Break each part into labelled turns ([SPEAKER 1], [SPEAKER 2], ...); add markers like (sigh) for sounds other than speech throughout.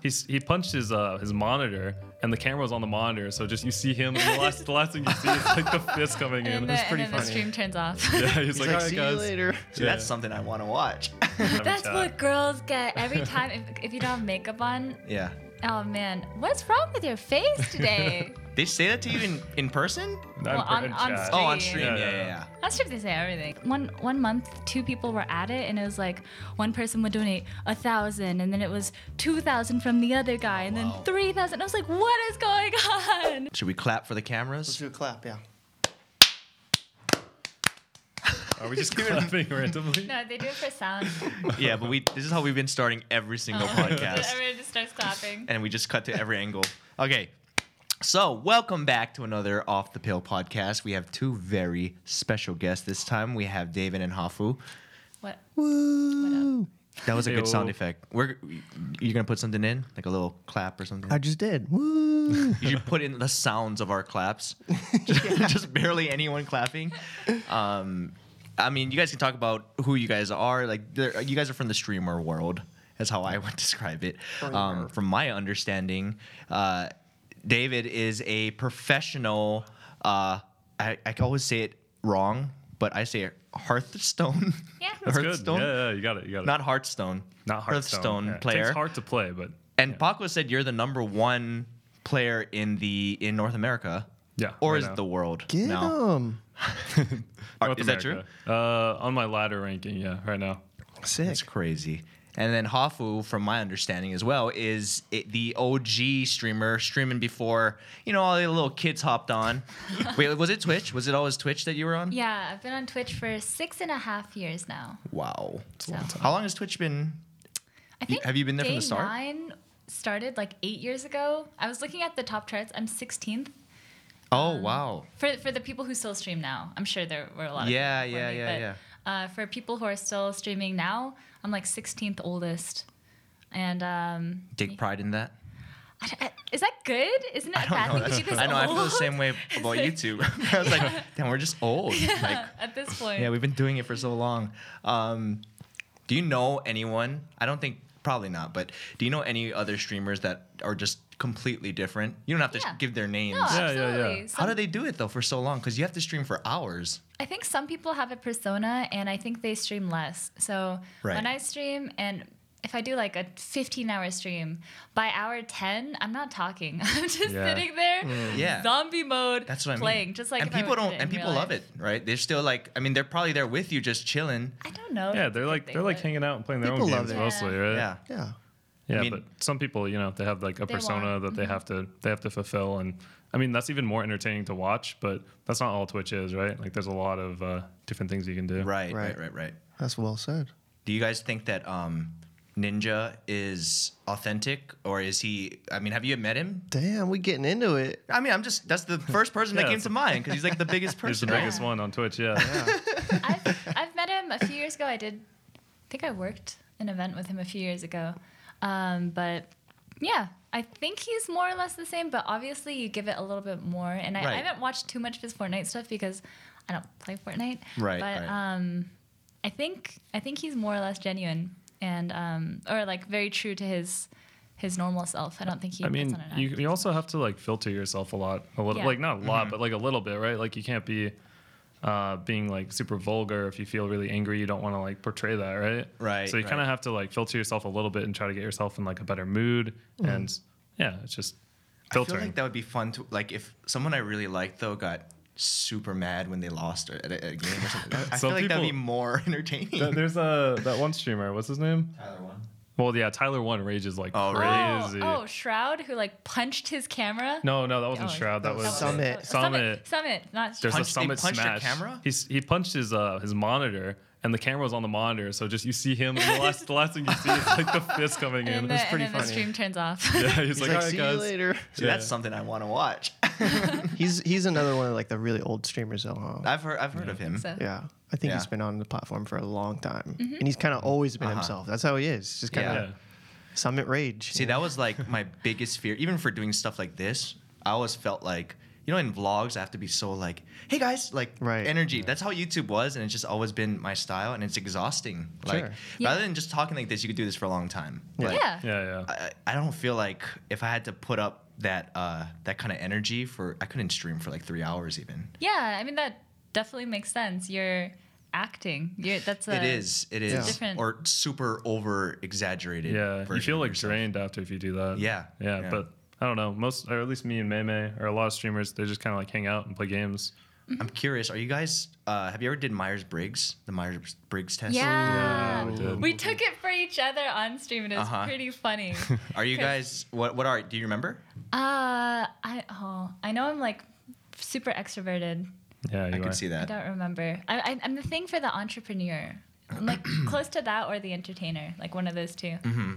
[SPEAKER 1] He's, he punched his uh, his monitor, and the camera was on the monitor, so just you see him. And the last the last thing you see is like the fist coming in.
[SPEAKER 2] And,
[SPEAKER 1] It's
[SPEAKER 2] the,
[SPEAKER 1] pretty
[SPEAKER 2] and then the
[SPEAKER 1] funny.
[SPEAKER 2] stream turns off.
[SPEAKER 1] (laughs)
[SPEAKER 3] (laughs)
[SPEAKER 1] Yeah, he's,
[SPEAKER 3] He's
[SPEAKER 1] like,
[SPEAKER 3] like,
[SPEAKER 1] all right,
[SPEAKER 3] see
[SPEAKER 1] guys.
[SPEAKER 3] you later. See,
[SPEAKER 1] Yeah.
[SPEAKER 3] that's something I want
[SPEAKER 1] (laughs)
[SPEAKER 3] to watch.
[SPEAKER 1] Have a
[SPEAKER 2] (laughs) That's
[SPEAKER 1] chat.
[SPEAKER 2] what girls
[SPEAKER 3] (laughs)
[SPEAKER 2] get every time. If, if you don't have makeup on,
[SPEAKER 3] yeah.
[SPEAKER 2] oh man, what's wrong with your face
[SPEAKER 3] (laughs)
[SPEAKER 2] today?
[SPEAKER 3] They say that to you in, in person?
[SPEAKER 1] Not
[SPEAKER 2] Well, on-
[SPEAKER 1] in
[SPEAKER 2] on
[SPEAKER 1] chat.
[SPEAKER 3] Oh, on
[SPEAKER 2] Yeah,
[SPEAKER 3] stream. Yeah,
[SPEAKER 1] yeah,
[SPEAKER 3] yeah,
[SPEAKER 1] yeah.
[SPEAKER 3] yeah.
[SPEAKER 2] That's true if they say everything. One one month, two people were at it, and it was like one person would donate a thousand, and then it was two thousand from the other guy, and
[SPEAKER 3] Wow.
[SPEAKER 2] then three thousand. I was like, what is going on? (laughs)
[SPEAKER 3] Should we clap for the
[SPEAKER 4] Let's
[SPEAKER 3] cameras? (laughs)
[SPEAKER 4] do a clap, yeah.
[SPEAKER 1] Are we just
[SPEAKER 3] (laughs)
[SPEAKER 1] clapping (laughs) randomly?
[SPEAKER 2] No, they do it for sound.
[SPEAKER 3] yeah, but we this is how we've been starting (laughs)
[SPEAKER 2] (laughs)
[SPEAKER 3] every single podcast.
[SPEAKER 2] Everyone just starts clapping.
[SPEAKER 3] and we just cut to every angle. Okay. So, welcome back to another Off the Pill podcast. We have two very special guests this time. We have David and Hafu.
[SPEAKER 2] What?
[SPEAKER 3] Woo! That was a good sound
[SPEAKER 1] Hey-o.
[SPEAKER 3] effect. We're you're gonna put something in, like a little clap or something.
[SPEAKER 4] I just did. (laughs) Woo!
[SPEAKER 3] you should put in the sounds of our claps. Just, just barely anyone clapping. Um, I mean, you guys can talk about who you guys are. Like, there- you guys are from the streamer world. That's how I would (laughs) describe it. Um, from my understanding, uh, David is a professional. Uh, I, I can always say it wrong, but I say Hearthstone.
[SPEAKER 2] Yeah.
[SPEAKER 1] That's good.
[SPEAKER 3] (laughs) Hearthstone.
[SPEAKER 1] Yeah, yeah, you got it. You got it.
[SPEAKER 3] Not Hearthstone.
[SPEAKER 1] Not Hearthstone, yeah. It
[SPEAKER 3] player.
[SPEAKER 1] takes hard to play, but
[SPEAKER 3] And Paco said you're the number one player in the in North America.
[SPEAKER 1] Yeah,
[SPEAKER 3] Or
[SPEAKER 1] right
[SPEAKER 3] is
[SPEAKER 1] now.
[SPEAKER 3] it the world?
[SPEAKER 4] Get
[SPEAKER 3] now?
[SPEAKER 4] him.
[SPEAKER 3] Are-
[SPEAKER 1] North
[SPEAKER 3] is that true?
[SPEAKER 1] America. Uh, on my ladder ranking, yeah, right now.
[SPEAKER 4] Sick.
[SPEAKER 3] That's crazy. And then Hafu, from my understanding as well, is it, the OG streamer streaming before you know all the little kids hopped on. Wait, was it Twitch? Was it always Twitch that you were on?
[SPEAKER 2] Yeah, I've been on Twitch for six and a half years now.
[SPEAKER 3] Wow.
[SPEAKER 2] So
[SPEAKER 3] How long has Twitch been?
[SPEAKER 2] I think
[SPEAKER 3] have you been there from
[SPEAKER 2] day
[SPEAKER 3] the start?
[SPEAKER 2] Nine started like eight years ago. I was looking at the top charts. I'm 16th
[SPEAKER 3] Oh wow.
[SPEAKER 2] for for the people who still stream now. I'm sure there were a lot.
[SPEAKER 3] Yeah,
[SPEAKER 2] of people before
[SPEAKER 3] yeah,
[SPEAKER 2] me,
[SPEAKER 3] yeah,
[SPEAKER 2] but,
[SPEAKER 3] yeah.
[SPEAKER 2] Uh, for people who are still streaming now, I'm like 16th oldest, and um,
[SPEAKER 3] Take pride in that.
[SPEAKER 2] I- I- is that good? Isn't it a
[SPEAKER 3] (laughs) I
[SPEAKER 2] bad
[SPEAKER 3] don't
[SPEAKER 2] thing
[SPEAKER 3] know.
[SPEAKER 2] to be this
[SPEAKER 3] I know. I feel the
[SPEAKER 2] old
[SPEAKER 3] same way about YouTube. (laughs) I was like, damn, we're just old. Like,
[SPEAKER 2] (laughs) at this point?
[SPEAKER 3] Yeah, we've been doing it for so long. Um, do you know anyone? I don't think probably not, but do you know any other streamers that are just completely different? You don't have to
[SPEAKER 2] Yeah.
[SPEAKER 3] give their names.
[SPEAKER 2] no,
[SPEAKER 1] yeah, yeah.
[SPEAKER 2] absolutely.
[SPEAKER 3] How
[SPEAKER 2] Some-
[SPEAKER 3] do they do it though for so long? Because you have to stream for hours.
[SPEAKER 2] I think some people have a persona and I think they stream less. So
[SPEAKER 3] Right.
[SPEAKER 2] when I stream and if I do like a 15 hour stream, by hour 10, I'm not talking. (laughs) I'm just
[SPEAKER 1] Yeah.
[SPEAKER 2] sitting there,
[SPEAKER 3] Yeah.
[SPEAKER 2] zombie mode,
[SPEAKER 3] Mm. That's what I
[SPEAKER 2] playing.
[SPEAKER 3] mean.
[SPEAKER 2] Just like
[SPEAKER 3] and
[SPEAKER 2] if I
[SPEAKER 3] people
[SPEAKER 2] did
[SPEAKER 3] don't
[SPEAKER 2] in
[SPEAKER 3] and
[SPEAKER 2] real
[SPEAKER 3] people love
[SPEAKER 2] life.
[SPEAKER 3] it, right? They're still like, I mean, they're probably there with you, just chilling.
[SPEAKER 2] I don't know. if
[SPEAKER 1] Yeah,
[SPEAKER 2] it's a
[SPEAKER 1] they're
[SPEAKER 2] good
[SPEAKER 1] like
[SPEAKER 2] thing,
[SPEAKER 1] they're like
[SPEAKER 2] but
[SPEAKER 1] hanging out and playing their
[SPEAKER 4] People
[SPEAKER 1] own
[SPEAKER 4] love
[SPEAKER 1] games
[SPEAKER 2] it.
[SPEAKER 1] mostly, right?
[SPEAKER 3] Yeah.
[SPEAKER 4] Yeah.
[SPEAKER 1] Yeah,
[SPEAKER 3] I mean-
[SPEAKER 1] but some people, you know, they have like a
[SPEAKER 2] They
[SPEAKER 1] persona
[SPEAKER 2] want-
[SPEAKER 1] that they have to they have to fulfill, and I mean that's even more entertaining to watch. But that's not all Twitch is, right? Like there's a lot of uh, different things you can do.
[SPEAKER 3] Right, right,
[SPEAKER 4] Right.
[SPEAKER 3] right, right.
[SPEAKER 4] That's well said.
[SPEAKER 3] Do you guys think that um, Ninja is authentic, or is he? I mean, have you met him?
[SPEAKER 4] Damn, we getting into it.
[SPEAKER 3] I mean, I'm just that's
[SPEAKER 1] (laughs)
[SPEAKER 3] the first person that
[SPEAKER 1] Yeah.
[SPEAKER 3] came to mind because he's like the biggest
[SPEAKER 1] (laughs)
[SPEAKER 3] person.
[SPEAKER 1] He's the
[SPEAKER 3] right?
[SPEAKER 1] biggest one on Twitch. Yeah.
[SPEAKER 2] I've, I've met him a few years ago. I did, I think I worked an event with him a few years ago. Um, but yeah, I think he's more or less the same, but obviously you give it a little bit more. And I, I
[SPEAKER 3] Right.
[SPEAKER 2] haven't watched too much of his Fortnite stuff because I don't play Fortnite.
[SPEAKER 3] Right,
[SPEAKER 2] But
[SPEAKER 3] right.
[SPEAKER 2] um, I think I think he's more or less genuine and um, or like very true to his his normal self. I don't think he.
[SPEAKER 1] I mean,
[SPEAKER 2] puts on an
[SPEAKER 1] you,
[SPEAKER 2] act.
[SPEAKER 1] you also have to like filter yourself a lot, a little,
[SPEAKER 2] Yeah.
[SPEAKER 1] like not a lot,
[SPEAKER 3] Mm-hmm.
[SPEAKER 1] but like a little bit, right? Like you can't be uh, being like super vulgar if you feel really angry. You don't want to like portray that, right?
[SPEAKER 3] Right,
[SPEAKER 1] So you kind
[SPEAKER 3] right.
[SPEAKER 1] of have to like filter yourself a little bit and try to get yourself in like a better mood. And yeah, it's just
[SPEAKER 3] I feel
[SPEAKER 1] filtering.
[SPEAKER 3] like that would be fun to like if someone I really liked though got super mad when they lost at a, at a game or something. I
[SPEAKER 1] Some
[SPEAKER 3] feel like that'd be
[SPEAKER 1] people-
[SPEAKER 3] more (laughs) entertaining.
[SPEAKER 1] Th- There's a that one streamer. What's his name? Well, yeah, Tyler One rages like
[SPEAKER 3] Oh, really?
[SPEAKER 1] crazy.
[SPEAKER 2] Oh, oh, Shroud who like punched his camera.
[SPEAKER 1] No, no, that wasn't
[SPEAKER 2] Oh,
[SPEAKER 1] Shroud. That
[SPEAKER 4] that was
[SPEAKER 1] was
[SPEAKER 4] Summit.
[SPEAKER 2] Summit.
[SPEAKER 1] Summit.
[SPEAKER 2] Summit, not
[SPEAKER 1] There's
[SPEAKER 3] Punched-
[SPEAKER 1] a
[SPEAKER 3] they
[SPEAKER 1] summit
[SPEAKER 3] punched their
[SPEAKER 1] smash.
[SPEAKER 3] camera?
[SPEAKER 1] He's, he punched his uh, his monitor, and the camera was on the monitor. So just you see him, and the last the last thing you see is like the fist coming in.
[SPEAKER 2] And, then the,
[SPEAKER 1] It's
[SPEAKER 2] and
[SPEAKER 1] pretty
[SPEAKER 2] then the
[SPEAKER 1] funny.
[SPEAKER 2] stream turns off.
[SPEAKER 1] (laughs) Yeah, he's,
[SPEAKER 4] He's
[SPEAKER 1] like,
[SPEAKER 4] like,
[SPEAKER 1] all right,
[SPEAKER 4] see
[SPEAKER 1] guys.
[SPEAKER 4] you later.
[SPEAKER 3] See, that's something I want to watch.
[SPEAKER 4] (laughs)
[SPEAKER 3] (laughs)
[SPEAKER 4] He's he's another one of like the really old streamers though. huh? (laughs)
[SPEAKER 3] I've heard I've heard of
[SPEAKER 2] (laughs)
[SPEAKER 3] him.
[SPEAKER 2] So-
[SPEAKER 4] Yeah. I think
[SPEAKER 3] Yeah.
[SPEAKER 4] he's been on the platform for a long time. And he's kind of always been himself. That's how he is. Just kind of
[SPEAKER 1] Uh-huh. Yeah.
[SPEAKER 4] summit rage.
[SPEAKER 3] See, that was like my biggest fear. Even for doing stuff like this, I always felt like you know, in vlogs, I have to be so like, hey guys, like
[SPEAKER 4] Right.
[SPEAKER 3] energy. That's how YouTube was, and it's just always been my style, and it's exhausting. Like
[SPEAKER 4] Sure.
[SPEAKER 2] Yeah.
[SPEAKER 3] rather than just talking like this, you could do this for a long time.
[SPEAKER 4] Yeah.
[SPEAKER 3] Like,
[SPEAKER 2] Yeah.
[SPEAKER 1] Yeah, yeah.
[SPEAKER 3] I, I don't feel like if I had to put up that uh, that kind of energy for I couldn't stream for like three hours even.
[SPEAKER 2] Yeah, I mean that definitely makes sense. You're acting. You're that's a
[SPEAKER 3] it is. It
[SPEAKER 4] it's
[SPEAKER 3] is.
[SPEAKER 2] different.
[SPEAKER 3] Or super over exaggerated.
[SPEAKER 1] Yeah, you feel like drained after if you do that.
[SPEAKER 3] Yeah,
[SPEAKER 1] yeah,
[SPEAKER 3] yeah.
[SPEAKER 1] But I don't know. Most, or at least me and Maymay, or a lot of streamers, they just kind of like hang out and play games.
[SPEAKER 3] I'm curious. Are you guys? Uh, have you ever did Myers Briggs? The Myers Briggs test.
[SPEAKER 2] Yeah.
[SPEAKER 1] we did.
[SPEAKER 2] Oh. We took it for each other on stream and it was
[SPEAKER 3] Uh-huh.
[SPEAKER 2] pretty
[SPEAKER 3] (laughs)
[SPEAKER 2] funny.
[SPEAKER 3] Are you guys? What? What are? Do you remember?
[SPEAKER 2] uh I oh I know I'm like super extroverted.
[SPEAKER 1] Yeah, you
[SPEAKER 3] I
[SPEAKER 1] are.
[SPEAKER 3] can see
[SPEAKER 2] I
[SPEAKER 3] that.
[SPEAKER 2] don't remember. I, I I'm the thing for the entrepreneur. I'm
[SPEAKER 3] (clears throat)
[SPEAKER 2] like (clears throat) close to that or the entertainer, like one of those 2
[SPEAKER 3] Mm-hmm.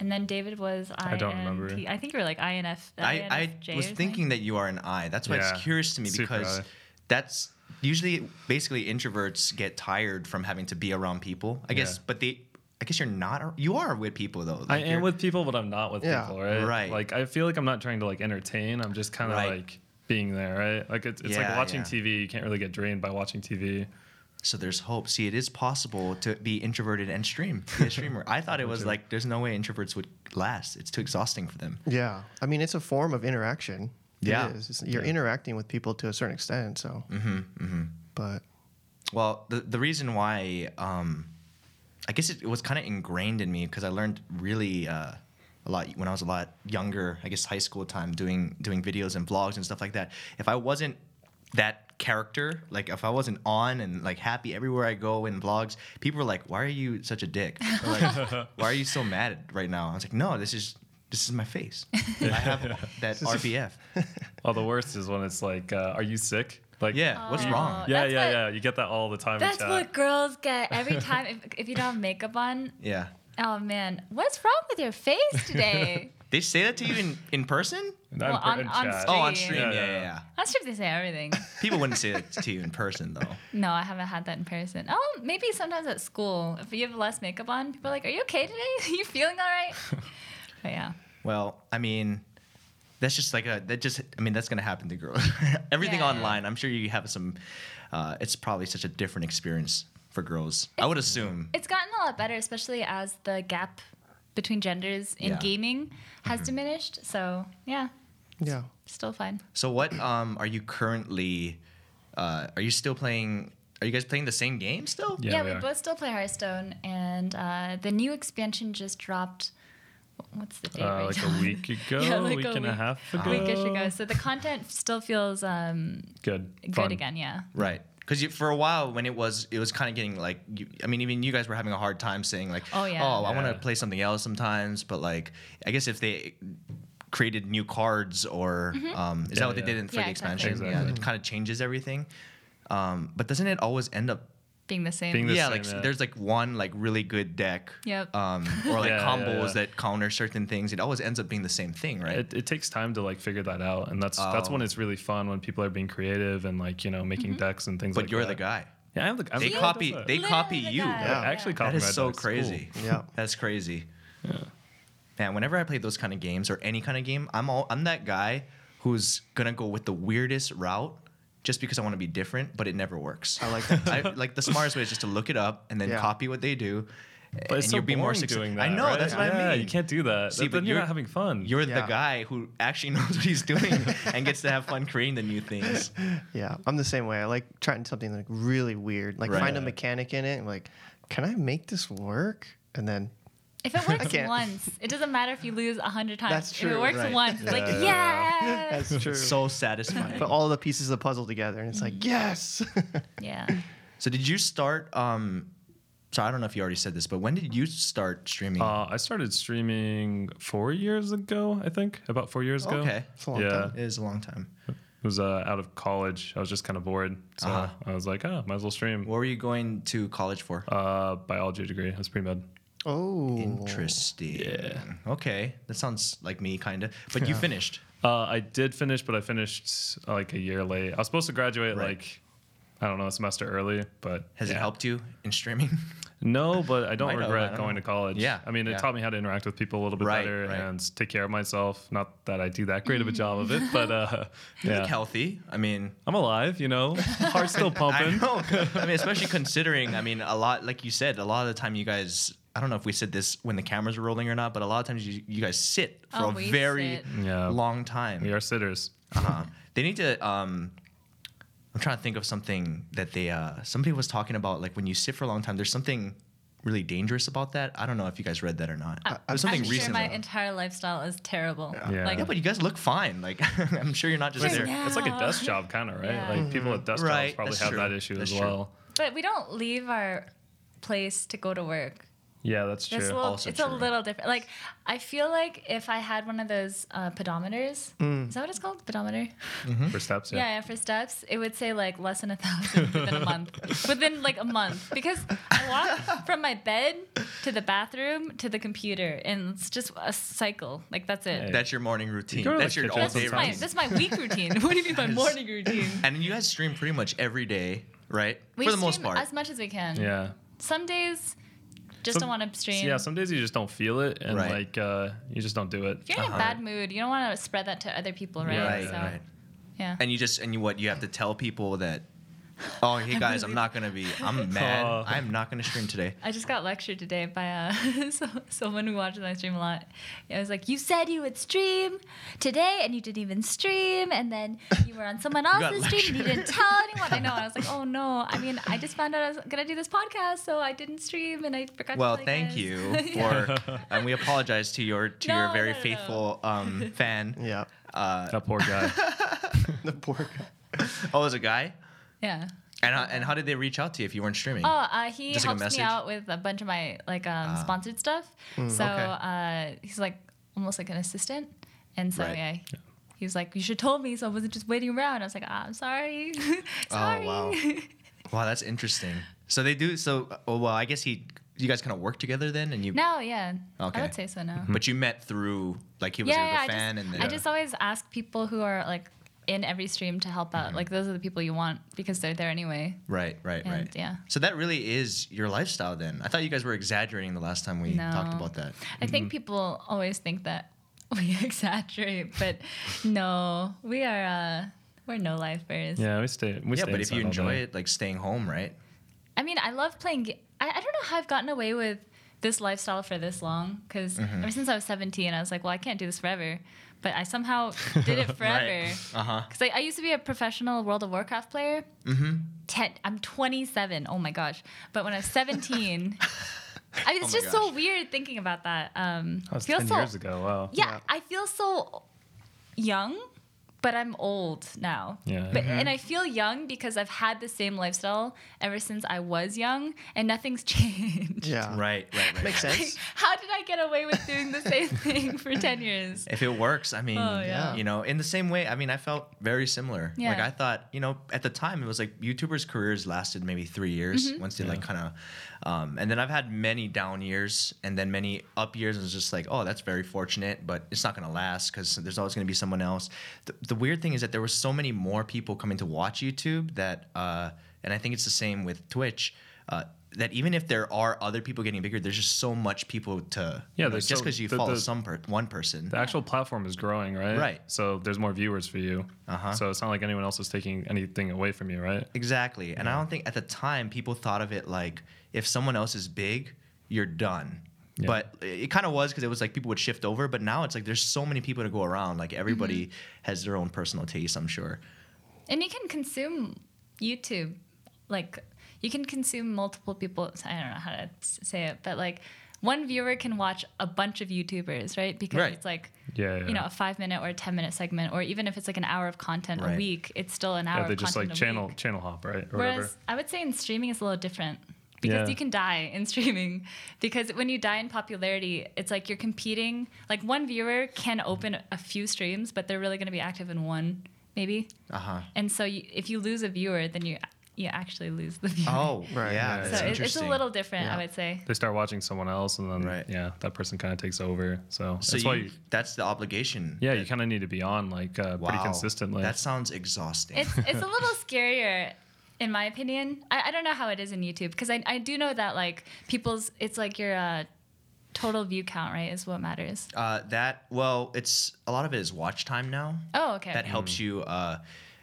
[SPEAKER 2] And then David was I.
[SPEAKER 1] I don't remember.
[SPEAKER 2] I think you were like INF.
[SPEAKER 3] I, I
[SPEAKER 2] INFJ
[SPEAKER 3] was
[SPEAKER 2] or something.
[SPEAKER 3] thinking that you are an I. That's why
[SPEAKER 1] Yeah,
[SPEAKER 3] it's curious to me
[SPEAKER 1] super
[SPEAKER 3] because
[SPEAKER 1] I.
[SPEAKER 3] that's usually basically introverts get tired from having to be around people. I guess,
[SPEAKER 1] Yeah.
[SPEAKER 3] but they. I guess you're not. ar- You are with people though.
[SPEAKER 1] I
[SPEAKER 3] Like, you're-
[SPEAKER 1] am with people, but I'm not with
[SPEAKER 4] Yeah,
[SPEAKER 1] people, right?
[SPEAKER 3] right.
[SPEAKER 1] Like I feel like I'm not trying to like entertain. I'm just kind of
[SPEAKER 3] Right.
[SPEAKER 1] like being there, right? Like it's, it's
[SPEAKER 3] Yeah,
[SPEAKER 1] like watching
[SPEAKER 3] yeah.
[SPEAKER 1] TV. You can't really get drained by watching TV.
[SPEAKER 3] So there's hope. See, it is possible to be introverted and stream.
[SPEAKER 1] (laughs)
[SPEAKER 3] Be a streamer. I thought it was like there's no way introverts would last. It's too exhausting for them.
[SPEAKER 4] Yeah. I mean, it's a form of interaction. It
[SPEAKER 3] Yeah.
[SPEAKER 4] is. It's- you're interacting with people to a certain extent. So, mm-hmm, but
[SPEAKER 3] Well, the the reason why, um, I guess it, it was kind of ingrained in me because I learned really uh, a lot when I was a lot younger. I guess high school time doing doing videos and vlogs and stuff like that. If I wasn't that character, like if I wasn't on and like happy everywhere I go in vlogs, people were like, "Why are you such a dick? Or like, Why are you so mad right now?" I was like, "No, this is." This is my face. I have that RBF.
[SPEAKER 1] Oh, the worst is when it's like, uh, are you sick? Like
[SPEAKER 3] Yeah, what's
[SPEAKER 2] Oh.
[SPEAKER 3] wrong?
[SPEAKER 1] yeah,
[SPEAKER 2] That's
[SPEAKER 1] yeah,
[SPEAKER 2] what-
[SPEAKER 1] yeah. You get that all the time.
[SPEAKER 2] That's
[SPEAKER 1] in chat.
[SPEAKER 2] what girls get every time if, if you don't have makeup on.
[SPEAKER 3] Yeah.
[SPEAKER 2] Oh man, what's wrong with your face
[SPEAKER 1] (laughs)
[SPEAKER 2] today?
[SPEAKER 3] They say that to you in, in person?
[SPEAKER 1] Not
[SPEAKER 2] Well, on-
[SPEAKER 1] in
[SPEAKER 2] on
[SPEAKER 1] chat.
[SPEAKER 3] Oh, on
[SPEAKER 2] Yeah.
[SPEAKER 3] stream.
[SPEAKER 1] Yeah,
[SPEAKER 3] yeah,
[SPEAKER 1] yeah.
[SPEAKER 3] yeah. yeah.
[SPEAKER 2] I'm sure they say everything.
[SPEAKER 3] People wouldn't say that to you in person, though.
[SPEAKER 2] No, I haven't had that in person. Oh, maybe sometimes at school, if you have less makeup on, people are like, "Are you okay today? (laughs) you feeling all right?"
[SPEAKER 1] (laughs)
[SPEAKER 2] But yeah,
[SPEAKER 3] Well, I mean, that's just like a that just I mean that's gonna happen to girls. (laughs) Everything
[SPEAKER 2] Yeah, yeah.
[SPEAKER 3] online, I'm sure you have some. Uh, it's probably such a different experience for girls. I would assume.
[SPEAKER 2] it's gotten a lot better, especially as the gap between genders in
[SPEAKER 3] Yeah.
[SPEAKER 2] gaming has
[SPEAKER 1] Mm-hmm.
[SPEAKER 2] diminished. So yeah,
[SPEAKER 4] yeah.
[SPEAKER 2] still fine.
[SPEAKER 3] So, what um, are you currently? Uh, are you still playing? Are you guys playing the same game still?
[SPEAKER 1] Yeah,
[SPEAKER 2] Yeah,
[SPEAKER 1] we
[SPEAKER 2] we,
[SPEAKER 1] are.
[SPEAKER 2] both still play Hearthstone, and uh, the new expansion just dropped. What's the date?
[SPEAKER 1] Uh,
[SPEAKER 2] right
[SPEAKER 1] like
[SPEAKER 2] (laughs) now?
[SPEAKER 1] a week ago,
[SPEAKER 2] Yeah, like
[SPEAKER 1] a week
[SPEAKER 2] a
[SPEAKER 1] and a
[SPEAKER 2] week-
[SPEAKER 1] half ago.
[SPEAKER 2] A week-ish ago. So the content still feels um,
[SPEAKER 1] Good.
[SPEAKER 2] good
[SPEAKER 1] Fun.
[SPEAKER 2] again. Yeah.
[SPEAKER 3] Right. Because for a while when it was, it was kind of getting like, you, I mean, even you guys were having a hard time saying like,
[SPEAKER 2] Oh, yeah.
[SPEAKER 3] oh, I want
[SPEAKER 1] Yeah.
[SPEAKER 3] to play something else sometimes. But like, I guess if they created new cards or um, is
[SPEAKER 1] Yeah,
[SPEAKER 3] that what
[SPEAKER 1] yeah.
[SPEAKER 3] they did in for
[SPEAKER 2] Mm-hmm. Yeah,
[SPEAKER 3] the expansion?
[SPEAKER 1] exactly.
[SPEAKER 3] Yeah, it
[SPEAKER 1] Exactly.
[SPEAKER 3] kind of changes everything. Um, but doesn't it always end up?
[SPEAKER 2] Being the same.
[SPEAKER 1] Being the
[SPEAKER 3] yeah,
[SPEAKER 1] same,
[SPEAKER 3] like
[SPEAKER 1] yeah.
[SPEAKER 3] there's like one like really good deck.
[SPEAKER 2] Yep. (laughs)
[SPEAKER 3] Um, or like
[SPEAKER 1] Yeah, yeah,
[SPEAKER 3] combos
[SPEAKER 1] yeah.
[SPEAKER 3] that counter certain things. It always ends up being the same thing, right?
[SPEAKER 1] It, it takes time to like figure that out, and that's that's
[SPEAKER 3] Oh.
[SPEAKER 1] when it's really fun when people are being creative and like you know making
[SPEAKER 2] Mm-hmm.
[SPEAKER 1] decks and things.
[SPEAKER 3] but
[SPEAKER 1] like
[SPEAKER 3] you're
[SPEAKER 1] that.
[SPEAKER 3] the guy.
[SPEAKER 1] Yeah, I'm the. I'm
[SPEAKER 3] They
[SPEAKER 1] the guy who
[SPEAKER 3] copy.
[SPEAKER 1] does that.
[SPEAKER 3] They
[SPEAKER 2] Literally
[SPEAKER 3] copy
[SPEAKER 2] the
[SPEAKER 3] you.
[SPEAKER 2] guy.
[SPEAKER 1] Yeah, I
[SPEAKER 2] Yeah.
[SPEAKER 1] actually
[SPEAKER 3] That
[SPEAKER 1] copy my
[SPEAKER 3] is so
[SPEAKER 1] dogs. It's cool.
[SPEAKER 3] crazy.
[SPEAKER 4] Yeah.
[SPEAKER 3] (laughs) That's crazy. Man, whenever I play those kind of games or any kind of game, I'm all I'm that guy who's gonna go with the weirdest route just because I want to be different, but it never works.
[SPEAKER 4] I like that.
[SPEAKER 3] (laughs) I, like the smartest way is just to look it up and then
[SPEAKER 4] Yeah.
[SPEAKER 3] copy what they do.
[SPEAKER 1] But it's so boring
[SPEAKER 3] success-
[SPEAKER 1] doing
[SPEAKER 3] I
[SPEAKER 1] that.
[SPEAKER 3] know
[SPEAKER 1] right?
[SPEAKER 3] that's what
[SPEAKER 1] yeah,
[SPEAKER 3] I mean.
[SPEAKER 1] You can't do that.
[SPEAKER 3] See,
[SPEAKER 1] See,
[SPEAKER 3] but
[SPEAKER 1] but you're
[SPEAKER 3] you're-
[SPEAKER 1] not having fun.
[SPEAKER 3] (laughs) You're the
[SPEAKER 4] Yeah.
[SPEAKER 3] guy who actually (laughs) knows what he's doing and gets to have fun creating the new things.
[SPEAKER 4] Yeah. I'm the same way. I like trying something like really weird, like
[SPEAKER 3] Right.
[SPEAKER 4] find a mechanic in it. and like, can I make this work? And then,
[SPEAKER 2] If it works
[SPEAKER 4] can't.
[SPEAKER 2] once, it doesn't matter if you lose a hundred times.
[SPEAKER 4] That's
[SPEAKER 2] If
[SPEAKER 4] true,
[SPEAKER 2] it works
[SPEAKER 4] right.
[SPEAKER 2] once, it's like yeah,
[SPEAKER 4] that's true.
[SPEAKER 3] So satisfying.
[SPEAKER 4] Put all the pieces of the puzzle together, and it's
[SPEAKER 2] Mm.
[SPEAKER 4] like, yes. (laughs)
[SPEAKER 2] yeah.
[SPEAKER 3] So did you start? Um, so I don't know if you already said this, but when did you start streaming?
[SPEAKER 1] Uh, I started streaming four years ago, I think, about four years ago.
[SPEAKER 3] Okay.
[SPEAKER 4] It's a long
[SPEAKER 1] yeah,
[SPEAKER 4] time.
[SPEAKER 3] it is a long time.
[SPEAKER 1] it was uh, out of college. I was just kind of bored, so
[SPEAKER 3] Uh-huh.
[SPEAKER 1] I was like, oh, might as well stream.
[SPEAKER 3] What were you going to college for?
[SPEAKER 1] Uh, biology degree. That's pretty bad.
[SPEAKER 4] oh,
[SPEAKER 3] Interesting. Yeah. Okay, that sounds like me, kind of.
[SPEAKER 1] (laughs)
[SPEAKER 3] But you finished.
[SPEAKER 1] Uh, I did finish, but I finished uh, like a year late. I was supposed to graduate
[SPEAKER 3] Right.
[SPEAKER 1] like I don't know a semester early, but
[SPEAKER 3] Has
[SPEAKER 1] yeah.
[SPEAKER 3] it helped you in streaming? (laughs)
[SPEAKER 1] No, but I don't
[SPEAKER 3] Might have,
[SPEAKER 1] regret
[SPEAKER 3] I don't
[SPEAKER 1] going
[SPEAKER 3] know.
[SPEAKER 1] to college.
[SPEAKER 3] Yeah,
[SPEAKER 1] I mean, it
[SPEAKER 3] yeah.
[SPEAKER 1] taught me how to interact with people a little bit
[SPEAKER 3] Right,
[SPEAKER 1] better
[SPEAKER 3] right.
[SPEAKER 1] and take care of myself. Not that I do that great of a job of it, but
[SPEAKER 3] (laughs)
[SPEAKER 1] uh,
[SPEAKER 3] You look
[SPEAKER 1] yeah.
[SPEAKER 3] healthy. I mean,
[SPEAKER 1] I'm alive, you
[SPEAKER 3] (laughs)
[SPEAKER 1] know, heart's still
[SPEAKER 3] I
[SPEAKER 1] pumping.
[SPEAKER 3] know. I mean, especially considering, I mean, a lot, like you said, a lot of the time you guys, I don't know if we said this when the cameras were rolling or not, but a lot of times you, you guys sit for
[SPEAKER 2] Oh,
[SPEAKER 3] a
[SPEAKER 2] we
[SPEAKER 3] very
[SPEAKER 2] sit.
[SPEAKER 1] Yeah.
[SPEAKER 3] long time.
[SPEAKER 1] We are sitters.
[SPEAKER 3] Uh-huh. They need to. Um, I'm trying to think of something that they. Uh, somebody was talking about like when you sit for a long time. There's something really dangerous about that. I don't know if you guys read that or not.
[SPEAKER 2] I-
[SPEAKER 3] It was something
[SPEAKER 2] I'm sure
[SPEAKER 3] recently.
[SPEAKER 2] my entire lifestyle is terrible.
[SPEAKER 1] Yeah.
[SPEAKER 2] Like,
[SPEAKER 3] yeah, but you guys look fine. Like (laughs) I'm sure you're not just
[SPEAKER 2] Sure,
[SPEAKER 3] there.
[SPEAKER 2] yeah.
[SPEAKER 1] It's like a
[SPEAKER 2] Oh.
[SPEAKER 1] desk job, kind of, right?
[SPEAKER 2] Yeah.
[SPEAKER 1] Like people at desk
[SPEAKER 3] Mm-hmm. Right,
[SPEAKER 1] jobs probably
[SPEAKER 3] that's
[SPEAKER 1] have
[SPEAKER 3] true.
[SPEAKER 1] that issue
[SPEAKER 3] That's
[SPEAKER 1] as
[SPEAKER 3] true.
[SPEAKER 1] well.
[SPEAKER 2] but we don't leave our place to go to work.
[SPEAKER 1] Yeah, that's true.
[SPEAKER 2] It's a little,
[SPEAKER 3] Also
[SPEAKER 2] it's a
[SPEAKER 3] true.
[SPEAKER 2] little different. Like, I feel like if I had one of those uh, pedometers, is that what it's called? Pedometer?
[SPEAKER 1] For steps,
[SPEAKER 2] Yeah. yeah, for steps, it would say like less than a thousand within a
[SPEAKER 1] (laughs)
[SPEAKER 2] month. within like a month. Because I walk from my bed to the bathroom to the computer, and it's just a cycle. Like, that's it.
[SPEAKER 1] Hey.
[SPEAKER 3] That's your morning routine.
[SPEAKER 1] go to the
[SPEAKER 3] That's your
[SPEAKER 1] kitchen
[SPEAKER 3] all
[SPEAKER 2] That's
[SPEAKER 3] day
[SPEAKER 1] sometimes.
[SPEAKER 2] my,
[SPEAKER 3] routine.
[SPEAKER 2] that's my week routine. (laughs) What do you mean by morning routine?
[SPEAKER 3] And you guys stream pretty much every day, right?
[SPEAKER 2] We
[SPEAKER 3] for the most
[SPEAKER 2] stream
[SPEAKER 3] part.
[SPEAKER 2] as much as we can.
[SPEAKER 1] Yeah.
[SPEAKER 2] Some days, just
[SPEAKER 1] Some-
[SPEAKER 2] don't want to stream.
[SPEAKER 1] Yeah, some days you just don't feel it, and
[SPEAKER 3] Right.
[SPEAKER 1] like uh, you just don't do it.
[SPEAKER 2] if you're in
[SPEAKER 3] Uh-huh.
[SPEAKER 2] a bad mood, you don't want to spread that to other people, right?
[SPEAKER 1] Yeah,
[SPEAKER 3] right,
[SPEAKER 2] so,
[SPEAKER 3] right.
[SPEAKER 2] yeah.
[SPEAKER 3] And you just and you what you have to tell people that.
[SPEAKER 2] (laughs)
[SPEAKER 3] Oh, hey guys, I'm not gonna be. I'm mad.
[SPEAKER 1] Oh.
[SPEAKER 3] I'm not gonna stream today.
[SPEAKER 2] I just got lectured today by uh, (laughs) so, someone who watches my stream a lot. I was like, "You said you would stream today, and you didn't even stream, and then you
[SPEAKER 3] (laughs)
[SPEAKER 2] were on someone
[SPEAKER 3] got
[SPEAKER 2] else's stream, and you didn't
[SPEAKER 3] lectured.
[SPEAKER 2] tell anyone." I know. I
[SPEAKER 3] (laughs)
[SPEAKER 2] was like, "Oh no! I mean, I just found out I was gonna do this podcast, so I didn't stream, and I forgot."
[SPEAKER 3] Well,
[SPEAKER 2] to tell
[SPEAKER 3] thank
[SPEAKER 2] guys."
[SPEAKER 3] you
[SPEAKER 2] (laughs) Yeah.
[SPEAKER 3] for, and we apologize to your to your
[SPEAKER 2] No,
[SPEAKER 3] very
[SPEAKER 2] no, no.
[SPEAKER 3] faithful
[SPEAKER 2] (laughs)
[SPEAKER 3] um, fan.
[SPEAKER 4] Yeah.
[SPEAKER 3] Uh,
[SPEAKER 1] That poor
[SPEAKER 3] (laughs)
[SPEAKER 1] guy.
[SPEAKER 4] The poor guy.
[SPEAKER 3] oh, it was a guy.
[SPEAKER 2] yeah.
[SPEAKER 3] And how, and how did they reach out to you if you weren't streaming?
[SPEAKER 2] Oh, uh, he
[SPEAKER 3] Just, like, a
[SPEAKER 2] helps me
[SPEAKER 3] message? Ah. Hmm,
[SPEAKER 2] out with a bunch of my like um, sponsored stuff. so uh, he's like almost like an assistant, and so
[SPEAKER 3] Right.
[SPEAKER 2] yeah. He was like, "You should told me, so I wasn't just waiting around." I was like, "Ah, "I'm sorry, (laughs) sorry."
[SPEAKER 3] Oh, wow. Wow, that's interesting. So they do. So oh, well, I guess he. You guys kind of work together then, and
[SPEAKER 2] (laughs)
[SPEAKER 3] you.
[SPEAKER 2] no, yeah,
[SPEAKER 3] Okay.
[SPEAKER 2] I would say so now.
[SPEAKER 1] Hmm.
[SPEAKER 3] But you met through like he was
[SPEAKER 2] Yeah, yeah,
[SPEAKER 3] a
[SPEAKER 2] I
[SPEAKER 3] fan,
[SPEAKER 2] just,
[SPEAKER 3] and then
[SPEAKER 2] I just always ask people who are like in every stream to help
[SPEAKER 3] Mm-hmm.
[SPEAKER 2] out. Like those are the people you want because they're there anyway.
[SPEAKER 3] right, right,
[SPEAKER 2] And,
[SPEAKER 3] right.
[SPEAKER 2] yeah.
[SPEAKER 3] So that really is your lifestyle then. I thought you guys were exaggerating the last time we
[SPEAKER 2] No.
[SPEAKER 3] talked about
[SPEAKER 2] I
[SPEAKER 3] that. Mm-hmm.
[SPEAKER 2] think people always think that (laughs) we exaggerate, but no, we are uh, we're no lifers.
[SPEAKER 1] yeah, we stay. We
[SPEAKER 3] yeah,
[SPEAKER 1] stay
[SPEAKER 3] but if you
[SPEAKER 1] inside all
[SPEAKER 3] enjoy
[SPEAKER 1] day.
[SPEAKER 3] it, like staying home, right?
[SPEAKER 2] I mean, I love playing. Ga- I, I don't know how I've gotten away with this lifestyle for this long because ever since I was 17, I was like, well, I can't do this forever. But I somehow did it forever.
[SPEAKER 3] Uh huh.
[SPEAKER 1] Uh-huh.
[SPEAKER 2] Because I, I used to be a professional World of Warcraft player. Mm-hmm. Ten, I'm 27. Oh my gosh. But when I was 17, I mean, it's
[SPEAKER 3] Oh my
[SPEAKER 2] just
[SPEAKER 3] gosh.
[SPEAKER 2] so weird thinking about that. Um,
[SPEAKER 1] That was
[SPEAKER 2] feels
[SPEAKER 1] ten
[SPEAKER 2] so-
[SPEAKER 1] years ago. Wow.
[SPEAKER 2] yeah,
[SPEAKER 4] Yeah.
[SPEAKER 2] I feel so young, but I'm old now.
[SPEAKER 1] Yeah.
[SPEAKER 2] But, And I feel young because I've had the same lifestyle ever since I was young, and nothing's (laughs) changed.
[SPEAKER 4] Yeah.
[SPEAKER 3] Right, right, right.
[SPEAKER 2] (laughs)
[SPEAKER 4] Makes sense.
[SPEAKER 2] How did I get away with doing the same (laughs) thing for 10 years?
[SPEAKER 3] (laughs) if it works, I mean,
[SPEAKER 2] Oh,
[SPEAKER 4] yeah.
[SPEAKER 3] you know, in the same way, I mean, I felt very similar. Like
[SPEAKER 2] Yeah.
[SPEAKER 3] I thought, you know, at the time it was like YouTubers' careers lasted maybe three years
[SPEAKER 2] Mm-hmm.
[SPEAKER 3] once they like kind of, um, and then I've had many down years and then many up years. And it's just like, oh, that's very fortunate, but it's not going to last because there's always going to be someone else. The, the weird thing is that there were so many more people coming to watch YouTube that, uh, and I think it's the same with Twitch. Uh, that even if there are other people getting bigger, there's just so much people to
[SPEAKER 1] Yeah,
[SPEAKER 3] you know,
[SPEAKER 1] there's
[SPEAKER 3] just
[SPEAKER 1] so-
[SPEAKER 3] because you
[SPEAKER 1] the-
[SPEAKER 3] follow
[SPEAKER 1] the-
[SPEAKER 3] some per- one person,
[SPEAKER 1] The actual platform is growing, right?
[SPEAKER 3] Right.
[SPEAKER 1] So there's more viewers for you.
[SPEAKER 3] Uh-huh.
[SPEAKER 1] So it's not like anyone else is taking anything away from you, right?
[SPEAKER 3] Exactly. And I don't think at the time people thought of it like if someone else is big, you're done.
[SPEAKER 1] Yeah.
[SPEAKER 3] But it kind of was because it was like people would shift over, but now it's like there's so many people to go around. Like everybody
[SPEAKER 2] Mm-hmm.
[SPEAKER 3] has their own personal taste, I'm sure.
[SPEAKER 2] And you can consume YouTube, like you can consume multiple people. I don't know how to s- say it, but like one viewer can watch a bunch of YouTubers, right? Because
[SPEAKER 3] Right.
[SPEAKER 2] it's like
[SPEAKER 1] Yeah. yeah.
[SPEAKER 2] you know a five minute or a ten minute segment, or even if it's like an hour of content
[SPEAKER 3] Right.
[SPEAKER 2] a week, it's still an hour.
[SPEAKER 1] yeah, they
[SPEAKER 2] of
[SPEAKER 1] just
[SPEAKER 2] content
[SPEAKER 1] like
[SPEAKER 2] a
[SPEAKER 1] channel
[SPEAKER 2] Week.
[SPEAKER 1] channel hop, right? Or
[SPEAKER 2] Whereas
[SPEAKER 1] whatever.
[SPEAKER 2] I would say in streaming it's a little different because
[SPEAKER 1] Yeah.
[SPEAKER 2] you can die in (laughs) streaming because when you die in popularity, it's like you're competing. Like one viewer can open a few streams, but they're really going to be active in one, maybe.
[SPEAKER 1] Ah.
[SPEAKER 3] Uh
[SPEAKER 1] Uh-huh.
[SPEAKER 3] huh.
[SPEAKER 2] And so you, if you lose a viewer, then you you actually lose the viewer.
[SPEAKER 1] (laughs)
[SPEAKER 3] Oh,
[SPEAKER 4] Right.
[SPEAKER 3] Yeah.
[SPEAKER 4] Yeah.
[SPEAKER 2] (laughs)
[SPEAKER 3] That's
[SPEAKER 2] so it, it's
[SPEAKER 3] interesting.
[SPEAKER 2] a little different,
[SPEAKER 4] Yeah.
[SPEAKER 2] I would say.
[SPEAKER 1] They start watching someone else, and then
[SPEAKER 3] Right.
[SPEAKER 1] yeah, that person kind of takes over. So,
[SPEAKER 3] So
[SPEAKER 1] that's
[SPEAKER 3] you,
[SPEAKER 1] why. You,
[SPEAKER 3] that's the obligation.
[SPEAKER 1] yeah, you kind of need to be on like uh,
[SPEAKER 3] Wow.
[SPEAKER 1] pretty consistently.
[SPEAKER 3] That sounds exhausting.
[SPEAKER 2] It's it's a little scarier in my opinion. I, I don't know how it is in YouTube because I, I do know that like people's it's like your uh, total view count right is what matters.
[SPEAKER 3] Uh, that well, it's a lot of it is watch time now.
[SPEAKER 2] Oh, okay.
[SPEAKER 3] That helps you, uh,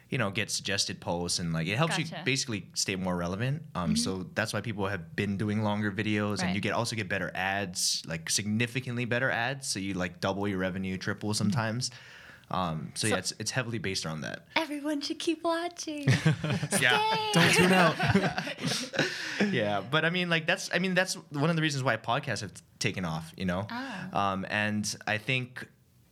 [SPEAKER 3] you know, get suggested posts and like it helps you
[SPEAKER 2] Gotcha. Mm-hmm.
[SPEAKER 3] basically stay more relevant. Um, so that's why people have been doing longer videos, and
[SPEAKER 2] Right.
[SPEAKER 3] you get also get better ads, like significantly better ads. So you like double your revenue, triple sometimes. Um,
[SPEAKER 2] Mm-hmm. So-
[SPEAKER 3] so, yeah, it's it's heavily based on that.
[SPEAKER 2] Everyone should keep
[SPEAKER 3] (laughs)
[SPEAKER 2] watching. Stay.
[SPEAKER 4] Don't tune out.
[SPEAKER 3] yeah, but I mean, like that's I mean that's one of the reasons why podcasts have taken off, you know.
[SPEAKER 2] Ah.
[SPEAKER 3] Um, and I think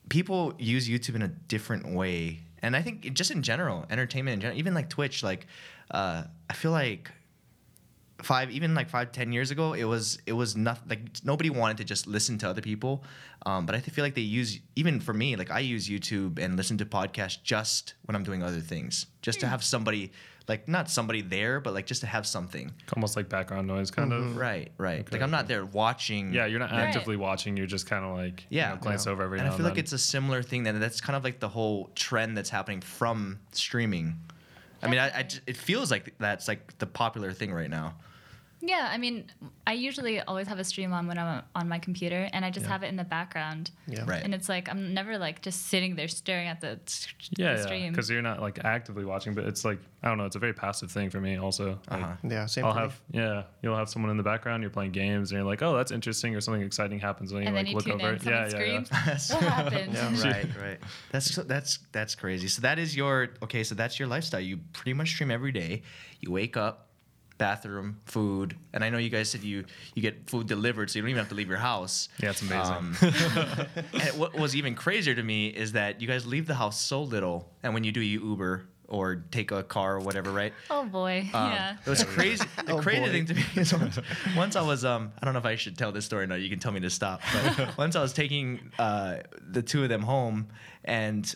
[SPEAKER 3] people use YouTube in a different way, and I think it- just in general, entertainment in general, even like Twitch, like uh, I feel like five even like five ten years ago it was it was not like nobody wanted to just listen to other people um, but i feel like they use even for me like i use youtube and listen to podcasts just when i'm doing other things just to have somebody like not somebody there but like just to have something
[SPEAKER 1] Almost like background noise, kind of.
[SPEAKER 3] Mm-hmm. Right, right. Like I'm not there watching.
[SPEAKER 1] Yeah, you're not
[SPEAKER 2] Right.
[SPEAKER 1] actively watching. You're just kind of like
[SPEAKER 3] Yeah,
[SPEAKER 1] you know, glance over every
[SPEAKER 3] and
[SPEAKER 1] now
[SPEAKER 3] I
[SPEAKER 1] and
[SPEAKER 3] feel like
[SPEAKER 1] then.
[SPEAKER 3] it's a similar thing. That that's kind of like the whole trend that's happening from streaming. I mean, I, I j- it feels like that's like the popular thing right now.
[SPEAKER 2] (laughs)
[SPEAKER 3] (laughs)
[SPEAKER 2] Yeah, I mean, I usually always have a stream on when I'm on my computer, and I just have it in the background.
[SPEAKER 4] Yeah.
[SPEAKER 3] Right.
[SPEAKER 2] And it's like I'm never like just sitting there staring at the, s-
[SPEAKER 1] yeah,
[SPEAKER 2] the
[SPEAKER 1] yeah,
[SPEAKER 2] stream.
[SPEAKER 1] because you're not like actively watching, but it's like I don't know. It's a very passive thing for me, also.
[SPEAKER 3] Uh-huh.
[SPEAKER 1] Like,
[SPEAKER 4] Yeah, same.
[SPEAKER 1] I'll
[SPEAKER 4] for me.
[SPEAKER 1] have yeah, you'll have someone in the background. You're playing games, and you're like, oh, that's interesting, or something exciting happens, and you
[SPEAKER 2] and
[SPEAKER 1] like
[SPEAKER 2] then you
[SPEAKER 1] look
[SPEAKER 2] tune
[SPEAKER 1] over.
[SPEAKER 2] in,
[SPEAKER 1] it. Yeah,
[SPEAKER 2] someone
[SPEAKER 1] yeah, yeah.
[SPEAKER 2] screams,
[SPEAKER 1] (laughs)
[SPEAKER 2] "What happened?"
[SPEAKER 3] right, right. (laughs) That's so- that's that's crazy. So that is your okay. So that's your lifestyle. You pretty much stream every day. You wake up, bathroom, food, and I know you guys said you you get food delivered, so you don't even have to leave your house.
[SPEAKER 1] Yeah, it's amazing.
[SPEAKER 3] Um, and what was even crazier to me is that you guys leave the house so little, and when you do, you Uber or take a car or whatever, right?
[SPEAKER 2] Oh boy,
[SPEAKER 3] Um,
[SPEAKER 2] yeah.
[SPEAKER 3] It was crazy. The
[SPEAKER 4] (laughs) Oh,
[SPEAKER 3] crazy
[SPEAKER 4] boy.
[SPEAKER 3] thing to me is (laughs) once, once I was um I don't know if I should tell this story or not. You can tell me to stop.
[SPEAKER 4] (laughs)
[SPEAKER 3] But once I was taking uh, the two of them home, and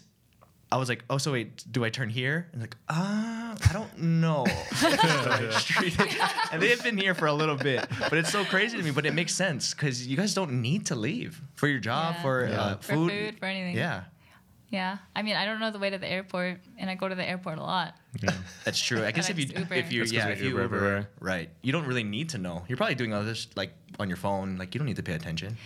[SPEAKER 3] I was like, oh so wait, do I turn here? And like, ah, I don't
[SPEAKER 4] (laughs)
[SPEAKER 3] know. (laughs) So I streeted- and they have been here for a little bit, but it's so crazy to me. But it makes sense because you guys don't need to leave for your job
[SPEAKER 2] Yeah.
[SPEAKER 3] for Uh,
[SPEAKER 2] For
[SPEAKER 3] food.
[SPEAKER 2] food, for anything.
[SPEAKER 3] Yeah.
[SPEAKER 2] Yeah. I mean, I don't know the way to the airport, and I go to the airport a lot.
[SPEAKER 3] That's true.
[SPEAKER 2] (laughs)
[SPEAKER 3] I guess if
[SPEAKER 2] I
[SPEAKER 3] you
[SPEAKER 2] just Uber.
[SPEAKER 3] if you
[SPEAKER 1] That's 'cause
[SPEAKER 3] yeah
[SPEAKER 1] we
[SPEAKER 3] if you
[SPEAKER 1] Uber
[SPEAKER 3] Uber,
[SPEAKER 1] everywhere.
[SPEAKER 3] right, you don't really need to know. You're probably doing all this like on your phone. Like you don't need to pay attention.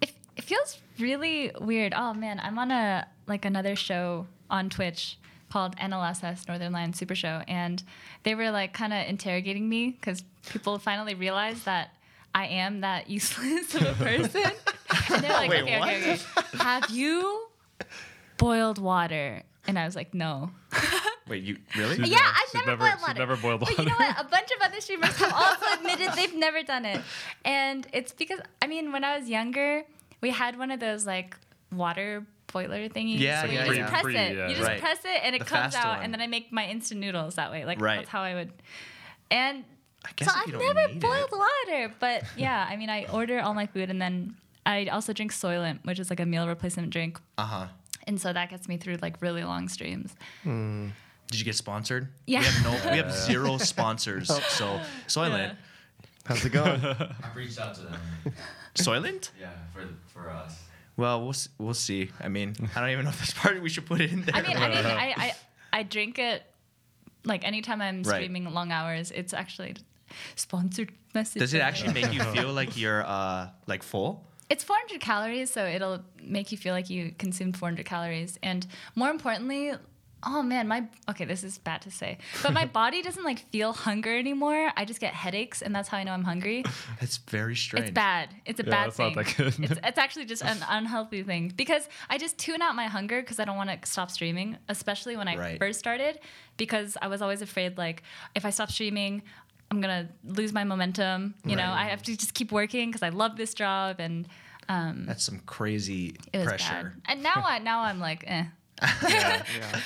[SPEAKER 2] It, it feels really weird. Oh man, I'm on a like another show on Twitch called NLSS Northern Lion Super Show, and they were like kind of interrogating me because people finally realized that I am that (laughs) useless of a person. and they're like,
[SPEAKER 3] Wait,
[SPEAKER 2] okay, okay, okay, have you boiled water? And I was like, no.
[SPEAKER 3] Wait, you really?
[SPEAKER 1] She's
[SPEAKER 2] Yeah,
[SPEAKER 1] never-
[SPEAKER 2] I've
[SPEAKER 1] she's never-
[SPEAKER 2] never, boiled water.
[SPEAKER 1] she's never boiled
[SPEAKER 2] But you know
[SPEAKER 1] water.
[SPEAKER 2] what? A bunch of other streamers have also
[SPEAKER 1] (laughs)
[SPEAKER 2] admitted they've never done it, and it's because I mean, when I was younger, we had one of those like water boiler thingies.
[SPEAKER 3] Yeah,
[SPEAKER 2] where
[SPEAKER 3] yeah,
[SPEAKER 2] you just
[SPEAKER 3] yeah.
[SPEAKER 2] press
[SPEAKER 1] Pre-
[SPEAKER 2] it.
[SPEAKER 1] yeah,
[SPEAKER 2] you just
[SPEAKER 3] right.
[SPEAKER 2] press it, and it
[SPEAKER 3] The
[SPEAKER 2] comes
[SPEAKER 3] fast
[SPEAKER 2] out,
[SPEAKER 3] one.
[SPEAKER 2] and then I make my instant noodles that way. Like
[SPEAKER 3] Right.
[SPEAKER 2] that's how I would. And
[SPEAKER 3] I guess
[SPEAKER 2] so
[SPEAKER 3] if
[SPEAKER 2] I've
[SPEAKER 3] you don't
[SPEAKER 2] never
[SPEAKER 3] need
[SPEAKER 2] boiled
[SPEAKER 3] it.
[SPEAKER 2] water, but yeah, I mean, I order all my food, and then I also drink Soylent, which is like a meal replacement drink.
[SPEAKER 3] Uh huh.
[SPEAKER 2] And so that gets me through like really long streams.
[SPEAKER 3] Did you get sponsored?
[SPEAKER 2] Yeah. Oh.
[SPEAKER 3] We have no.
[SPEAKER 1] (laughs)
[SPEAKER 3] We have zero sponsors. So Soylent.
[SPEAKER 4] How's it going?
[SPEAKER 5] I've reached out to them.
[SPEAKER 3] Soylent?
[SPEAKER 5] Yeah, for for us.
[SPEAKER 3] Well, we'll s- we'll see. I mean, I don't even know if this part we should put it in there.
[SPEAKER 2] I mean, I mean, I, I, I drink it like anytime I'm
[SPEAKER 3] Right.
[SPEAKER 2] streaming long hours. It's actually sponsored message.
[SPEAKER 3] Does it actually
[SPEAKER 2] (laughs)
[SPEAKER 3] make you feel like you're uh like full?
[SPEAKER 2] It's 400 calories, so it'll make you feel like you consumed 400 calories, and more importantly. Oh man, my okay, this is bad to say, but
[SPEAKER 3] (laughs)
[SPEAKER 2] my body doesn't like feel hunger anymore. I just get headaches, and that's how I know I'm hungry.
[SPEAKER 3] That's very strange.
[SPEAKER 2] It's bad. It's a
[SPEAKER 1] Yeah,
[SPEAKER 2] bad
[SPEAKER 1] that's
[SPEAKER 2] thing.
[SPEAKER 1] not that good.
[SPEAKER 2] It's, it's actually just
[SPEAKER 1] (laughs)
[SPEAKER 2] an unhealthy thing because I just tune out my hunger because I don't want to stop streaming, especially when I
[SPEAKER 3] Right.
[SPEAKER 2] first started, because I was always afraid like if I stop streaming, I'm gonna lose my momentum. You know, I have to just keep working because I love this job and
[SPEAKER 3] That's some crazy
[SPEAKER 2] it was
[SPEAKER 3] pressure.
[SPEAKER 2] bad. And now I now I'm like, eh.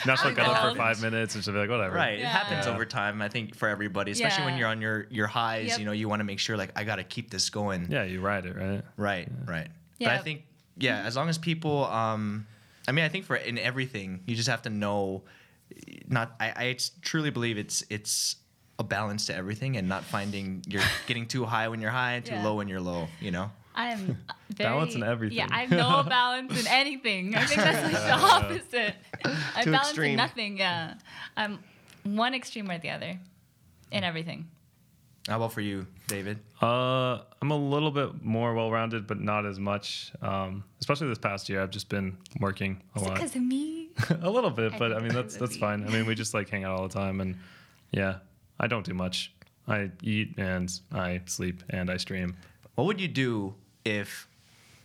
[SPEAKER 1] Now she'll go
[SPEAKER 2] Unboiled.
[SPEAKER 1] for five minutes and she'll be like, whatever.
[SPEAKER 3] Right. It
[SPEAKER 2] Yeah.
[SPEAKER 3] happens over time, I think, for everybody, especially when
[SPEAKER 2] Yeah.
[SPEAKER 3] you're on your, your highs.
[SPEAKER 2] Yep.
[SPEAKER 3] You know, you want to make sure, like, I got to keep this going.
[SPEAKER 1] Yeah, you ride it, right?
[SPEAKER 3] Right, right. But I
[SPEAKER 2] Yeah.
[SPEAKER 3] think, yeah, as long as people, um, I mean, I think for in everything, you just have to know, not, I, I s- truly believe it's, it's, a balance to everything and not finding
[SPEAKER 2] (laughs)
[SPEAKER 3] you're getting too high when you're high and too
[SPEAKER 2] Yeah.
[SPEAKER 3] low when you're low, you know?
[SPEAKER 1] (laughs)
[SPEAKER 2] I'm very,
[SPEAKER 1] Balance in everything.
[SPEAKER 2] Yeah, I
[SPEAKER 1] (laughs)
[SPEAKER 2] have no balance in anything. I think that's like the opposite. I
[SPEAKER 4] Too
[SPEAKER 2] balance
[SPEAKER 4] extreme.
[SPEAKER 2] in nothing. Yeah, I'm one extreme or the other. in everything.
[SPEAKER 3] How about for you, David?
[SPEAKER 1] Uh, I'm a little bit more well-rounded, but not as much. Um, especially this past year, I've just been working a
[SPEAKER 2] Is it
[SPEAKER 1] lot,
[SPEAKER 2] because of me?
[SPEAKER 1] (laughs) a little bit.
[SPEAKER 2] I
[SPEAKER 1] but
[SPEAKER 2] think
[SPEAKER 1] I mean, that's
[SPEAKER 2] it's 'cause of
[SPEAKER 1] that's
[SPEAKER 2] you.
[SPEAKER 1] fine. I
[SPEAKER 2] (laughs)
[SPEAKER 1] mean, we just like hang out all the time, and yeah, I don't do much. I eat and I sleep and I stream.
[SPEAKER 3] What would you do if,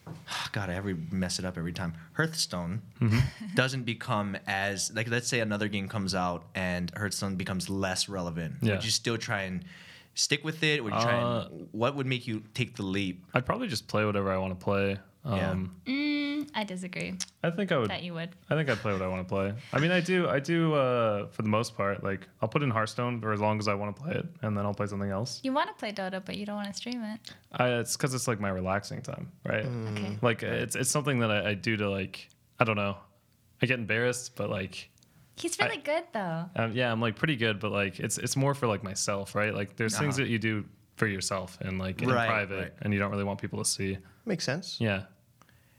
[SPEAKER 3] (sighs) God, I every mess it up every time. Hearthstone
[SPEAKER 1] Mm-hmm.
[SPEAKER 3] doesn't become as like let's say another game comes out and Hearthstone becomes less relevant.
[SPEAKER 1] Yeah.
[SPEAKER 3] Would you still try and stick with it? Would you try
[SPEAKER 1] Uh,
[SPEAKER 3] and what would make you take the leap?
[SPEAKER 1] I'd probably just play whatever I want to play.
[SPEAKER 3] Yeah.
[SPEAKER 1] Um,
[SPEAKER 2] Mm, I disagree
[SPEAKER 1] I think I would.
[SPEAKER 2] that you would.
[SPEAKER 1] I think I play what I want to play. I mean, I do. I do uh, for the most part. Like, I'll put in Hearthstone for as long as I want to play it, and then I'll play something else.
[SPEAKER 2] You want to play Dota, but you don't want to stream it.
[SPEAKER 1] I, it's because it's like my relaxing time, right?
[SPEAKER 3] Mm.
[SPEAKER 2] Okay.
[SPEAKER 1] Like, it's it's something that I, I do to like. I don't know. I get embarrassed, but like,
[SPEAKER 2] He's
[SPEAKER 1] I-
[SPEAKER 2] really good though.
[SPEAKER 1] um, yeah, I'm like pretty good, but like, it's it's more for like myself, right? Like, there's things
[SPEAKER 3] Uh-huh.
[SPEAKER 1] that you do for yourself and like in
[SPEAKER 3] Right,
[SPEAKER 1] private,
[SPEAKER 3] right.
[SPEAKER 1] and you don't really want people to see.
[SPEAKER 4] Makes sense.
[SPEAKER 1] Yeah.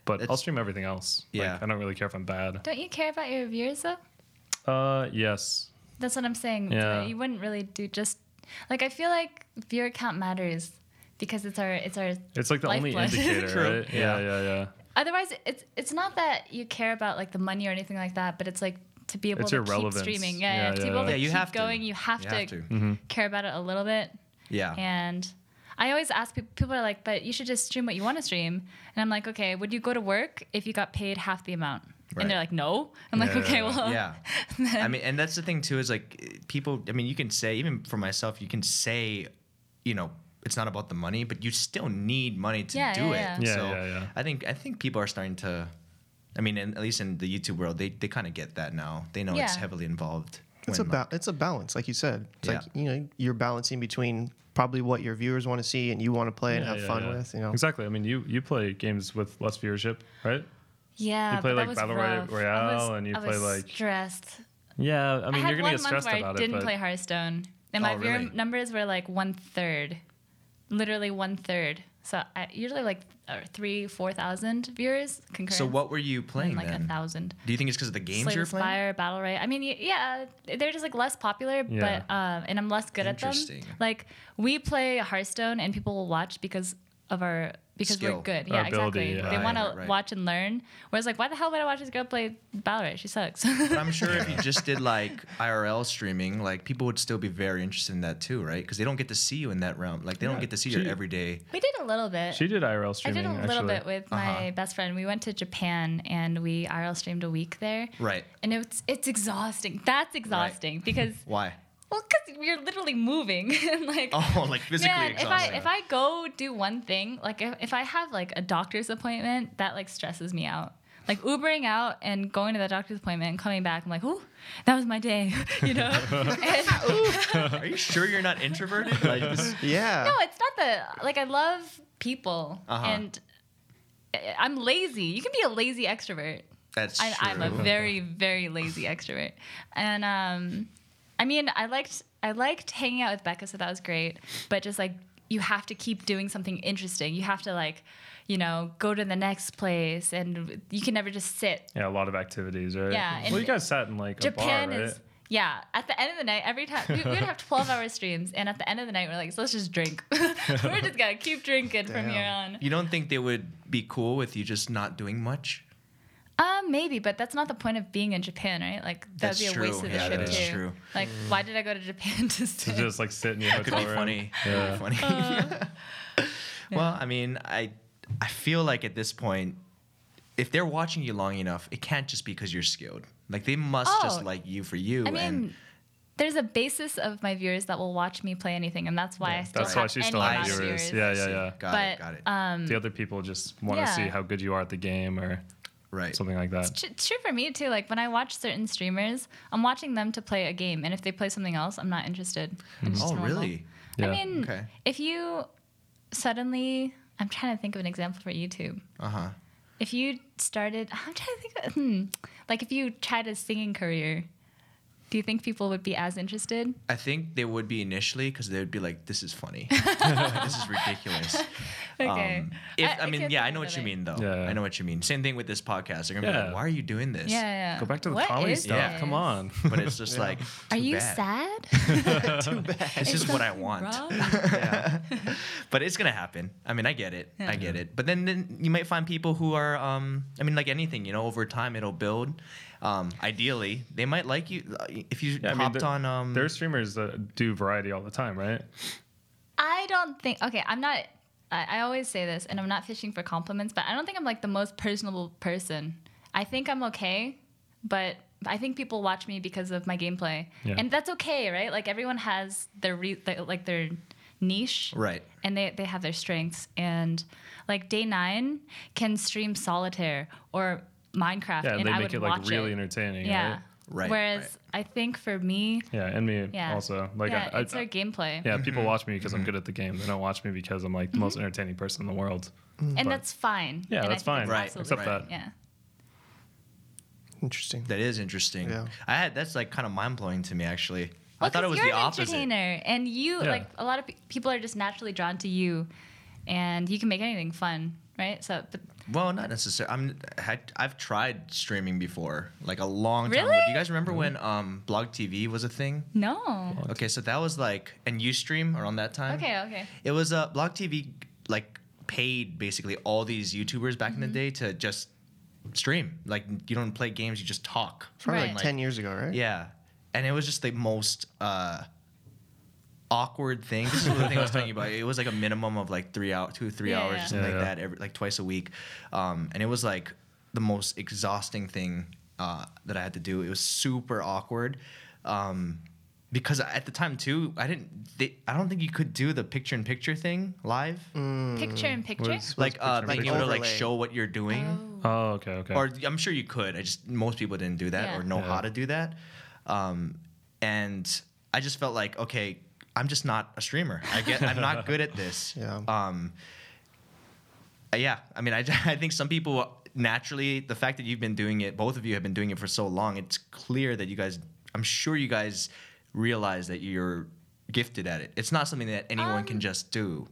[SPEAKER 1] But I'll
[SPEAKER 3] It's-
[SPEAKER 1] stream everything else. Like,
[SPEAKER 3] Yeah.
[SPEAKER 1] I don't really care if I'm bad.
[SPEAKER 2] Don't you care about your viewers though?
[SPEAKER 1] Uh, yes.
[SPEAKER 2] That's what I'm saying. Uh,
[SPEAKER 1] Yeah.
[SPEAKER 2] You wouldn't really do just like I feel like viewer count matters because it's our it's our
[SPEAKER 1] It's like the only
[SPEAKER 2] Lifeblood.
[SPEAKER 1] indicator,
[SPEAKER 3] True.
[SPEAKER 1] right? Yeah, yeah, yeah.
[SPEAKER 2] otherwise it's it's not that you care about like the money or anything like that, but it's like to be able
[SPEAKER 1] It's
[SPEAKER 2] to
[SPEAKER 1] your
[SPEAKER 2] keep
[SPEAKER 1] relevance.
[SPEAKER 2] streaming. Yeah,
[SPEAKER 1] Yeah,
[SPEAKER 2] to
[SPEAKER 1] yeah,
[SPEAKER 2] be able
[SPEAKER 1] yeah. Mm-hmm.
[SPEAKER 2] to
[SPEAKER 3] Yeah, you
[SPEAKER 2] keep
[SPEAKER 3] have to.
[SPEAKER 2] going, you have
[SPEAKER 3] You
[SPEAKER 2] to,
[SPEAKER 3] have to.
[SPEAKER 2] care about it a little bit.
[SPEAKER 3] Yeah.
[SPEAKER 2] And I always ask people people are like, but you should just stream what you want to stream. And I'm like, okay, would you go to work if you got paid half the amount?
[SPEAKER 3] Right.
[SPEAKER 2] And they're like, no. I'm like,
[SPEAKER 1] Yeah.
[SPEAKER 2] okay, (laughs) well,
[SPEAKER 3] yeah. I mean, and that's the thing too is like people. I mean, you can say even for myself, you can say, you know, it's not about the money, but you still need money to
[SPEAKER 2] Yeah,
[SPEAKER 3] do
[SPEAKER 2] yeah,
[SPEAKER 3] it.
[SPEAKER 2] yeah.
[SPEAKER 1] Yeah,
[SPEAKER 3] so
[SPEAKER 1] yeah, yeah.
[SPEAKER 3] I think I think people are starting to. I mean, in, at least in the YouTube world, they, they kind of get that now. They know it's
[SPEAKER 2] Yeah.
[SPEAKER 3] heavily involved.
[SPEAKER 4] It's a
[SPEAKER 3] when, like-
[SPEAKER 4] ba- it's a balance, like you said. It's
[SPEAKER 3] Yeah.
[SPEAKER 4] like you know you're balancing between probably what your viewers want to see and you want to play and
[SPEAKER 1] Yeah,
[SPEAKER 4] have
[SPEAKER 1] yeah,
[SPEAKER 4] fun
[SPEAKER 1] yeah.
[SPEAKER 4] with. You know,
[SPEAKER 1] Exactly. I mean, you you play games with less viewership, right?
[SPEAKER 2] Yeah,
[SPEAKER 1] You play,
[SPEAKER 2] but
[SPEAKER 1] like,
[SPEAKER 2] that was
[SPEAKER 1] Battle Roy-
[SPEAKER 2] rough.
[SPEAKER 1] Royale,
[SPEAKER 2] I was,
[SPEAKER 1] and you
[SPEAKER 2] I
[SPEAKER 1] play,
[SPEAKER 2] was
[SPEAKER 1] like-
[SPEAKER 2] stressed.
[SPEAKER 1] Yeah. I
[SPEAKER 2] I
[SPEAKER 1] mean,
[SPEAKER 2] had
[SPEAKER 1] you're gonna
[SPEAKER 2] one
[SPEAKER 1] get
[SPEAKER 2] month
[SPEAKER 1] stressed
[SPEAKER 2] where I
[SPEAKER 1] about it,
[SPEAKER 2] didn't
[SPEAKER 1] but
[SPEAKER 2] play Hearthstone, and my
[SPEAKER 3] Oh,
[SPEAKER 2] viewer
[SPEAKER 3] really?
[SPEAKER 2] numbers were like one third, literally one third. So I, usually like uh, three, four thousand viewers concurrent.
[SPEAKER 3] So what were you playing
[SPEAKER 2] like a
[SPEAKER 3] then?
[SPEAKER 2] thousand.
[SPEAKER 3] Do you think it's because of the games
[SPEAKER 2] Slay
[SPEAKER 3] you
[SPEAKER 2] the
[SPEAKER 3] were playing?
[SPEAKER 2] Spire, Battle Ray. I mean, y- yeah, they're just like less popular,
[SPEAKER 1] Yeah.
[SPEAKER 2] but um, and I'm less good at them.
[SPEAKER 3] Interesting.
[SPEAKER 2] Like we play Hearthstone, and people will watch because of our because
[SPEAKER 3] Skill.
[SPEAKER 2] we're good.
[SPEAKER 1] Our
[SPEAKER 2] Yeah,
[SPEAKER 1] ability,
[SPEAKER 2] exactly.
[SPEAKER 1] yeah.
[SPEAKER 2] They
[SPEAKER 1] Right,
[SPEAKER 2] want
[SPEAKER 3] right,
[SPEAKER 2] to
[SPEAKER 3] right.
[SPEAKER 2] watch and learn. Whereas like, why the hell would I watch this girl play Battle Ray? She sucks. (laughs)
[SPEAKER 3] But I'm sure if you just did like IRL streaming, like people would still be very interested in that too, right? Because they don't get to see you in that realm. Like they
[SPEAKER 1] Yeah,
[SPEAKER 3] don't get to see
[SPEAKER 1] she-
[SPEAKER 3] your everyday.
[SPEAKER 2] we did a little bit.
[SPEAKER 1] she did IRL
[SPEAKER 2] I
[SPEAKER 1] streaming.
[SPEAKER 2] did a little
[SPEAKER 1] actually.
[SPEAKER 2] bit with my
[SPEAKER 3] Uh-huh.
[SPEAKER 2] best friend. We went to Japan and we IRL streamed a week there.
[SPEAKER 3] Right.
[SPEAKER 2] And it's it's exhausting. That's exhausting because
[SPEAKER 3] Why?
[SPEAKER 2] well, because you're literally moving (laughs) and like
[SPEAKER 3] (laughs) Oh, like physically
[SPEAKER 2] Man, if I
[SPEAKER 3] exhausting.
[SPEAKER 2] if I go do one thing, like if, if I have like a doctor's appointment, that like stresses me out. Like Ubering out and going to the doctor's appointment and coming back, I'm like, ooh, that was my day, (laughs) you
[SPEAKER 3] (laughs)
[SPEAKER 2] know. and,
[SPEAKER 3] Are you sure you're not (laughs) introverted? Like this,
[SPEAKER 4] yeah.
[SPEAKER 2] no, it's not the like I love people
[SPEAKER 3] Uh-huh.
[SPEAKER 2] and I- I'm lazy. You can be a lazy extrovert.
[SPEAKER 3] that's
[SPEAKER 2] I, I'm a
[SPEAKER 3] true.
[SPEAKER 2] very very lazy extrovert, and um, I mean I liked I liked hanging out with Becca, so that was great. But just like you have to keep doing something interesting. You have to like, you know, go to the next place, and you can never just sit.
[SPEAKER 1] Yeah, a lot of activities, right?
[SPEAKER 2] Yeah, and
[SPEAKER 1] Well, you guys sat in like a
[SPEAKER 2] Japan
[SPEAKER 1] bar, right?
[SPEAKER 2] is. Yeah, at the end of the night, every time we, we would have 12 hour streams, and at the end of the night, we're like, so let's just drink. (laughs) we're just gonna keep drinking from here on.
[SPEAKER 3] You don't think they would be cool with you just not doing much?
[SPEAKER 2] Um, maybe, but that's not the point of being in Japan, right? Like that'd
[SPEAKER 3] That's
[SPEAKER 2] be a waste
[SPEAKER 3] true.
[SPEAKER 2] of the
[SPEAKER 3] Yeah,
[SPEAKER 2] trip
[SPEAKER 3] that is
[SPEAKER 2] too.
[SPEAKER 3] true.
[SPEAKER 2] Like, why did I go to Japan (laughs) to
[SPEAKER 1] To
[SPEAKER 2] stay?
[SPEAKER 1] just like sit in your
[SPEAKER 3] Could
[SPEAKER 1] hotel
[SPEAKER 3] be
[SPEAKER 1] room.
[SPEAKER 3] funny.
[SPEAKER 1] Yeah.
[SPEAKER 3] Could be funny.
[SPEAKER 2] Uh-huh.
[SPEAKER 3] (laughs) well, I mean, I I feel like at this point, if they're watching you long enough, it can't just be because you're skilled. Like they must
[SPEAKER 2] Oh.
[SPEAKER 3] just like you for you.
[SPEAKER 2] I
[SPEAKER 3] and
[SPEAKER 2] mean, there's a basis of my viewers that will watch me play anything, and that's why I still
[SPEAKER 1] That's
[SPEAKER 2] have
[SPEAKER 1] why she still
[SPEAKER 2] any
[SPEAKER 1] has
[SPEAKER 2] amount of
[SPEAKER 1] viewers. Yeah, yeah,
[SPEAKER 3] See,
[SPEAKER 1] yeah.
[SPEAKER 3] Got it.
[SPEAKER 2] but
[SPEAKER 3] Got it.
[SPEAKER 2] um,
[SPEAKER 1] the other people just want to
[SPEAKER 2] yeah.
[SPEAKER 1] see how good you are at the game or
[SPEAKER 3] right.
[SPEAKER 1] something like that.
[SPEAKER 2] tr- true for me too. Like when I watch certain streamers, I'm watching them to play a game, and if they play something else, I'm not interested. I just
[SPEAKER 3] Oh,
[SPEAKER 2] don't wanna-
[SPEAKER 3] really?
[SPEAKER 1] Hmm. Yeah.
[SPEAKER 2] I mean,
[SPEAKER 3] Okay.
[SPEAKER 2] if you suddenly, I'm trying to think of an example for YouTube.
[SPEAKER 3] Uh huh.
[SPEAKER 2] If you started, (laughs) I'm trying to think, of, hmm, like if you tried a singing career, do you think people would be as interested? (laughs)
[SPEAKER 3] (laughs) I think they would be initially because they would be like, "This is funny. this is ridiculous."
[SPEAKER 2] Okay.
[SPEAKER 3] Um, if, I, mean,
[SPEAKER 2] can't think
[SPEAKER 3] yeah, I know
[SPEAKER 2] of
[SPEAKER 3] what you
[SPEAKER 2] it.
[SPEAKER 3] mean, though.
[SPEAKER 1] Yeah.
[SPEAKER 3] I know what you mean. Same thing with this podcast. They're gonna be
[SPEAKER 1] Yeah.
[SPEAKER 3] like, "Why are you doing this?"
[SPEAKER 2] Yeah, yeah.
[SPEAKER 1] Go back to the
[SPEAKER 2] What
[SPEAKER 1] comedy
[SPEAKER 2] is
[SPEAKER 1] stuff.
[SPEAKER 2] this?
[SPEAKER 1] Come on.
[SPEAKER 3] (laughs) But it's just like,
[SPEAKER 2] Are
[SPEAKER 3] too
[SPEAKER 2] you
[SPEAKER 3] bad.
[SPEAKER 2] sad?
[SPEAKER 4] Too bad.
[SPEAKER 3] This
[SPEAKER 2] Is
[SPEAKER 3] is what I
[SPEAKER 2] something
[SPEAKER 3] want.
[SPEAKER 1] (laughs)
[SPEAKER 2] wrong?
[SPEAKER 4] yeah.
[SPEAKER 3] But it's gonna happen. I mean, I get it.
[SPEAKER 2] Yeah.
[SPEAKER 3] I get it. But then, then you might find people who are, um, I mean, like anything, you know, over time it'll build. Um, ideally, they might like you Uh, if you
[SPEAKER 1] (laughs) Yeah, I mean,
[SPEAKER 3] hopped
[SPEAKER 1] there-
[SPEAKER 3] on. Um,
[SPEAKER 1] There are streamers that do variety all the time, right?
[SPEAKER 2] I don't think. Okay, I'm not. I, I always say this, and I'm not fishing for compliments, but I don't think I'm like the most personable person. I think I'm okay, but I think people watch me because of my gameplay,
[SPEAKER 1] Yeah.
[SPEAKER 2] and that's okay, right? Like everyone has their re- their- like their niche,
[SPEAKER 3] right.
[SPEAKER 2] and they, they have their strengths and like day nine can stream solitaire or minecraft
[SPEAKER 1] Yeah,
[SPEAKER 2] and
[SPEAKER 1] they
[SPEAKER 2] i
[SPEAKER 1] make
[SPEAKER 2] would
[SPEAKER 1] it
[SPEAKER 2] watch
[SPEAKER 1] like really
[SPEAKER 2] it
[SPEAKER 1] entertaining.
[SPEAKER 2] yeah
[SPEAKER 1] Right?
[SPEAKER 3] Right,
[SPEAKER 2] whereas
[SPEAKER 3] right.
[SPEAKER 2] i think for me
[SPEAKER 1] Yeah, and me
[SPEAKER 2] yeah
[SPEAKER 1] also. Like,
[SPEAKER 2] yeah,
[SPEAKER 1] I, I,
[SPEAKER 2] it's their gameplay
[SPEAKER 1] yeah, people
[SPEAKER 3] Mm-hmm.
[SPEAKER 1] watch me because I'm good at the game. They don't watch me because I'm like the most entertaining person in the world.
[SPEAKER 2] and
[SPEAKER 3] Mm-hmm.
[SPEAKER 1] but-
[SPEAKER 2] that's fine
[SPEAKER 1] Yeah,
[SPEAKER 2] And I
[SPEAKER 1] that's
[SPEAKER 2] think
[SPEAKER 1] fine.
[SPEAKER 3] Right,
[SPEAKER 2] absolutely
[SPEAKER 1] Except
[SPEAKER 3] right.
[SPEAKER 1] that.
[SPEAKER 2] yeah
[SPEAKER 4] Interesting.
[SPEAKER 3] That is interesting.
[SPEAKER 4] Yeah.
[SPEAKER 3] I had that's like kind of mind blowing to me actually. I
[SPEAKER 2] Well,
[SPEAKER 3] thought it
[SPEAKER 2] 'cause
[SPEAKER 3] was
[SPEAKER 2] you're
[SPEAKER 3] the
[SPEAKER 2] an
[SPEAKER 3] opposite.
[SPEAKER 2] entertainer and you
[SPEAKER 1] Yeah.
[SPEAKER 2] like a lot of pe- people are just naturally drawn to you and you can make anything fun right so but
[SPEAKER 3] Well, not necessarily. I'm I, I've tried streaming before, like a long time. ago.
[SPEAKER 2] Really?
[SPEAKER 3] Do you guys remember when um Blog TV was a thing?
[SPEAKER 2] no
[SPEAKER 3] Okay, so that was like and UStream around that time.
[SPEAKER 2] okay okay
[SPEAKER 3] It was uh, Blog TV like paid basically all these YouTubers back
[SPEAKER 2] Mm-hmm.
[SPEAKER 3] in the day to just stream. Like you don't play games, you just talk.
[SPEAKER 4] Probably
[SPEAKER 2] Right.
[SPEAKER 4] like 10 years ago, right?
[SPEAKER 3] Yeah. And it was just the most uh, awkward thing. This is the thing I was telling you about. It was like a minimum of like three hours, two, three
[SPEAKER 2] Yeah,
[SPEAKER 3] hours,
[SPEAKER 2] yeah.
[SPEAKER 3] something
[SPEAKER 1] Yeah,
[SPEAKER 3] like
[SPEAKER 1] yeah.
[SPEAKER 3] that, every like twice a week. Um, and it was like the most exhausting thing uh, that I had to do. It was super awkward. Um, because at the time too, I didn't. They, I don't think you could do the picture-in-picture thing live,
[SPEAKER 2] picture in picture
[SPEAKER 1] Was-
[SPEAKER 3] like uh,
[SPEAKER 1] Mm. picture-in-picture?
[SPEAKER 3] being able to like
[SPEAKER 4] Overlay.
[SPEAKER 3] show what you're doing
[SPEAKER 1] Oh, okay, okay.
[SPEAKER 3] or I'm sure you could. I just most people didn't do that
[SPEAKER 2] Yeah.
[SPEAKER 3] or know
[SPEAKER 1] Yeah.
[SPEAKER 3] how to do that. Um, and I just felt like, okay, I'm just not a streamer. I get, I'm not good at
[SPEAKER 1] (laughs)
[SPEAKER 3] this.
[SPEAKER 4] Yeah.
[SPEAKER 3] Um, uh, yeah. I mean, I, (laughs) I think some people naturally, the fact that you've been doing it, both of you have been doing it for so long, it's clear that you guys, I'm sure you guys realize that you're gifted at it. It's not something that anyone can just do.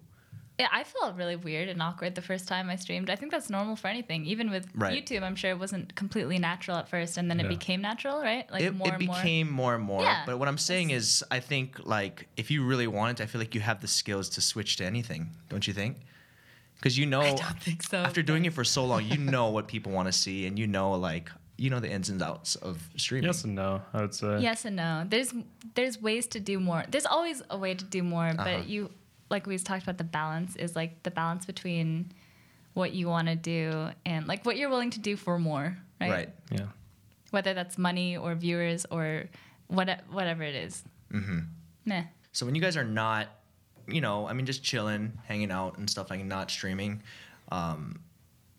[SPEAKER 2] Yeah, I felt really weird and awkward the first time I streamed. I think that's normal for anything. Even with
[SPEAKER 3] Right.
[SPEAKER 2] YouTube, I'm sure it wasn't completely natural at first, and then
[SPEAKER 1] Yeah.
[SPEAKER 2] it became natural, right? Like
[SPEAKER 3] it,
[SPEAKER 2] more
[SPEAKER 3] it
[SPEAKER 2] and more.
[SPEAKER 3] became more and more.
[SPEAKER 2] Yeah,
[SPEAKER 3] But what I'm saying is, I think like if you really wanted, to, I feel like you have the skills to switch to anything, don't you think? Because you know,
[SPEAKER 2] I don't think so.
[SPEAKER 3] after doing it for so long, you know what people want to see, and you know like you know the ins and outs of streaming.
[SPEAKER 1] yes and no, I would say.
[SPEAKER 2] yes and no. There's there's ways to do more. There's always a way to do more,
[SPEAKER 3] Uh-huh.
[SPEAKER 2] but you like we talked about the balance is like the balance between what you want to do and like what you're willing to do for more, right?
[SPEAKER 3] Right.
[SPEAKER 1] Yeah.
[SPEAKER 2] Whether that's money or viewers or what whatever it is. Mm-hmm. Nah.
[SPEAKER 3] So when you guys are not, you know, I mean, just chilling, hanging out, and stuff like not streaming, um,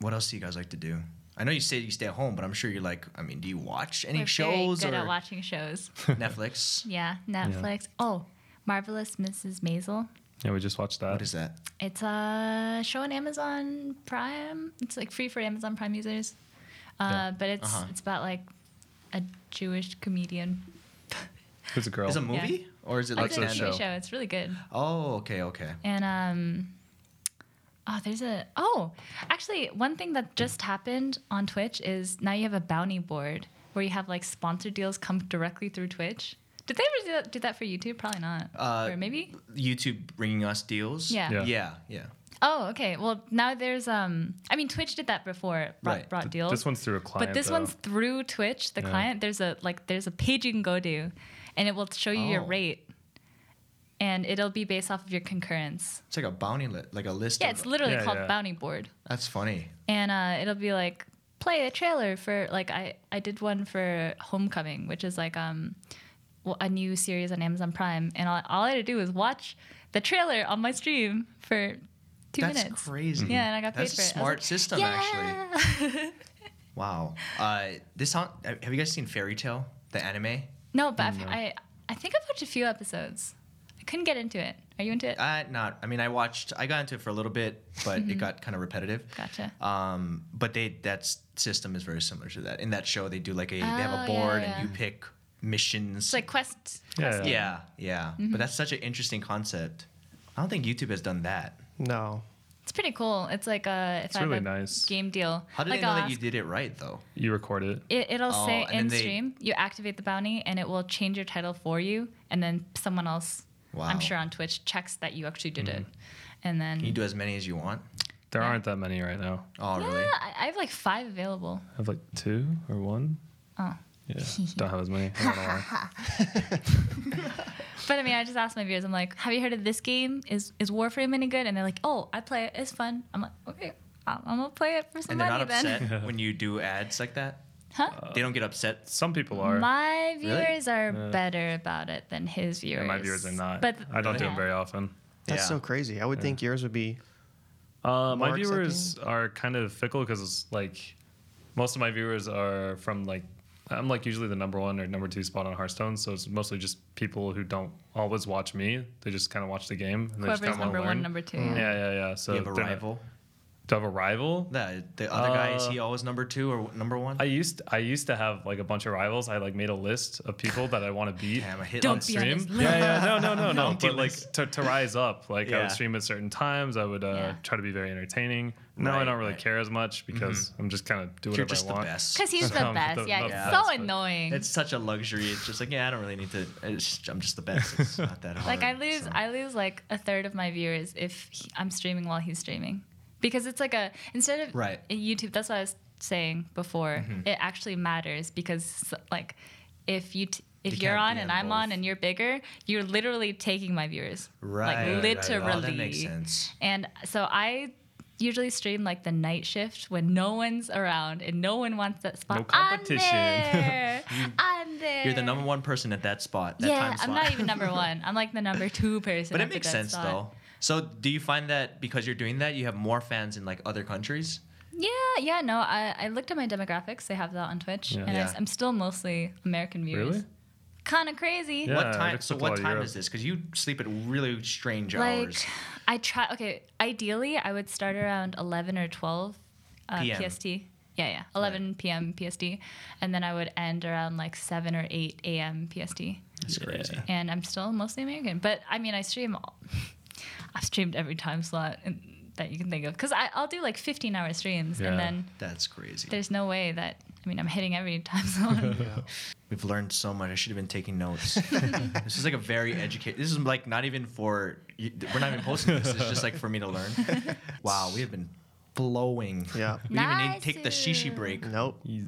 [SPEAKER 3] what else do you guys like to do? I know you say you stay at home, but I'm sure you're like, I mean, do you watch any
[SPEAKER 2] We're
[SPEAKER 3] shows
[SPEAKER 2] very good
[SPEAKER 3] or
[SPEAKER 2] at watching
[SPEAKER 3] (laughs)
[SPEAKER 2] shows. (laughs)
[SPEAKER 3] Netflix?
[SPEAKER 2] Yeah, Netflix. Oh, Marvelous Mrs. Maisel.
[SPEAKER 1] Yeah, we just watched that.
[SPEAKER 3] what is that?
[SPEAKER 2] It's a show on Amazon Prime. It's like free for Amazon Prime users. Uh,
[SPEAKER 1] Yeah.
[SPEAKER 2] But it's
[SPEAKER 3] Uh-huh.
[SPEAKER 2] it's about like a Jewish comedian.
[SPEAKER 1] It's a girl.
[SPEAKER 3] Is it a movie or is it like
[SPEAKER 2] It's a
[SPEAKER 1] a
[SPEAKER 2] TV
[SPEAKER 1] show.
[SPEAKER 2] show. It's really good.
[SPEAKER 3] Oh, okay, okay.
[SPEAKER 2] And um, oh, there's a oh, actually, one thing that just happened on Twitch is now you have a bounty board where you have like sponsor deals come directly through Twitch. Did they ever do that, do that for YouTube? Probably not.
[SPEAKER 3] Uh,
[SPEAKER 2] or maybe.
[SPEAKER 3] YouTube bringing us deals.
[SPEAKER 2] Yeah.
[SPEAKER 1] Yeah.
[SPEAKER 3] Yeah. Yeah. yeah.
[SPEAKER 2] Oh, okay. Well, now there's um. I mean, Twitch did that before. It brought,
[SPEAKER 3] Right.
[SPEAKER 2] brought
[SPEAKER 1] Th-
[SPEAKER 2] deals.
[SPEAKER 1] This one's through a client.
[SPEAKER 2] but this
[SPEAKER 1] though.
[SPEAKER 2] one's through Twitch, the
[SPEAKER 1] Yeah.
[SPEAKER 2] client. There's a like there's a page you can go to, and it will show you your
[SPEAKER 3] Oh.
[SPEAKER 2] rate, and it'll be based off of your concurrence.
[SPEAKER 3] It's like a bounty list, like a list.
[SPEAKER 2] Yeah,
[SPEAKER 3] of,
[SPEAKER 2] it's literally
[SPEAKER 1] Yeah,
[SPEAKER 2] called
[SPEAKER 1] yeah.
[SPEAKER 2] Bounty Board,
[SPEAKER 3] That's funny.
[SPEAKER 2] and uh, it'll be like play a trailer for like I I did one for Homecoming, which is like um w- a new series on Amazon Prime, and all, all I had to do was watch the trailer on my stream for two
[SPEAKER 3] That's
[SPEAKER 2] minutes.
[SPEAKER 3] crazy.
[SPEAKER 2] Yeah, and I got paid
[SPEAKER 3] That's
[SPEAKER 2] for it. I
[SPEAKER 3] a
[SPEAKER 2] was
[SPEAKER 3] smart
[SPEAKER 2] like,
[SPEAKER 3] system, actually.
[SPEAKER 2] actually.
[SPEAKER 3] Wow. Uh, this sound, have you guys seen Fairy Tale, the anime?
[SPEAKER 2] no, but I've,
[SPEAKER 1] Mm, No.
[SPEAKER 2] I I think I've watched a few episodes. I couldn't get into it. Are you into it?
[SPEAKER 3] Uh, not. I mean, I watched. I got into it for a little bit, but
[SPEAKER 2] Mm-hmm.
[SPEAKER 3] it got kind of repetitive.
[SPEAKER 2] Gotcha.
[SPEAKER 3] Um, but they that s- system is very similar to that. In that show, they do like a they have
[SPEAKER 2] Oh,
[SPEAKER 3] a board
[SPEAKER 2] yeah,
[SPEAKER 3] and you
[SPEAKER 2] yeah.
[SPEAKER 3] pick missions.
[SPEAKER 2] It's like quest.
[SPEAKER 1] Yeah.
[SPEAKER 2] Mm-hmm.
[SPEAKER 3] yeah, yeah. But that's such an interesting concept. I don't think YouTube has done that.
[SPEAKER 4] No.
[SPEAKER 2] It's pretty cool. It's like a if
[SPEAKER 1] It's
[SPEAKER 2] I have
[SPEAKER 1] really
[SPEAKER 2] a
[SPEAKER 1] nice.
[SPEAKER 2] game deal.
[SPEAKER 3] How did
[SPEAKER 2] like
[SPEAKER 3] they know
[SPEAKER 2] I'll
[SPEAKER 3] that you
[SPEAKER 2] ask-
[SPEAKER 3] did it right though?
[SPEAKER 1] You record it.
[SPEAKER 2] It, it'll
[SPEAKER 3] Oh,
[SPEAKER 2] say
[SPEAKER 3] and then
[SPEAKER 2] in
[SPEAKER 3] they-
[SPEAKER 2] stream. You activate the bounty, and it will change your title for you, and then someone else,
[SPEAKER 3] Wow.
[SPEAKER 2] I'm sure on Twitch, checks that you actually did it,
[SPEAKER 1] Mm-hmm.
[SPEAKER 2] and then
[SPEAKER 3] Can you do as many as you want?
[SPEAKER 1] There
[SPEAKER 2] Yeah.
[SPEAKER 1] aren't that many right now.
[SPEAKER 3] Oh,
[SPEAKER 2] yeah,
[SPEAKER 3] really?
[SPEAKER 2] I, I have like five available.
[SPEAKER 1] I have like two or one.
[SPEAKER 2] Oh. (laughs)
[SPEAKER 1] Yeah. Don't have as many. I don't know why.
[SPEAKER 2] But I mean, I just asked my viewers. I'm like, "Have you heard of this game? Is is Warframe any good?" And they're like, "Oh, I play it. It's fun." I'm like, "Okay, I'm, I'm gonna play it for
[SPEAKER 3] And they're
[SPEAKER 2] somebody
[SPEAKER 3] not
[SPEAKER 2] then." (laughs)
[SPEAKER 3] upset when you do ads like that.
[SPEAKER 2] Huh?
[SPEAKER 1] Uh,
[SPEAKER 3] They don't get upset.
[SPEAKER 1] Some people are.
[SPEAKER 2] My
[SPEAKER 3] Really?
[SPEAKER 2] viewers are
[SPEAKER 1] Yeah.
[SPEAKER 2] better about it than his viewers.
[SPEAKER 1] and my viewers are not.
[SPEAKER 2] But
[SPEAKER 1] I don't do
[SPEAKER 2] yeah.
[SPEAKER 1] them very often.
[SPEAKER 4] That's
[SPEAKER 3] Yeah.
[SPEAKER 4] so crazy. I would think yours would be
[SPEAKER 1] Uh, my
[SPEAKER 4] More
[SPEAKER 1] viewers are kind of fickle because like most of my viewers are from like I'm like usually the number one or number two spot on Hearthstone, so it's mostly just people who don't always watch me. They just kind of watch the game. And they just
[SPEAKER 2] Whoever's
[SPEAKER 1] kinda wanna
[SPEAKER 2] number one,
[SPEAKER 1] learn.
[SPEAKER 2] number two. (laughs)
[SPEAKER 1] Yeah, yeah, yeah. So
[SPEAKER 3] Do Mm. you have a
[SPEAKER 1] they're not-
[SPEAKER 3] rival?
[SPEAKER 1] Do I have a rival?
[SPEAKER 3] The, the other guy is
[SPEAKER 1] Uh,
[SPEAKER 3] he always number two or number one?
[SPEAKER 1] I used I used to have like a bunch of rivals. I like made a list of people that I want to beat.
[SPEAKER 3] Damn, I hit
[SPEAKER 2] Don't
[SPEAKER 3] on
[SPEAKER 2] be
[SPEAKER 3] stream.
[SPEAKER 1] stream.
[SPEAKER 2] his
[SPEAKER 1] Yeah, yeah, no, no, no, no.
[SPEAKER 3] Bounty
[SPEAKER 1] but like
[SPEAKER 3] list.
[SPEAKER 1] to, to rise up, like I
[SPEAKER 3] Yeah.
[SPEAKER 1] would stream at certain times. I would uh,
[SPEAKER 2] Yeah.
[SPEAKER 1] try to be very entertaining. Now
[SPEAKER 3] Right,
[SPEAKER 1] I don't really
[SPEAKER 3] right.
[SPEAKER 1] care as much because I'm just kind of doing
[SPEAKER 3] You're
[SPEAKER 1] whatever
[SPEAKER 3] just
[SPEAKER 1] I
[SPEAKER 3] the
[SPEAKER 1] want.
[SPEAKER 3] best.
[SPEAKER 2] Because
[SPEAKER 1] (laughs)
[SPEAKER 2] he's the
[SPEAKER 1] Um,
[SPEAKER 2] best.
[SPEAKER 1] the-
[SPEAKER 2] yeah,
[SPEAKER 1] the
[SPEAKER 2] it's
[SPEAKER 1] best,
[SPEAKER 2] so
[SPEAKER 1] but-
[SPEAKER 2] annoying.
[SPEAKER 3] It's such a luxury. It's just like yeah, I don't really need to. It's, I'm just the best. It's not that hard.
[SPEAKER 2] (laughs) like I lose,
[SPEAKER 3] so.
[SPEAKER 2] I lose like a third of my viewers if he, I'm streaming while he's streaming, because it's like a instead of
[SPEAKER 3] Right.
[SPEAKER 2] in YouTube. That's what I was saying before.
[SPEAKER 1] Mm-hmm.
[SPEAKER 2] It actually matters because like if you. T- if
[SPEAKER 3] You
[SPEAKER 2] you are on
[SPEAKER 3] can't be
[SPEAKER 2] and
[SPEAKER 3] on
[SPEAKER 2] I'm on
[SPEAKER 3] both.
[SPEAKER 2] and you're bigger, you're literally taking my viewers.
[SPEAKER 3] Right.
[SPEAKER 2] Like literally.
[SPEAKER 3] Right. Oh, that makes sense.
[SPEAKER 2] And so I usually stream like the night shift when no one's around and no one wants that spot.
[SPEAKER 1] No competition.
[SPEAKER 3] (laughs)
[SPEAKER 2] I'm there. I'm there.
[SPEAKER 3] You're the number one person at that spot. That
[SPEAKER 2] Yeah,
[SPEAKER 3] time
[SPEAKER 2] I'm
[SPEAKER 3] slot.
[SPEAKER 2] not even
[SPEAKER 3] (laughs)
[SPEAKER 2] number one. I'm like the number two person.
[SPEAKER 3] But it
[SPEAKER 2] at the
[SPEAKER 3] makes
[SPEAKER 2] dead
[SPEAKER 3] sense
[SPEAKER 2] spot.
[SPEAKER 3] though. So do you find that because you're doing that, you have more fans in like other countries?
[SPEAKER 2] Yeah, yeah. No, I, I looked at my demographics. They have that on Twitch,
[SPEAKER 1] Yeah.
[SPEAKER 2] and
[SPEAKER 3] Yeah.
[SPEAKER 2] I, am still mostly American viewers.
[SPEAKER 1] Really?
[SPEAKER 2] Kind of crazy.
[SPEAKER 1] Yeah,
[SPEAKER 3] what
[SPEAKER 1] it
[SPEAKER 3] time?
[SPEAKER 1] looks
[SPEAKER 3] So
[SPEAKER 1] like a
[SPEAKER 3] what
[SPEAKER 1] lot of
[SPEAKER 3] time
[SPEAKER 1] Europe.
[SPEAKER 3] is this? Because you sleep at really strange
[SPEAKER 2] Like,
[SPEAKER 3] hours.
[SPEAKER 2] I try. Okay, ideally, I would start around 11 or 12 uh,
[SPEAKER 3] PM.
[SPEAKER 2] PST. Yeah, yeah, 11 p.m. PST, and then I would end around like 7 or 8 a.m. PST.
[SPEAKER 3] That's crazy.
[SPEAKER 2] And I'm still mostly American, but I mean, I stream. All, (laughs) I've streamed every time slot in, that you can think of because I'll do like 15-hour streams,
[SPEAKER 1] Yeah.
[SPEAKER 2] and then
[SPEAKER 3] That's crazy.
[SPEAKER 2] there's no way that I mean I'm hitting every time (laughs) zone.
[SPEAKER 3] We've learned so much. I should have been taking
[SPEAKER 2] (laughs)
[SPEAKER 3] notes. (laughs) this is like a very educated. This is like not even for. We're not even posting this. It's just like for me
[SPEAKER 2] (laughs)
[SPEAKER 3] to learn. Wow, we have been blowing.
[SPEAKER 4] Yeah.
[SPEAKER 3] We didn't even need, take the
[SPEAKER 2] Nice.
[SPEAKER 3] shishi break.
[SPEAKER 4] nope.
[SPEAKER 1] Easy.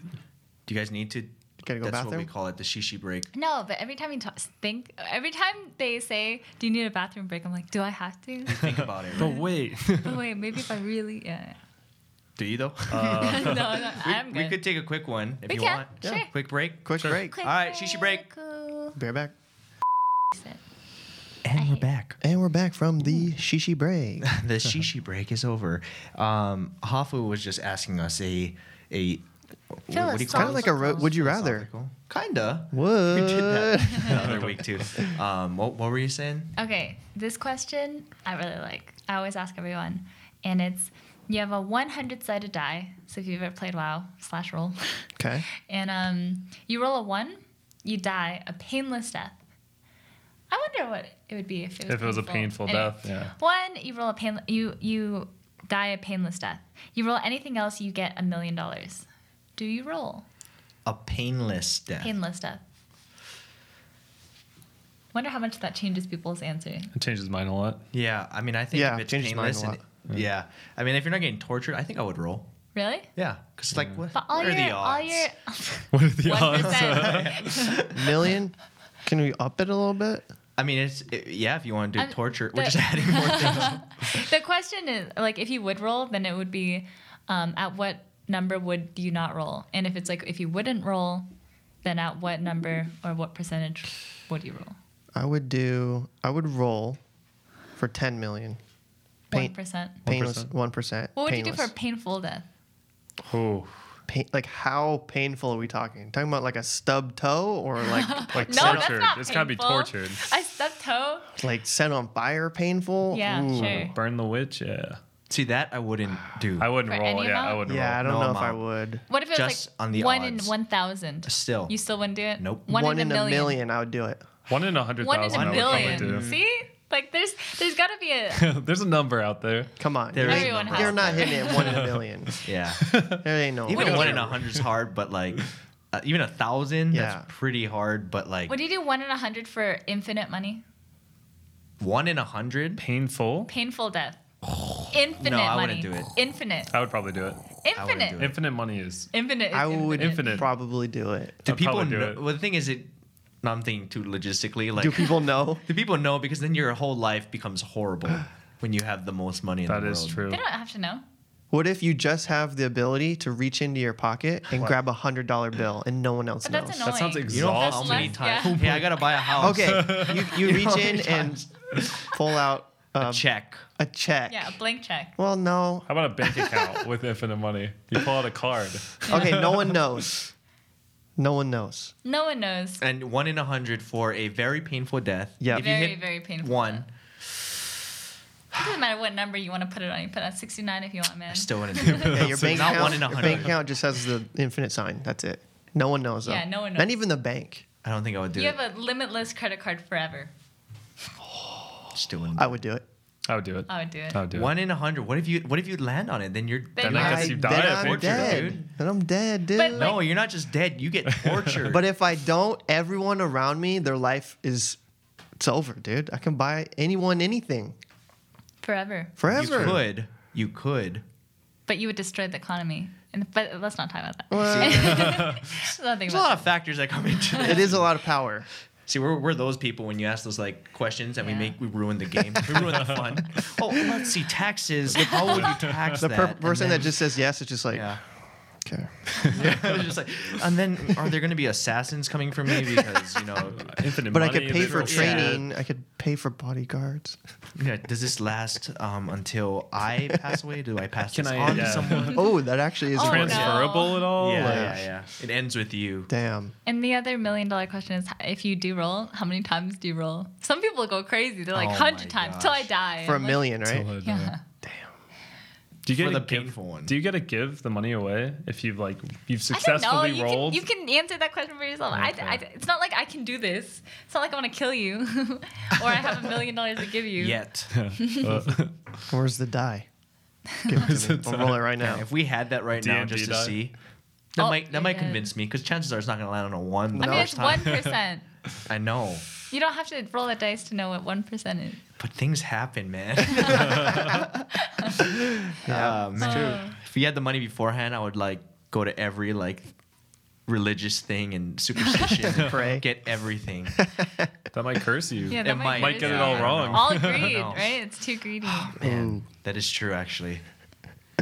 [SPEAKER 3] Do you guys need to?
[SPEAKER 4] Gotta go
[SPEAKER 3] That's what
[SPEAKER 4] bathroom?
[SPEAKER 3] we call it, the shishi
[SPEAKER 2] (laughs)
[SPEAKER 3] break.
[SPEAKER 2] no, but every time you talk, think every time they say, "Do you need a bathroom break?" I'm like, "Do I have to?"
[SPEAKER 3] Think about it.
[SPEAKER 1] But
[SPEAKER 3] right?
[SPEAKER 1] wait,
[SPEAKER 2] but wait, maybe if I really, yeah.
[SPEAKER 3] Do you though?
[SPEAKER 2] no, (laughs) no, I'm
[SPEAKER 3] we
[SPEAKER 2] good.
[SPEAKER 3] could take a quick one if
[SPEAKER 2] We
[SPEAKER 3] you
[SPEAKER 2] can,
[SPEAKER 3] want.
[SPEAKER 2] Yeah. sure.
[SPEAKER 3] Quick break. (laughs)
[SPEAKER 4] Quick
[SPEAKER 1] Sure.
[SPEAKER 4] break.
[SPEAKER 2] Quick
[SPEAKER 3] All right, shishi break.
[SPEAKER 2] cool.
[SPEAKER 4] Bear back.
[SPEAKER 3] And we're back.
[SPEAKER 4] And we're back from the shishi break.
[SPEAKER 3] the shishi break is over. Um, Hafu was just asking us a a what do you call
[SPEAKER 2] Philosophical. Kinda
[SPEAKER 4] like a ro- would you rather. (laughs)
[SPEAKER 3] Philosophical.
[SPEAKER 2] (laughs)
[SPEAKER 3] Kinda. We did
[SPEAKER 4] What?
[SPEAKER 3] that the other week too. Um, what, what were you saying?
[SPEAKER 2] Okay, this question I really like. I always ask everyone, and it's you have a 100 sided die. So if you've ever played WoW slash roll, (laughs)
[SPEAKER 4] Okay.
[SPEAKER 2] and um, you roll a one, you die a painless death. I wonder what it would be if it was
[SPEAKER 1] if it was a painful
[SPEAKER 2] Anyway,
[SPEAKER 1] death, yeah.
[SPEAKER 2] One, you roll a pain. You you die a painless death. You roll anything else, you get a million dollars. Do you roll
[SPEAKER 3] A painless death.
[SPEAKER 2] painless death? Wonder how much that changes people's answer.
[SPEAKER 1] It changes mine a lot. (laughs)
[SPEAKER 3] yeah, I mean, I think
[SPEAKER 4] Yeah,
[SPEAKER 3] if it's
[SPEAKER 4] changes mine a
[SPEAKER 3] painless, and,
[SPEAKER 4] lot.
[SPEAKER 3] yeah. I mean, if you're not getting tortured, I think I would roll.
[SPEAKER 2] Really?
[SPEAKER 3] Yeah, because like what,
[SPEAKER 2] But all
[SPEAKER 3] what are
[SPEAKER 2] your
[SPEAKER 3] the
[SPEAKER 2] all
[SPEAKER 3] odds?
[SPEAKER 2] your
[SPEAKER 1] What are the
[SPEAKER 2] one
[SPEAKER 1] odds? (laughs)
[SPEAKER 2] percent.
[SPEAKER 4] Million? Can we up it a little bit?
[SPEAKER 3] I mean, it's it, yeah. If you want to do
[SPEAKER 2] I'm-
[SPEAKER 3] torture, we're
[SPEAKER 2] the-
[SPEAKER 3] just (laughs) adding
[SPEAKER 2] (laughs)
[SPEAKER 3] more things.
[SPEAKER 2] The question is like if you would roll, then it would be um, at what number would you not roll? And if it's like if you wouldn't roll, then at what number or what percentage would you roll?
[SPEAKER 4] I would do, I would roll for 10 million.
[SPEAKER 2] One
[SPEAKER 4] Pain-
[SPEAKER 2] percent.
[SPEAKER 4] Painless,
[SPEAKER 1] 1%.
[SPEAKER 4] 1%.
[SPEAKER 2] What would you do
[SPEAKER 4] painless.
[SPEAKER 2] for a painful death?
[SPEAKER 1] Oh,
[SPEAKER 4] pain, like how painful are we talking? Talking about like a stub toe
[SPEAKER 2] (laughs)
[SPEAKER 4] or like like
[SPEAKER 2] No,
[SPEAKER 4] set,
[SPEAKER 2] that's
[SPEAKER 1] tortured.
[SPEAKER 2] not
[SPEAKER 1] It's gotta be
[SPEAKER 2] painful.
[SPEAKER 1] tortured.
[SPEAKER 2] I stubbed toe.
[SPEAKER 4] like set on fire painful?
[SPEAKER 2] Yeah, sure.
[SPEAKER 1] burn the witch. Yeah,
[SPEAKER 3] See that I wouldldn't do.
[SPEAKER 1] I wouldn't
[SPEAKER 2] For
[SPEAKER 1] roll.
[SPEAKER 2] any
[SPEAKER 1] Yeah, I
[SPEAKER 2] amount?
[SPEAKER 1] wouldn't
[SPEAKER 4] Yeah, I
[SPEAKER 1] roll.
[SPEAKER 4] don't
[SPEAKER 3] No
[SPEAKER 4] know if I
[SPEAKER 3] amount.
[SPEAKER 4] would.
[SPEAKER 2] What if it was
[SPEAKER 3] Just
[SPEAKER 2] like
[SPEAKER 3] on the
[SPEAKER 2] one in
[SPEAKER 3] odds.
[SPEAKER 2] one thousand?
[SPEAKER 3] Still.
[SPEAKER 2] you still wouldn't do it.
[SPEAKER 3] Nope.
[SPEAKER 2] One, in, a million.
[SPEAKER 4] I would do it.
[SPEAKER 1] One in a hundred
[SPEAKER 2] One in
[SPEAKER 1] thousand.
[SPEAKER 2] a
[SPEAKER 1] I would probably
[SPEAKER 2] billion.
[SPEAKER 1] do.
[SPEAKER 2] See, Like there's there's got to be a
[SPEAKER 1] (laughs) There's a number out there.
[SPEAKER 4] Come on.
[SPEAKER 3] There
[SPEAKER 4] you're-
[SPEAKER 3] is
[SPEAKER 2] Everyone
[SPEAKER 3] no
[SPEAKER 2] has
[SPEAKER 4] You're not
[SPEAKER 2] that.
[SPEAKER 4] hitting it one
[SPEAKER 3] (laughs)
[SPEAKER 4] in a million.
[SPEAKER 2] (laughs)
[SPEAKER 3] Yeah.
[SPEAKER 4] There ain't no.
[SPEAKER 3] Even
[SPEAKER 1] Wait.
[SPEAKER 3] one in a hundred's hard, but like uh, even a thousand,
[SPEAKER 4] Yeah.
[SPEAKER 3] that's pretty hard. But like
[SPEAKER 2] Would you do one in a hundred for infinite money?
[SPEAKER 3] one in a hundred,
[SPEAKER 1] Painful.
[SPEAKER 2] Painful
[SPEAKER 3] (sighs)
[SPEAKER 2] death. Infinite
[SPEAKER 3] I
[SPEAKER 2] money.
[SPEAKER 3] wouldn't do it.
[SPEAKER 2] Infinite.
[SPEAKER 1] I would probably do it.
[SPEAKER 2] Infinite.
[SPEAKER 3] do it.
[SPEAKER 1] Infinite money is.
[SPEAKER 2] Infinite. is
[SPEAKER 4] I would
[SPEAKER 1] Infinite.
[SPEAKER 4] probably do it.
[SPEAKER 3] do
[SPEAKER 1] I'd
[SPEAKER 3] people
[SPEAKER 1] probably do
[SPEAKER 3] know?
[SPEAKER 1] it.
[SPEAKER 3] Well, the thing is, it. No, I'm thinking too logistically. Like, (laughs)
[SPEAKER 4] Do people know?
[SPEAKER 3] do people know? Because then your whole life becomes horrible when you have the most money in
[SPEAKER 1] That
[SPEAKER 3] the world.
[SPEAKER 1] is true.
[SPEAKER 2] They don't have to know.
[SPEAKER 4] What if you just have the ability to reach into your pocket and
[SPEAKER 1] What?
[SPEAKER 4] grab a hundred dollar bill and no one else
[SPEAKER 2] But
[SPEAKER 4] knows?
[SPEAKER 2] that's annoying.
[SPEAKER 1] That sounds
[SPEAKER 3] You know how
[SPEAKER 1] exhausting.
[SPEAKER 3] many
[SPEAKER 2] less-
[SPEAKER 3] times?
[SPEAKER 2] yeah.
[SPEAKER 3] Yeah. I
[SPEAKER 2] (laughs)
[SPEAKER 3] gotta buy a house.
[SPEAKER 4] Okay,
[SPEAKER 3] (laughs)
[SPEAKER 4] you, you
[SPEAKER 3] You know
[SPEAKER 4] reach
[SPEAKER 3] how many
[SPEAKER 4] in and
[SPEAKER 3] times?
[SPEAKER 4] pull out
[SPEAKER 3] a
[SPEAKER 4] um,
[SPEAKER 3] check.
[SPEAKER 4] a check.
[SPEAKER 2] Yeah, a blank check.
[SPEAKER 4] Well, no.
[SPEAKER 1] How about a bank account with infinite money? You pull out a card.
[SPEAKER 4] Okay, no one knows. No
[SPEAKER 3] (laughs)
[SPEAKER 4] one knows.
[SPEAKER 2] No one knows.
[SPEAKER 3] and one in a hundred for a very painful death.
[SPEAKER 4] Yeah.
[SPEAKER 3] If you
[SPEAKER 2] very,
[SPEAKER 3] hit
[SPEAKER 2] very painful.
[SPEAKER 3] one,
[SPEAKER 2] It doesn't matter what number you want to put it on. You put it on 69 if you want, man.
[SPEAKER 3] I still
[SPEAKER 2] (laughs)
[SPEAKER 3] wouldn't do it.
[SPEAKER 4] Yeah, your bank
[SPEAKER 3] Not
[SPEAKER 4] account.
[SPEAKER 3] one in a
[SPEAKER 4] your bank
[SPEAKER 3] hundred.
[SPEAKER 4] account just has the infinite sign. That's it. No one knows. Though.
[SPEAKER 2] Yeah, no one
[SPEAKER 4] Not
[SPEAKER 2] knows.
[SPEAKER 4] even the bank.
[SPEAKER 3] I don't think I would do
[SPEAKER 2] you
[SPEAKER 3] it.
[SPEAKER 2] have a limitless credit card forever.
[SPEAKER 3] Just do it.
[SPEAKER 4] I would do it.
[SPEAKER 1] I would do it.
[SPEAKER 2] I would do it.
[SPEAKER 1] I would do it.
[SPEAKER 3] One in a hundred. What if you What if you land on it? Then you're
[SPEAKER 2] Then
[SPEAKER 3] then
[SPEAKER 2] you're
[SPEAKER 1] I guess
[SPEAKER 2] Because dead.
[SPEAKER 1] you
[SPEAKER 4] I-
[SPEAKER 1] die
[SPEAKER 4] then
[SPEAKER 1] of
[SPEAKER 4] I'm
[SPEAKER 1] torture,
[SPEAKER 4] dead.
[SPEAKER 1] dude.
[SPEAKER 4] Then I'm dead, dude.
[SPEAKER 2] But, like-
[SPEAKER 3] no, you're not just dead. (laughs) You get tortured.
[SPEAKER 4] But if I don't, everyone around me, their life is it's over, dude. I can buy anyone anything
[SPEAKER 2] Forever.
[SPEAKER 3] you
[SPEAKER 4] forever.
[SPEAKER 3] could, you could.
[SPEAKER 2] But you would destroy the economy. And, but let's not talk about that.
[SPEAKER 4] Well,
[SPEAKER 2] Let's not think
[SPEAKER 3] There's a lot
[SPEAKER 2] about
[SPEAKER 3] of factors that come into this.
[SPEAKER 4] Uh, it is a lot of power.
[SPEAKER 3] (laughs) See, we're, we're those people when you ask those like questions and
[SPEAKER 2] Yeah.
[SPEAKER 3] we make we ruin the game. We ruin the fun. (laughs) Oh, let's see taxes. How would you (laughs) tax
[SPEAKER 4] The
[SPEAKER 3] that?
[SPEAKER 4] per-
[SPEAKER 3] And
[SPEAKER 4] person
[SPEAKER 3] then-
[SPEAKER 4] that just says yes is just
[SPEAKER 3] (laughs)
[SPEAKER 4] like,
[SPEAKER 3] yeah. (laughs)
[SPEAKER 4] okay.
[SPEAKER 3] It's just like, and then are there going to be assassins coming for me because you know?
[SPEAKER 1] Infinite
[SPEAKER 4] But I
[SPEAKER 1] money,
[SPEAKER 4] could pay
[SPEAKER 1] there's
[SPEAKER 4] for
[SPEAKER 1] no-
[SPEAKER 3] tra-
[SPEAKER 4] training. I could pay for bodyguards.
[SPEAKER 3] yeah, does this last um, until I pass away? Do I pass
[SPEAKER 1] Can
[SPEAKER 3] this
[SPEAKER 1] I-
[SPEAKER 3] on to
[SPEAKER 1] yeah.
[SPEAKER 3] (laughs) someone?
[SPEAKER 4] (laughs) Oh, that actually is
[SPEAKER 2] Oh,
[SPEAKER 4] worth
[SPEAKER 2] no.
[SPEAKER 4] it.
[SPEAKER 1] Transferable at all?
[SPEAKER 3] yeah,
[SPEAKER 1] Like,
[SPEAKER 3] yeah, yeah. It ends with you.
[SPEAKER 4] Damn.
[SPEAKER 2] that. And the other million dollar question is if you do roll, how many times do you roll? Some people go crazy. They're like
[SPEAKER 3] Oh
[SPEAKER 2] 100
[SPEAKER 3] my
[SPEAKER 2] times till I
[SPEAKER 3] gosh.
[SPEAKER 2] die.
[SPEAKER 4] For a
[SPEAKER 2] I'm like,
[SPEAKER 4] million, right?
[SPEAKER 1] Till I die.
[SPEAKER 2] Yeah.
[SPEAKER 1] Do you get
[SPEAKER 3] For
[SPEAKER 1] to
[SPEAKER 3] the
[SPEAKER 1] give-
[SPEAKER 3] painful one.
[SPEAKER 1] Do you get to give the money away if you've like you've
[SPEAKER 2] I
[SPEAKER 1] successfully
[SPEAKER 2] don't know. You
[SPEAKER 1] rolled?
[SPEAKER 2] Can, you can answer that question for yourself. I-
[SPEAKER 1] Okay.
[SPEAKER 2] I, it's not like I can do this. It's not like I want to kill you, (laughs) or I have a million dollars to give you.
[SPEAKER 3] Yet, (laughs)
[SPEAKER 1] Uh, (laughs)
[SPEAKER 4] Where's the die? Give it to me. I'll roll it
[SPEAKER 3] (laughs)
[SPEAKER 4] right now.
[SPEAKER 3] if we had that right now
[SPEAKER 1] DMD
[SPEAKER 3] just to
[SPEAKER 1] die.
[SPEAKER 3] see, that
[SPEAKER 2] Oh,
[SPEAKER 3] might
[SPEAKER 2] you're
[SPEAKER 3] that might
[SPEAKER 2] dead.
[SPEAKER 3] convince me because chances are it's not going to land on a one. The
[SPEAKER 2] I mean,
[SPEAKER 3] first
[SPEAKER 2] it's one
[SPEAKER 3] time.
[SPEAKER 2] percent.
[SPEAKER 3] I know,
[SPEAKER 2] You don't have to roll the dice to know what one percent is.
[SPEAKER 3] but things happen,
[SPEAKER 2] (laughs)
[SPEAKER 3] man. (laughs)
[SPEAKER 4] Yeah.
[SPEAKER 3] Um,
[SPEAKER 2] Uh.
[SPEAKER 3] If you had the money beforehand, I would like go to every like religious thing and
[SPEAKER 4] (laughs)
[SPEAKER 3] superstition, and
[SPEAKER 4] Pray.
[SPEAKER 3] get everything.
[SPEAKER 1] that might curse you.
[SPEAKER 2] Yeah,
[SPEAKER 3] It
[SPEAKER 2] that might,
[SPEAKER 1] might get it
[SPEAKER 2] be.
[SPEAKER 1] all
[SPEAKER 3] I don't
[SPEAKER 1] wrong.
[SPEAKER 3] know.
[SPEAKER 2] All greed,
[SPEAKER 3] know.
[SPEAKER 2] right? It's too greedy.
[SPEAKER 4] Man,
[SPEAKER 3] That is true, actually.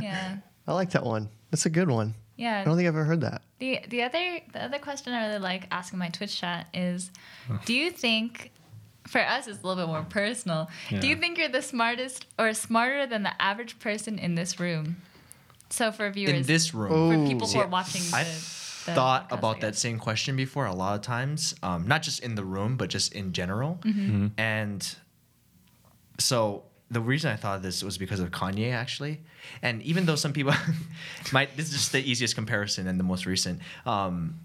[SPEAKER 2] Yeah,
[SPEAKER 4] I like that one. That's a good one. I
[SPEAKER 2] yeah.
[SPEAKER 4] don't think I've ever heard that.
[SPEAKER 2] The the other the other question I really like asking my Twitch chat
[SPEAKER 1] (laughs)
[SPEAKER 2] is, do you think, for us it's a little bit more personal. Do you
[SPEAKER 1] Yeah.
[SPEAKER 2] think you're the smartest or smarter than the average person in this room? So for viewers,
[SPEAKER 3] In this room,
[SPEAKER 4] Oh,
[SPEAKER 2] for people who
[SPEAKER 4] See,
[SPEAKER 2] are watching,
[SPEAKER 3] I
[SPEAKER 2] the, the
[SPEAKER 3] thought
[SPEAKER 2] podcast, I
[SPEAKER 3] about that
[SPEAKER 2] guess.
[SPEAKER 3] same question before a lot of times, um, not just in the room, but just in general.
[SPEAKER 2] Mm-hmm.
[SPEAKER 3] And so the reason I thought of this was because of Kanye, actually. And even though some people, (laughs) my, this is just the easiest comparison and the most recent. Um,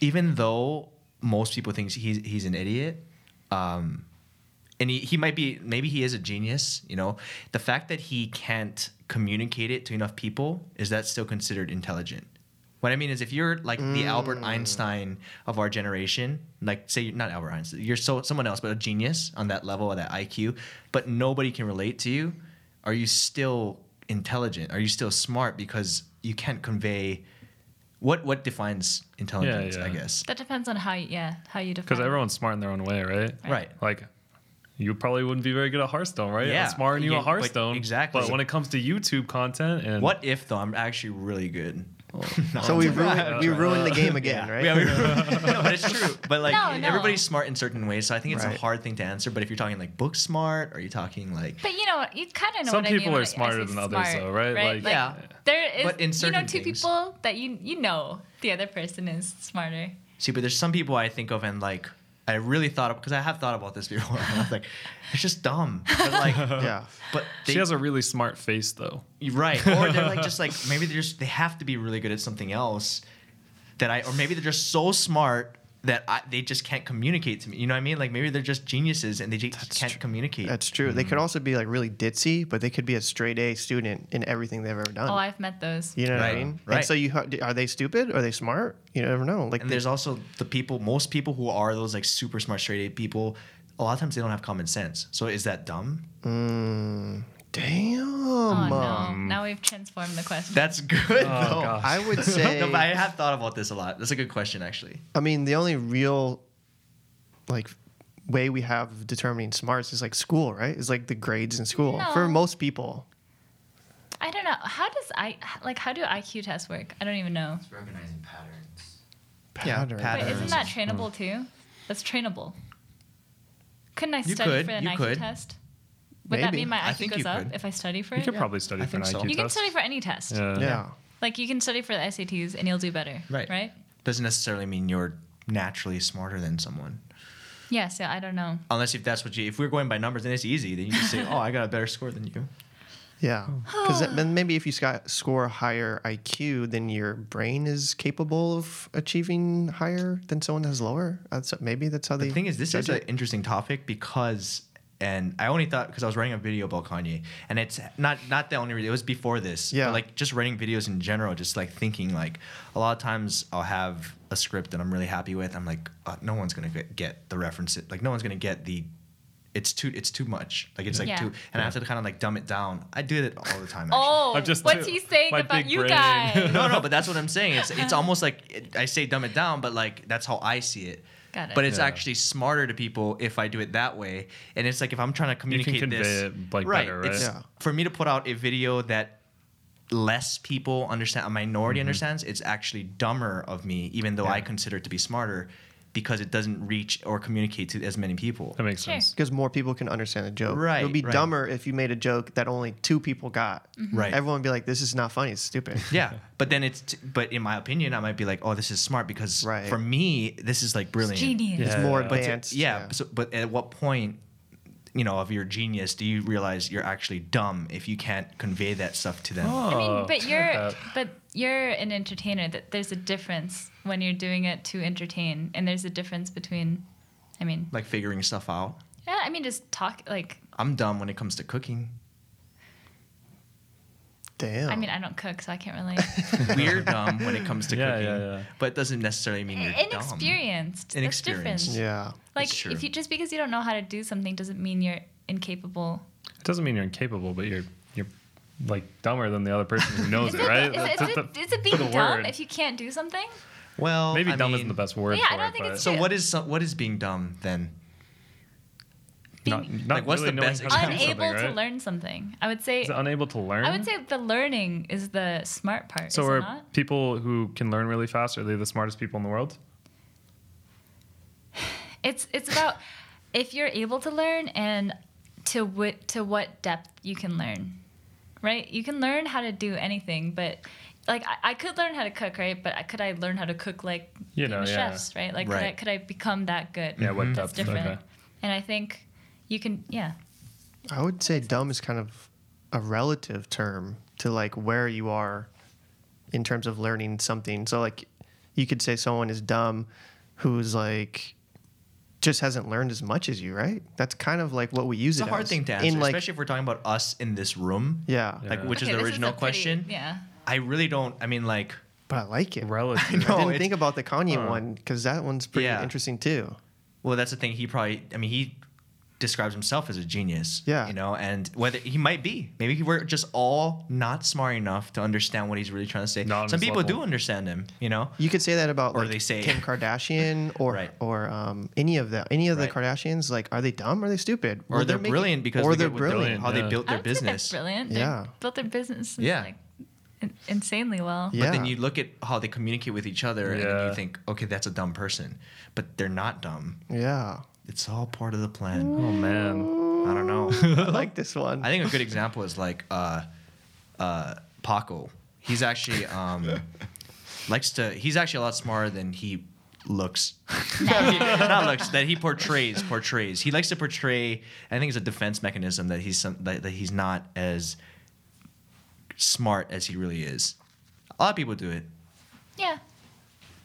[SPEAKER 3] even though most people think he's, he's an idiot, um, and he, he might be maybe he is a genius you know the fact that he can't communicate it to enough people is that still considered intelligent what i mean is if you're like the
[SPEAKER 4] Mm.
[SPEAKER 3] albert einstein of our generation like say you're not albert einstein you're so someone else but a genius on that level of that iq but nobody can relate to you are you still intelligent are you still smart because you can't convey what what defines intelligence i
[SPEAKER 1] yeah.
[SPEAKER 3] guess
[SPEAKER 2] That depends on how you, yeah, how you define.
[SPEAKER 1] Because everyone's smart in their own way, right?
[SPEAKER 3] right
[SPEAKER 1] Like, you probably wouldn't be very good at Hearthstone, right?
[SPEAKER 3] Yeah.
[SPEAKER 1] I'm smarter than you
[SPEAKER 3] Yeah,
[SPEAKER 1] at
[SPEAKER 3] but
[SPEAKER 1] Hearthstone.
[SPEAKER 3] exactly.
[SPEAKER 1] But when it comes to YouTube content and (laughs)
[SPEAKER 3] what if though i'm actually really good (laughs) No,
[SPEAKER 4] So
[SPEAKER 3] I'm
[SPEAKER 4] we
[SPEAKER 3] joking.
[SPEAKER 4] ruined, we ruined the game again, right?
[SPEAKER 3] Oh, (laughs) Yeah, we were- no, but
[SPEAKER 1] (laughs)
[SPEAKER 3] it's true. But like
[SPEAKER 2] No, no.
[SPEAKER 3] everybody's smart in certain ways, so I think it's
[SPEAKER 4] Right.
[SPEAKER 3] a hard thing to answer. But if you're talking like book smart, are you talking like?
[SPEAKER 2] But you know, you kind of know.
[SPEAKER 1] Some
[SPEAKER 2] what I mean
[SPEAKER 1] people
[SPEAKER 2] when
[SPEAKER 1] are
[SPEAKER 2] I- I say
[SPEAKER 1] smarter than others,
[SPEAKER 2] smart,
[SPEAKER 1] though, right?
[SPEAKER 2] Right?
[SPEAKER 1] Like-
[SPEAKER 2] Like,
[SPEAKER 3] Yeah.
[SPEAKER 2] there is.
[SPEAKER 3] But in
[SPEAKER 2] you
[SPEAKER 3] certain
[SPEAKER 2] know, two
[SPEAKER 3] things.
[SPEAKER 2] people that you you know the other person is smarter.
[SPEAKER 3] See, but there's some people I think of and like I really thought because I have thought about this (laughs) before. and I was like, it's just dumb.
[SPEAKER 1] (laughs)
[SPEAKER 3] But like,
[SPEAKER 4] Yeah.
[SPEAKER 3] but they,
[SPEAKER 1] she has a really smart face, though.
[SPEAKER 3] right, or they're like
[SPEAKER 1] (laughs)
[SPEAKER 3] just like maybe they're just they have to be really good at something else that I, or maybe they're just so smart that I, they just can't communicate to me. You know what I mean? Like maybe they're just geniuses and they just can't
[SPEAKER 4] tr-
[SPEAKER 3] communicate.
[SPEAKER 4] That's true. They could also be like really ditzy, but they could be a straight A student in everything they've ever done.
[SPEAKER 2] Oh, I've met those.
[SPEAKER 4] you know what I
[SPEAKER 3] Right,
[SPEAKER 4] mean?
[SPEAKER 3] right.
[SPEAKER 4] And so you ha- are they stupid? Are they smart? You never know. Like
[SPEAKER 3] and there's also the people, most people who are those like super smart straight A people. A lot of times they don't have common sense. So is that dumb?
[SPEAKER 4] mm, damn.
[SPEAKER 2] Oh no! Now we've transformed the question.
[SPEAKER 3] That's good though.
[SPEAKER 1] gosh.
[SPEAKER 4] I would
[SPEAKER 3] (laughs)
[SPEAKER 4] say
[SPEAKER 3] no, but I have thought about this a lot. That's a good question actually.
[SPEAKER 4] I mean, the only real like way we have of determining smarts is like school, right? Is like the grades in school
[SPEAKER 2] No.
[SPEAKER 4] for most people.
[SPEAKER 2] I don't know. How does I like? How do IQ tests work? I don't even know.
[SPEAKER 5] It's recognizing patterns.
[SPEAKER 3] Yeah,
[SPEAKER 4] Pattern.
[SPEAKER 2] Wait,
[SPEAKER 3] patterns.
[SPEAKER 2] isn't that
[SPEAKER 3] mm.
[SPEAKER 2] trainable too? That's trainable. Couldn't I
[SPEAKER 3] You
[SPEAKER 2] study
[SPEAKER 3] could,
[SPEAKER 2] for an
[SPEAKER 3] you
[SPEAKER 2] IQ
[SPEAKER 3] could.
[SPEAKER 2] test? Would that
[SPEAKER 4] Maybe.
[SPEAKER 2] mean my
[SPEAKER 3] I
[SPEAKER 2] IQ
[SPEAKER 3] think
[SPEAKER 2] goes
[SPEAKER 3] you
[SPEAKER 2] up
[SPEAKER 3] could.
[SPEAKER 2] if I study for
[SPEAKER 1] You
[SPEAKER 2] it?
[SPEAKER 1] could
[SPEAKER 2] Yeah.
[SPEAKER 1] probably study
[SPEAKER 3] I
[SPEAKER 1] for an
[SPEAKER 3] think so.
[SPEAKER 1] IQ
[SPEAKER 2] You can
[SPEAKER 1] test.
[SPEAKER 2] study for any test.
[SPEAKER 1] Yeah.
[SPEAKER 4] Yeah.
[SPEAKER 2] Like you can study for the SATs and you'll do better.
[SPEAKER 3] Right.
[SPEAKER 2] Right?
[SPEAKER 3] Doesn't necessarily mean you're naturally smarter than someone.
[SPEAKER 2] Yeah, so I don't know.
[SPEAKER 3] Unless if that's what you, if we're going by numbers, then it's easy. Then you just (laughs) say, oh, I got a better score than you.
[SPEAKER 4] Yeah.
[SPEAKER 3] Oh.
[SPEAKER 4] Because then maybe if you sc- score a higher IQ, then your brain is capable of achieving higher than someone that's lower. That's, maybe that's how they.
[SPEAKER 3] The thing is, this is
[SPEAKER 4] judge
[SPEAKER 3] an
[SPEAKER 4] it.
[SPEAKER 3] interesting topic because, and I only thought because I was writing a video about Kanye, and it's not not the only reason. It was before this.
[SPEAKER 4] Yeah.
[SPEAKER 3] But like just writing videos in general, just like thinking like a lot of times I'll have a script that I'm really happy with. I'm like, uh, no one's gonna get, get the reference. Like no one's gonna get the. It's too. It's too much. Like it's like
[SPEAKER 2] Yeah.
[SPEAKER 3] too, and I have to kind of like dumb it down. I do it all the time. Actually.
[SPEAKER 2] Oh,
[SPEAKER 1] I'm just-
[SPEAKER 2] what's he saying
[SPEAKER 1] my
[SPEAKER 2] about
[SPEAKER 1] big
[SPEAKER 2] you
[SPEAKER 1] brain. (laughs)
[SPEAKER 2] guys?
[SPEAKER 3] (laughs) no, no, but that's what I'm saying.
[SPEAKER 2] (laughs)
[SPEAKER 3] It's it's almost like it, I say dumb it down, but like that's how I see it.
[SPEAKER 2] Got it.
[SPEAKER 3] But it's
[SPEAKER 1] Yeah.
[SPEAKER 3] actually smarter to people if I do it that way. And it's like if I'm trying to
[SPEAKER 1] You can
[SPEAKER 3] communicate
[SPEAKER 1] convey
[SPEAKER 3] this,
[SPEAKER 1] it like
[SPEAKER 3] right?
[SPEAKER 1] better, right?
[SPEAKER 3] It's,
[SPEAKER 4] Yeah.
[SPEAKER 3] For me to put out a video that less people understand, a
[SPEAKER 1] Mm-hmm.
[SPEAKER 3] minority understands, it's actually dumber of me, even though I consider it to be smarter, because it doesn't reach or communicate to as many people.
[SPEAKER 1] That makes
[SPEAKER 2] Sure.
[SPEAKER 1] sense.
[SPEAKER 4] Because more people can understand a joke. It
[SPEAKER 3] Right,
[SPEAKER 4] would be
[SPEAKER 3] right.
[SPEAKER 4] dumber if you made a joke that only two people got.
[SPEAKER 2] Mm-hmm.
[SPEAKER 3] Right.
[SPEAKER 4] Everyone would be like, this is not funny. It's
[SPEAKER 3] (laughs)
[SPEAKER 4] stupid.
[SPEAKER 3] (laughs) Yeah, but then it's t- but in my opinion, I might be like, oh, this is smart because
[SPEAKER 4] Right.
[SPEAKER 3] for me, this is like brilliant.
[SPEAKER 2] Genius.
[SPEAKER 1] Yeah.
[SPEAKER 4] It's more
[SPEAKER 1] But to-
[SPEAKER 3] to-
[SPEAKER 4] advanced.
[SPEAKER 3] yeah. So, but at what point, you know, of your genius do you realize you're actually dumb if you can't convey that stuff to them?
[SPEAKER 2] I mean,
[SPEAKER 1] Oh, (laughs)
[SPEAKER 2] but
[SPEAKER 1] like
[SPEAKER 2] you're
[SPEAKER 1] that.
[SPEAKER 2] but you're an entertainer. That there's a difference when you're doing it to entertain, and there's a difference between, I mean,
[SPEAKER 3] Like figuring stuff out.
[SPEAKER 2] yeah, I mean, just talk. Like,
[SPEAKER 3] I'm dumb when it comes to cooking.
[SPEAKER 4] Damn.
[SPEAKER 2] I mean,
[SPEAKER 1] Oh.
[SPEAKER 2] I don't cook, so I can't
[SPEAKER 1] (laughs)
[SPEAKER 2] relate.
[SPEAKER 3] We're dumb when it comes to
[SPEAKER 1] Yeah,
[SPEAKER 3] cooking,
[SPEAKER 1] yeah, yeah.
[SPEAKER 3] but it doesn't necessarily
[SPEAKER 2] (laughs)
[SPEAKER 3] mean you're dumb.
[SPEAKER 2] Inexperienced. That's different.
[SPEAKER 3] Inexperienced.
[SPEAKER 4] yeah.
[SPEAKER 2] Like,
[SPEAKER 3] That's true.
[SPEAKER 2] if you just because you don't know how to do something doesn't mean you're incapable.
[SPEAKER 1] It doesn't mean you're incapable, but you're you're like dumber than the other person who knows
[SPEAKER 2] (laughs) Is
[SPEAKER 1] it,
[SPEAKER 2] it,
[SPEAKER 1] right?
[SPEAKER 2] is it,
[SPEAKER 1] That's
[SPEAKER 2] is
[SPEAKER 1] the-
[SPEAKER 2] it, is it
[SPEAKER 1] the
[SPEAKER 2] being dumb
[SPEAKER 1] word.
[SPEAKER 2] if you can't do something?
[SPEAKER 3] Well,
[SPEAKER 1] Maybe
[SPEAKER 3] I
[SPEAKER 1] dumb isn't
[SPEAKER 3] mean,
[SPEAKER 1] the best word.
[SPEAKER 2] Yeah, I
[SPEAKER 1] for
[SPEAKER 2] don't
[SPEAKER 1] it,
[SPEAKER 2] think
[SPEAKER 1] but
[SPEAKER 2] it's
[SPEAKER 3] So what is some, what is being dumb then?
[SPEAKER 1] (laughs)
[SPEAKER 2] Being
[SPEAKER 1] not, not
[SPEAKER 3] Like, what's
[SPEAKER 1] really
[SPEAKER 3] the
[SPEAKER 1] knowing
[SPEAKER 3] best
[SPEAKER 1] how to do
[SPEAKER 3] example?
[SPEAKER 2] unable
[SPEAKER 1] something,
[SPEAKER 2] to
[SPEAKER 1] right?
[SPEAKER 2] learn something. I would say.
[SPEAKER 1] Is it unable to learn?
[SPEAKER 2] I would say the learning is the smart part.
[SPEAKER 1] So
[SPEAKER 2] is
[SPEAKER 1] are
[SPEAKER 2] it not?
[SPEAKER 1] people who can learn really fast are they the smartest people in the world?
[SPEAKER 2] It's it's about if you're able to learn and to what to what depth you can learn, right? You can learn how to do anything, but like I, I could learn how to cook, right? But I, could I learn how to cook like
[SPEAKER 1] You know,
[SPEAKER 2] famous
[SPEAKER 1] yeah.
[SPEAKER 2] chefs, right? Like
[SPEAKER 3] Right.
[SPEAKER 2] Could, I, could I become that good?
[SPEAKER 1] Yeah, what
[SPEAKER 2] That's
[SPEAKER 1] depth?
[SPEAKER 2] different.
[SPEAKER 1] Okay.
[SPEAKER 2] And I think you can, yeah.
[SPEAKER 4] I would say dumb is kind of a relative term to like where you are in terms of learning something. So like you could say someone is dumb who's like just hasn't learned as much as you, right? That's kind of like what we use
[SPEAKER 3] It's a
[SPEAKER 4] it
[SPEAKER 3] hard
[SPEAKER 4] as.
[SPEAKER 3] thing to
[SPEAKER 4] In,
[SPEAKER 3] answer,
[SPEAKER 4] like-
[SPEAKER 3] especially if we're talking about us in this room,
[SPEAKER 4] yeah,
[SPEAKER 1] Yeah.
[SPEAKER 3] like which
[SPEAKER 2] Okay,
[SPEAKER 3] is
[SPEAKER 2] this
[SPEAKER 3] the
[SPEAKER 2] a
[SPEAKER 3] original
[SPEAKER 2] pretty-
[SPEAKER 3] question.
[SPEAKER 2] yeah.
[SPEAKER 3] I really don't. I mean, like
[SPEAKER 4] but I like it.
[SPEAKER 1] Relative.
[SPEAKER 4] (laughs) I
[SPEAKER 3] No,
[SPEAKER 4] didn't
[SPEAKER 3] it's- uh,
[SPEAKER 4] think about the Kanye
[SPEAKER 1] Huh.
[SPEAKER 4] one because that one's pretty
[SPEAKER 3] Yeah.
[SPEAKER 4] interesting too.
[SPEAKER 3] Well, that's the thing. He probably, I mean, he describes himself as a genius.
[SPEAKER 4] Yeah.
[SPEAKER 3] You know, and whether he might be, maybe we're just all not smart enough to understand what he's really trying to say.
[SPEAKER 1] Not on
[SPEAKER 3] Some
[SPEAKER 1] his
[SPEAKER 3] people do
[SPEAKER 1] level.
[SPEAKER 3] understand him, you know?
[SPEAKER 4] You could say that about
[SPEAKER 3] Or
[SPEAKER 4] like
[SPEAKER 3] they say- (laughs)
[SPEAKER 4] Kim Kardashian or
[SPEAKER 3] Right.
[SPEAKER 4] or um, any of the any of
[SPEAKER 3] Right.
[SPEAKER 4] the Kardashians. Like, are they dumb? Are they stupid?
[SPEAKER 3] Or
[SPEAKER 4] Well,
[SPEAKER 3] they're
[SPEAKER 4] making-
[SPEAKER 3] brilliant because
[SPEAKER 4] or
[SPEAKER 3] look
[SPEAKER 4] they're
[SPEAKER 3] at what they-
[SPEAKER 4] brilliant.
[SPEAKER 3] how
[SPEAKER 1] yeah.
[SPEAKER 3] they built
[SPEAKER 2] I
[SPEAKER 3] their
[SPEAKER 2] would say
[SPEAKER 3] business.
[SPEAKER 2] They're brilliant.
[SPEAKER 4] Yeah.
[SPEAKER 2] They built their businesses
[SPEAKER 3] Yeah.
[SPEAKER 2] like in- insanely well.
[SPEAKER 4] Yeah.
[SPEAKER 3] But then you look at how they communicate with each other and then you
[SPEAKER 1] Yeah.
[SPEAKER 3] think, okay, that's a dumb person. But they're not dumb.
[SPEAKER 4] Yeah,
[SPEAKER 3] It's all part of the plan.
[SPEAKER 1] Oh man.
[SPEAKER 3] I don't know. (laughs)
[SPEAKER 4] (laughs) Uh-huh. I like this one.
[SPEAKER 3] I think a good example is like uh, uh, Paco. He's
[SPEAKER 4] (laughs)
[SPEAKER 3] actually um, likes to. He's actually a lot smarter than he looks. Not looks that he portrays. Portrays. He likes to portray. I think it's a defense mechanism that he's some, that, that he's not as smart as he really is. A lot of people do it.
[SPEAKER 2] Yeah.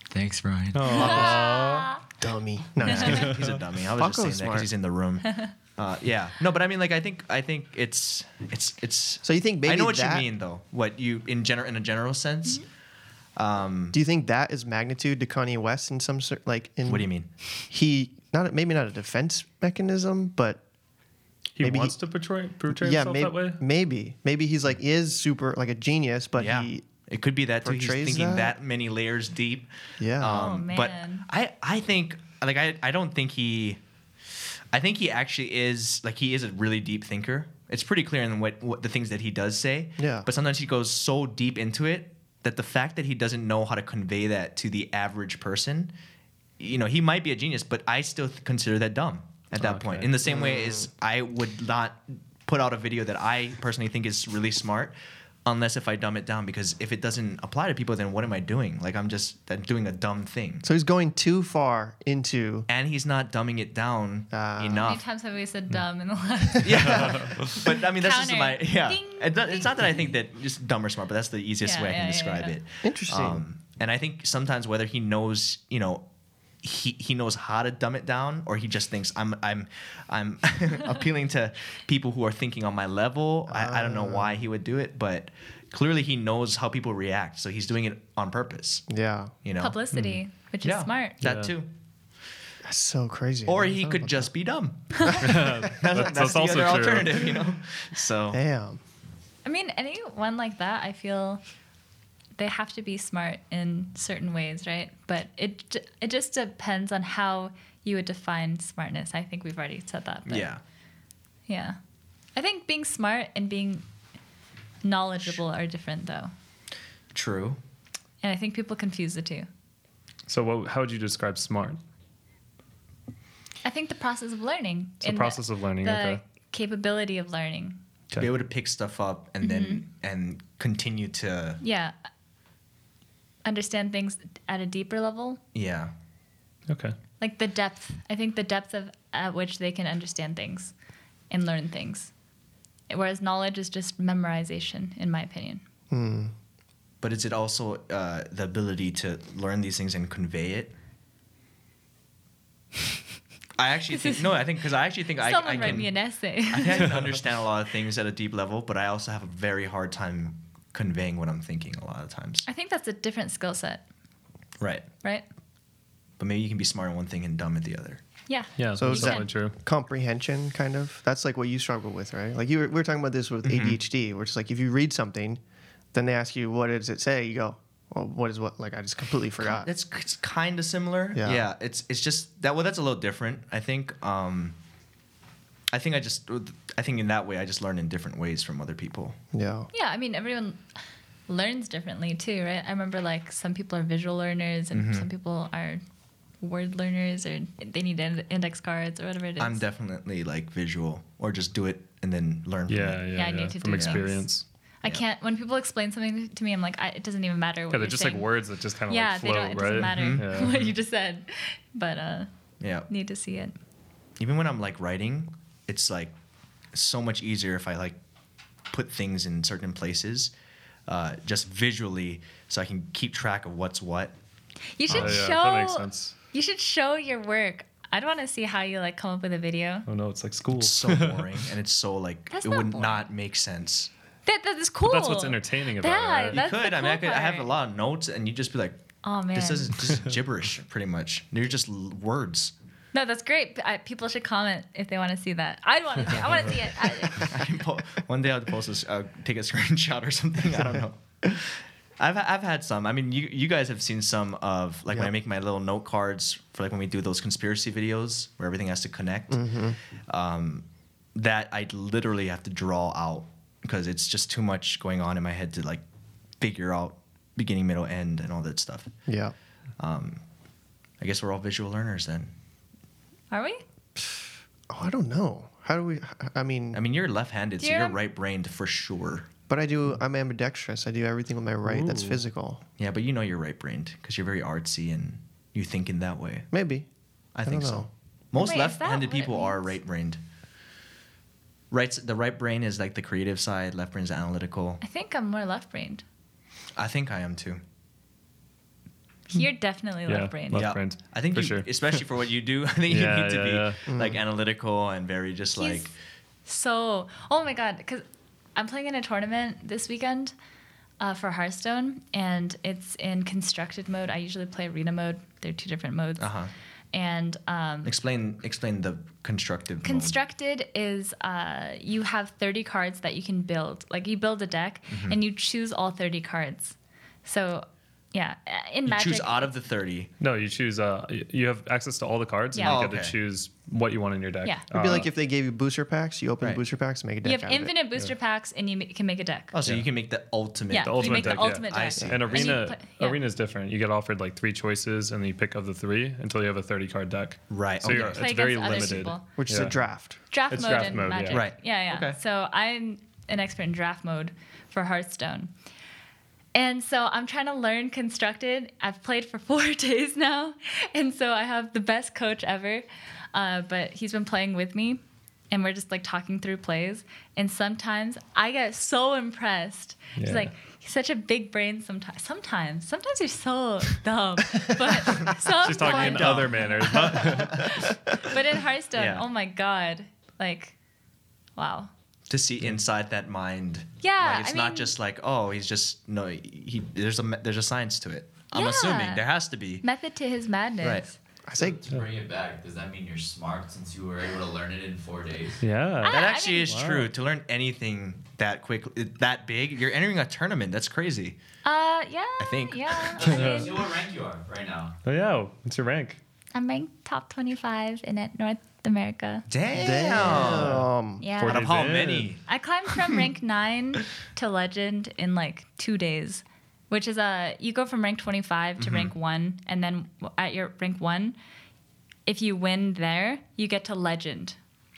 [SPEAKER 5] Thanks, Brian.
[SPEAKER 1] Oh.
[SPEAKER 4] (laughs) dummy. No,
[SPEAKER 3] Nah,
[SPEAKER 4] just kidding.
[SPEAKER 3] he's a dummy. I was
[SPEAKER 4] Paco's
[SPEAKER 3] just saying that
[SPEAKER 4] smart.
[SPEAKER 3] because he's in the room. Uh, yeah. No, but I mean, like, I think, I think it's, it's, it's.
[SPEAKER 4] So you think maybe
[SPEAKER 3] I know what
[SPEAKER 4] that-
[SPEAKER 3] you mean, though. What you in general, in a general sense.
[SPEAKER 4] Mm-hmm.
[SPEAKER 3] Um,
[SPEAKER 4] Do you think that is magnitude to Kanye West in some sort? Like, in
[SPEAKER 3] What do you mean?
[SPEAKER 4] He not maybe not a defense mechanism, but
[SPEAKER 1] He
[SPEAKER 4] Maybe
[SPEAKER 1] wants
[SPEAKER 4] he-
[SPEAKER 1] to portray, portray
[SPEAKER 4] yeah,
[SPEAKER 1] himself
[SPEAKER 4] maybe,
[SPEAKER 1] that way.
[SPEAKER 4] maybe maybe he's like is super like a genius, but
[SPEAKER 3] yeah.
[SPEAKER 4] he
[SPEAKER 3] it could be that too. He's
[SPEAKER 4] portrays
[SPEAKER 3] thinking that?
[SPEAKER 4] that?
[SPEAKER 3] many layers deep.
[SPEAKER 4] yeah.
[SPEAKER 3] Um,
[SPEAKER 2] Oh,
[SPEAKER 3] But
[SPEAKER 2] man.
[SPEAKER 3] I, I think, like, I, I don't think he. I think he actually is like he is a really deep thinker. It's pretty clear in what, what the things that he does say.
[SPEAKER 4] Yeah.
[SPEAKER 3] But sometimes he goes so deep into it that the fact that he doesn't know how to convey that to the average person, you know, he might be a genius, but I still th- consider that dumb at that point.
[SPEAKER 1] Okay.
[SPEAKER 3] In the same way as I would not put out a video that I personally think is really smart unless if I dumb it down because if it doesn't apply to people then what am I doing? Like I'm just I'm doing a dumb thing.
[SPEAKER 4] so he's going too far into
[SPEAKER 3] And he's not dumbing it down
[SPEAKER 4] Ah.
[SPEAKER 2] How many
[SPEAKER 3] enough.
[SPEAKER 2] times have we
[SPEAKER 1] Mm.
[SPEAKER 2] said dumb in the last?
[SPEAKER 3] (laughs) yeah. but I mean, that's just
[SPEAKER 2] Counter.
[SPEAKER 3] my yeah.
[SPEAKER 2] Ding,
[SPEAKER 3] It do- it's
[SPEAKER 2] ding.
[SPEAKER 3] not that I think that just dumb or smart, but that's the easiest
[SPEAKER 2] Yeah,
[SPEAKER 3] way I can
[SPEAKER 2] yeah, yeah,
[SPEAKER 3] describe
[SPEAKER 2] yeah.
[SPEAKER 3] it.
[SPEAKER 4] Interesting.
[SPEAKER 3] Um, and I think sometimes whether he knows, you know. He, he knows how to dumb it down, or he just thinks I'm I'm I'm (laughs) appealing to people who are thinking on my level. I, I don't know why he would do it, but clearly he knows how people react, so he's doing it on purpose.
[SPEAKER 4] yeah.
[SPEAKER 3] You know,
[SPEAKER 2] Publicity, which
[SPEAKER 3] yeah,
[SPEAKER 2] is smart.
[SPEAKER 3] That
[SPEAKER 1] Yeah.
[SPEAKER 3] too,
[SPEAKER 4] That's so crazy.
[SPEAKER 3] or
[SPEAKER 4] I never
[SPEAKER 3] he
[SPEAKER 4] thought
[SPEAKER 3] could
[SPEAKER 4] about
[SPEAKER 3] just be dumb.
[SPEAKER 1] (laughs)
[SPEAKER 3] (laughs)
[SPEAKER 1] that's,
[SPEAKER 3] That's,
[SPEAKER 1] that's
[SPEAKER 3] the
[SPEAKER 1] also
[SPEAKER 3] other
[SPEAKER 1] true.
[SPEAKER 3] alternative, you know. So
[SPEAKER 4] that. damn.
[SPEAKER 2] I mean, anyone like that, I feel they have to be smart in certain ways, right? But it j- it just depends on how you would define smartness. I think we've already said that. But
[SPEAKER 3] yeah,
[SPEAKER 2] Yeah. I think being smart and being knowledgeable are different though.
[SPEAKER 3] true.
[SPEAKER 2] And I think people confuse the two.
[SPEAKER 1] So, what, how would you describe smart?
[SPEAKER 2] I think the process of learning.
[SPEAKER 1] It's the
[SPEAKER 2] and
[SPEAKER 1] process of learning.
[SPEAKER 2] the
[SPEAKER 1] okay.
[SPEAKER 2] capability of learning.
[SPEAKER 3] to be able to pick stuff up and then
[SPEAKER 2] Mm-hmm.
[SPEAKER 3] and continue to
[SPEAKER 2] Yeah. Understand things at a deeper level.
[SPEAKER 3] yeah
[SPEAKER 1] Okay.
[SPEAKER 2] Like the depth. I think the depth of at which they can understand things and learn things. Whereas knowledge is just memorization, in my opinion.
[SPEAKER 3] but is it also uh, the ability to learn these things and convey it i actually think no i think because i actually think I,
[SPEAKER 2] Someone
[SPEAKER 3] I
[SPEAKER 2] write
[SPEAKER 3] can (laughs)
[SPEAKER 2] me an essay.
[SPEAKER 3] I think I can understand a lot of things at a deep level but i also have a very hard time conveying what i'm thinking a lot of times
[SPEAKER 2] (laughs) I think that's a different skill set,
[SPEAKER 3] right
[SPEAKER 2] right?
[SPEAKER 3] but maybe you can be smart in one thing and dumb at the other
[SPEAKER 2] Yeah.
[SPEAKER 1] Yeah. So
[SPEAKER 4] So
[SPEAKER 1] that's
[SPEAKER 4] is that-
[SPEAKER 1] definitely true.
[SPEAKER 4] Comprehension, kind of. That's like what you struggle with, right? Like you were, we were talking about this
[SPEAKER 1] Mm-hmm.
[SPEAKER 4] with ADHD, where it's like if you read something, then they ask you what does it say, you go, well, what is what? Like I just completely forgot.
[SPEAKER 3] That's it's kind of similar.
[SPEAKER 4] Yeah.
[SPEAKER 3] Yeah. It's it's just that well that's a little different. I think. Um, I think I just I think in that way I just learn in different ways from other people.
[SPEAKER 4] Yeah.
[SPEAKER 2] Yeah, I mean, everyone learns differently too, right? I remember like some people are visual learners and
[SPEAKER 3] Mm-hmm.
[SPEAKER 2] some people are word learners or they need ind- index cards or whatever it is.
[SPEAKER 3] I'm definitely like visual or just do it and then learn. From
[SPEAKER 1] Yeah.
[SPEAKER 3] it.
[SPEAKER 1] Yeah.
[SPEAKER 2] I need
[SPEAKER 1] yeah.
[SPEAKER 2] to do
[SPEAKER 1] From
[SPEAKER 2] things.
[SPEAKER 1] experience.
[SPEAKER 2] I
[SPEAKER 3] yeah.
[SPEAKER 2] can't, when people explain something to me, I'm like, I, it doesn't even matter what
[SPEAKER 1] Yeah,
[SPEAKER 2] you're
[SPEAKER 1] they're just
[SPEAKER 2] saying.
[SPEAKER 1] like words that just kind of
[SPEAKER 2] yeah,
[SPEAKER 1] like
[SPEAKER 2] they
[SPEAKER 1] float,
[SPEAKER 2] don't, it
[SPEAKER 1] right? Mm-hmm.
[SPEAKER 2] doesn't matter
[SPEAKER 3] Mm-hmm.
[SPEAKER 1] Yeah.
[SPEAKER 2] (laughs) what you just said, but uh,
[SPEAKER 3] Yeah.
[SPEAKER 2] need to see it.
[SPEAKER 3] Even when I'm like writing, it's like so much easier if I like put things in certain places, uh, just visually, so I can keep track of what's what.
[SPEAKER 2] You
[SPEAKER 1] Yeah, Oh,
[SPEAKER 2] should
[SPEAKER 1] yeah,
[SPEAKER 2] show,
[SPEAKER 1] that makes sense.
[SPEAKER 2] you should show your work. I'd want to see how you like come up with a video.
[SPEAKER 1] Oh no, it's like school.
[SPEAKER 3] It's so (laughs) boring and it's so like
[SPEAKER 2] That's
[SPEAKER 3] it
[SPEAKER 2] not
[SPEAKER 3] would
[SPEAKER 2] boring.
[SPEAKER 3] not make sense.
[SPEAKER 2] That, that is cool.
[SPEAKER 1] That's what's entertaining about
[SPEAKER 2] Yeah,
[SPEAKER 1] it.
[SPEAKER 2] that-
[SPEAKER 1] Right?
[SPEAKER 3] You
[SPEAKER 2] That's the
[SPEAKER 3] could. I mean, I,
[SPEAKER 2] cool
[SPEAKER 3] could, I have a
[SPEAKER 2] part.
[SPEAKER 3] lot of notes, and you would just be like,
[SPEAKER 2] Oh man.
[SPEAKER 3] "This is just gibberish, pretty much. They're just l- words." (laughs)
[SPEAKER 2] No, that's great. I, people should comment if they want to see that. I'd want to see. It. I
[SPEAKER 1] (laughs)
[SPEAKER 2] want to see it. I,
[SPEAKER 3] I can po- one day I'll post this, uh, take a (laughs) screenshot or something. I don't know. I've I've had some. I mean, you you guys have seen some of like when I
[SPEAKER 4] Yep.
[SPEAKER 3] make my little note cards for like when we do those conspiracy videos where everything has to connect. Um, that I literally have to draw out because it's just too much going on in my head to like figure out beginning, middle, end, and all that stuff.
[SPEAKER 4] Yeah.
[SPEAKER 3] I guess we're all visual learners then.
[SPEAKER 2] are we?
[SPEAKER 4] Oh, I don't know. How do we? I mean,
[SPEAKER 3] I mean, you're left-handed, so
[SPEAKER 2] Yeah.
[SPEAKER 3] you're right-brained for sure.
[SPEAKER 4] but I do. I'm ambidextrous. I do everything with my right. That's
[SPEAKER 1] Ooh.
[SPEAKER 4] physical.
[SPEAKER 3] Yeah, but you know you're right-brained because you're very artsy and you think in that way.
[SPEAKER 4] Maybe.
[SPEAKER 3] I,
[SPEAKER 4] I
[SPEAKER 3] think
[SPEAKER 4] don't
[SPEAKER 3] so.
[SPEAKER 4] know.
[SPEAKER 3] Most
[SPEAKER 2] Wait, is that
[SPEAKER 3] left-handed
[SPEAKER 2] what it
[SPEAKER 3] people are
[SPEAKER 2] means?
[SPEAKER 3] right-brained. Right, the right brain is like the creative side. Left brain is analytical.
[SPEAKER 2] I think I'm more left-brained.
[SPEAKER 3] I think I am too.
[SPEAKER 2] You're definitely
[SPEAKER 1] Hmm. Yeah,
[SPEAKER 2] left brained.
[SPEAKER 1] left-
[SPEAKER 3] yeah,
[SPEAKER 1] friends,
[SPEAKER 3] I think
[SPEAKER 1] for
[SPEAKER 3] you,
[SPEAKER 1] sure.
[SPEAKER 3] especially for what you do, (laughs) I think
[SPEAKER 1] Yeah,
[SPEAKER 3] you need to
[SPEAKER 1] yeah, Mm.
[SPEAKER 3] be like analytical and very just
[SPEAKER 2] He's
[SPEAKER 3] like
[SPEAKER 2] so. Oh my god! Because I'm playing in a tournament this weekend uh, for Hearthstone, and it's in constructed mode. I usually play arena mode. They're two different modes.
[SPEAKER 3] uh huh.
[SPEAKER 2] And um,
[SPEAKER 3] Explain explain the constructive. mode.
[SPEAKER 2] constructed is uh, you have 30 cards that you can build. Like you build a deck, and you choose all 30 cards. So, yeah, uh, in
[SPEAKER 3] You
[SPEAKER 2] Magic,
[SPEAKER 3] choose out of the thirty.
[SPEAKER 1] No, you choose. Uh, y- you have access to all the cards,
[SPEAKER 2] Yeah.
[SPEAKER 1] and
[SPEAKER 2] Oh,
[SPEAKER 1] you get
[SPEAKER 3] okay.
[SPEAKER 1] to choose what you want in your deck.
[SPEAKER 2] Yeah.
[SPEAKER 4] It'd be
[SPEAKER 1] Uh,
[SPEAKER 4] like if they gave you booster packs, you open
[SPEAKER 3] Right.
[SPEAKER 4] booster packs, and make a deck
[SPEAKER 2] you have
[SPEAKER 4] out of it.
[SPEAKER 2] infinite booster packs, and you ma- can make a deck.
[SPEAKER 3] Oh, so
[SPEAKER 1] Yeah.
[SPEAKER 3] you can make the ultimate.
[SPEAKER 2] yeah,
[SPEAKER 1] the
[SPEAKER 2] you
[SPEAKER 1] ultimate
[SPEAKER 2] make
[SPEAKER 1] deck,
[SPEAKER 2] the
[SPEAKER 1] yeah.
[SPEAKER 2] ultimate
[SPEAKER 3] I
[SPEAKER 2] deck.
[SPEAKER 3] see.
[SPEAKER 1] and
[SPEAKER 2] you
[SPEAKER 1] arena
[SPEAKER 2] put- yeah.
[SPEAKER 1] arena is different. You get offered like three choices, and you pick of the three until you have a thirty card deck.
[SPEAKER 3] Right,
[SPEAKER 1] So
[SPEAKER 3] okay.
[SPEAKER 1] you're,
[SPEAKER 2] Play
[SPEAKER 1] it's very
[SPEAKER 2] against other
[SPEAKER 1] limited.
[SPEAKER 2] people.
[SPEAKER 4] which is
[SPEAKER 1] Yeah.
[SPEAKER 4] a draft.
[SPEAKER 2] draft
[SPEAKER 1] It's
[SPEAKER 2] mode
[SPEAKER 1] draft
[SPEAKER 2] and
[SPEAKER 1] mode, yeah.
[SPEAKER 2] magic.
[SPEAKER 3] Right.
[SPEAKER 2] Yeah, yeah.
[SPEAKER 3] Okay.
[SPEAKER 2] So I'm an expert in draft mode for Hearthstone. And so I'm trying to learn constructed. I've played for (laughs) four days now, and so I have the best coach ever. Uh, but he's been playing with me, and we're just like talking through plays. And sometimes I get so impressed. He's
[SPEAKER 1] Yeah.
[SPEAKER 2] like, he's such a big brain. Sometimes, sometimes, sometimes you're so dumb. (laughs) But sometimes,
[SPEAKER 1] She's talking in
[SPEAKER 3] Dumb.
[SPEAKER 1] other manners. not-
[SPEAKER 2] but in Hearthstone,
[SPEAKER 3] Yeah.
[SPEAKER 2] oh my god, like, wow.
[SPEAKER 3] to see inside that mind.
[SPEAKER 2] Yeah,
[SPEAKER 3] like, it's
[SPEAKER 2] I
[SPEAKER 3] not
[SPEAKER 2] mean-
[SPEAKER 3] just like oh, he's just no. He there's a there's a science to it. I'm
[SPEAKER 2] Yeah.
[SPEAKER 3] assuming there has to be.
[SPEAKER 2] Method to his madness.
[SPEAKER 3] Right.
[SPEAKER 4] I say
[SPEAKER 5] To bring it back, does that mean you're smart since you were able to learn it in four days?
[SPEAKER 1] (laughs) yeah.
[SPEAKER 2] I-
[SPEAKER 3] That actually is
[SPEAKER 1] mean-
[SPEAKER 3] true.
[SPEAKER 1] Wow.
[SPEAKER 3] To learn anything that quick, that big, you're entering a tournament. That's crazy.
[SPEAKER 2] Uh, yeah.
[SPEAKER 3] I think. (laughs)
[SPEAKER 2] Yeah. I
[SPEAKER 5] See
[SPEAKER 2] mean,
[SPEAKER 5] what rank you are right now.
[SPEAKER 1] Oh, yeah. What's your rank?
[SPEAKER 2] I'm ranked top 25 in at North America.
[SPEAKER 3] Damn.
[SPEAKER 4] damn.
[SPEAKER 2] Yeah.
[SPEAKER 1] Forty-
[SPEAKER 3] Out of how
[SPEAKER 1] Damn.
[SPEAKER 3] many?
[SPEAKER 2] I climbed
[SPEAKER 3] (laughs)
[SPEAKER 2] from rank nine to legend in like two days, which is a you go from rank 25
[SPEAKER 3] Mm-hmm.
[SPEAKER 2] to rank one, and then w- at your rank one, if you win there, you get to legend,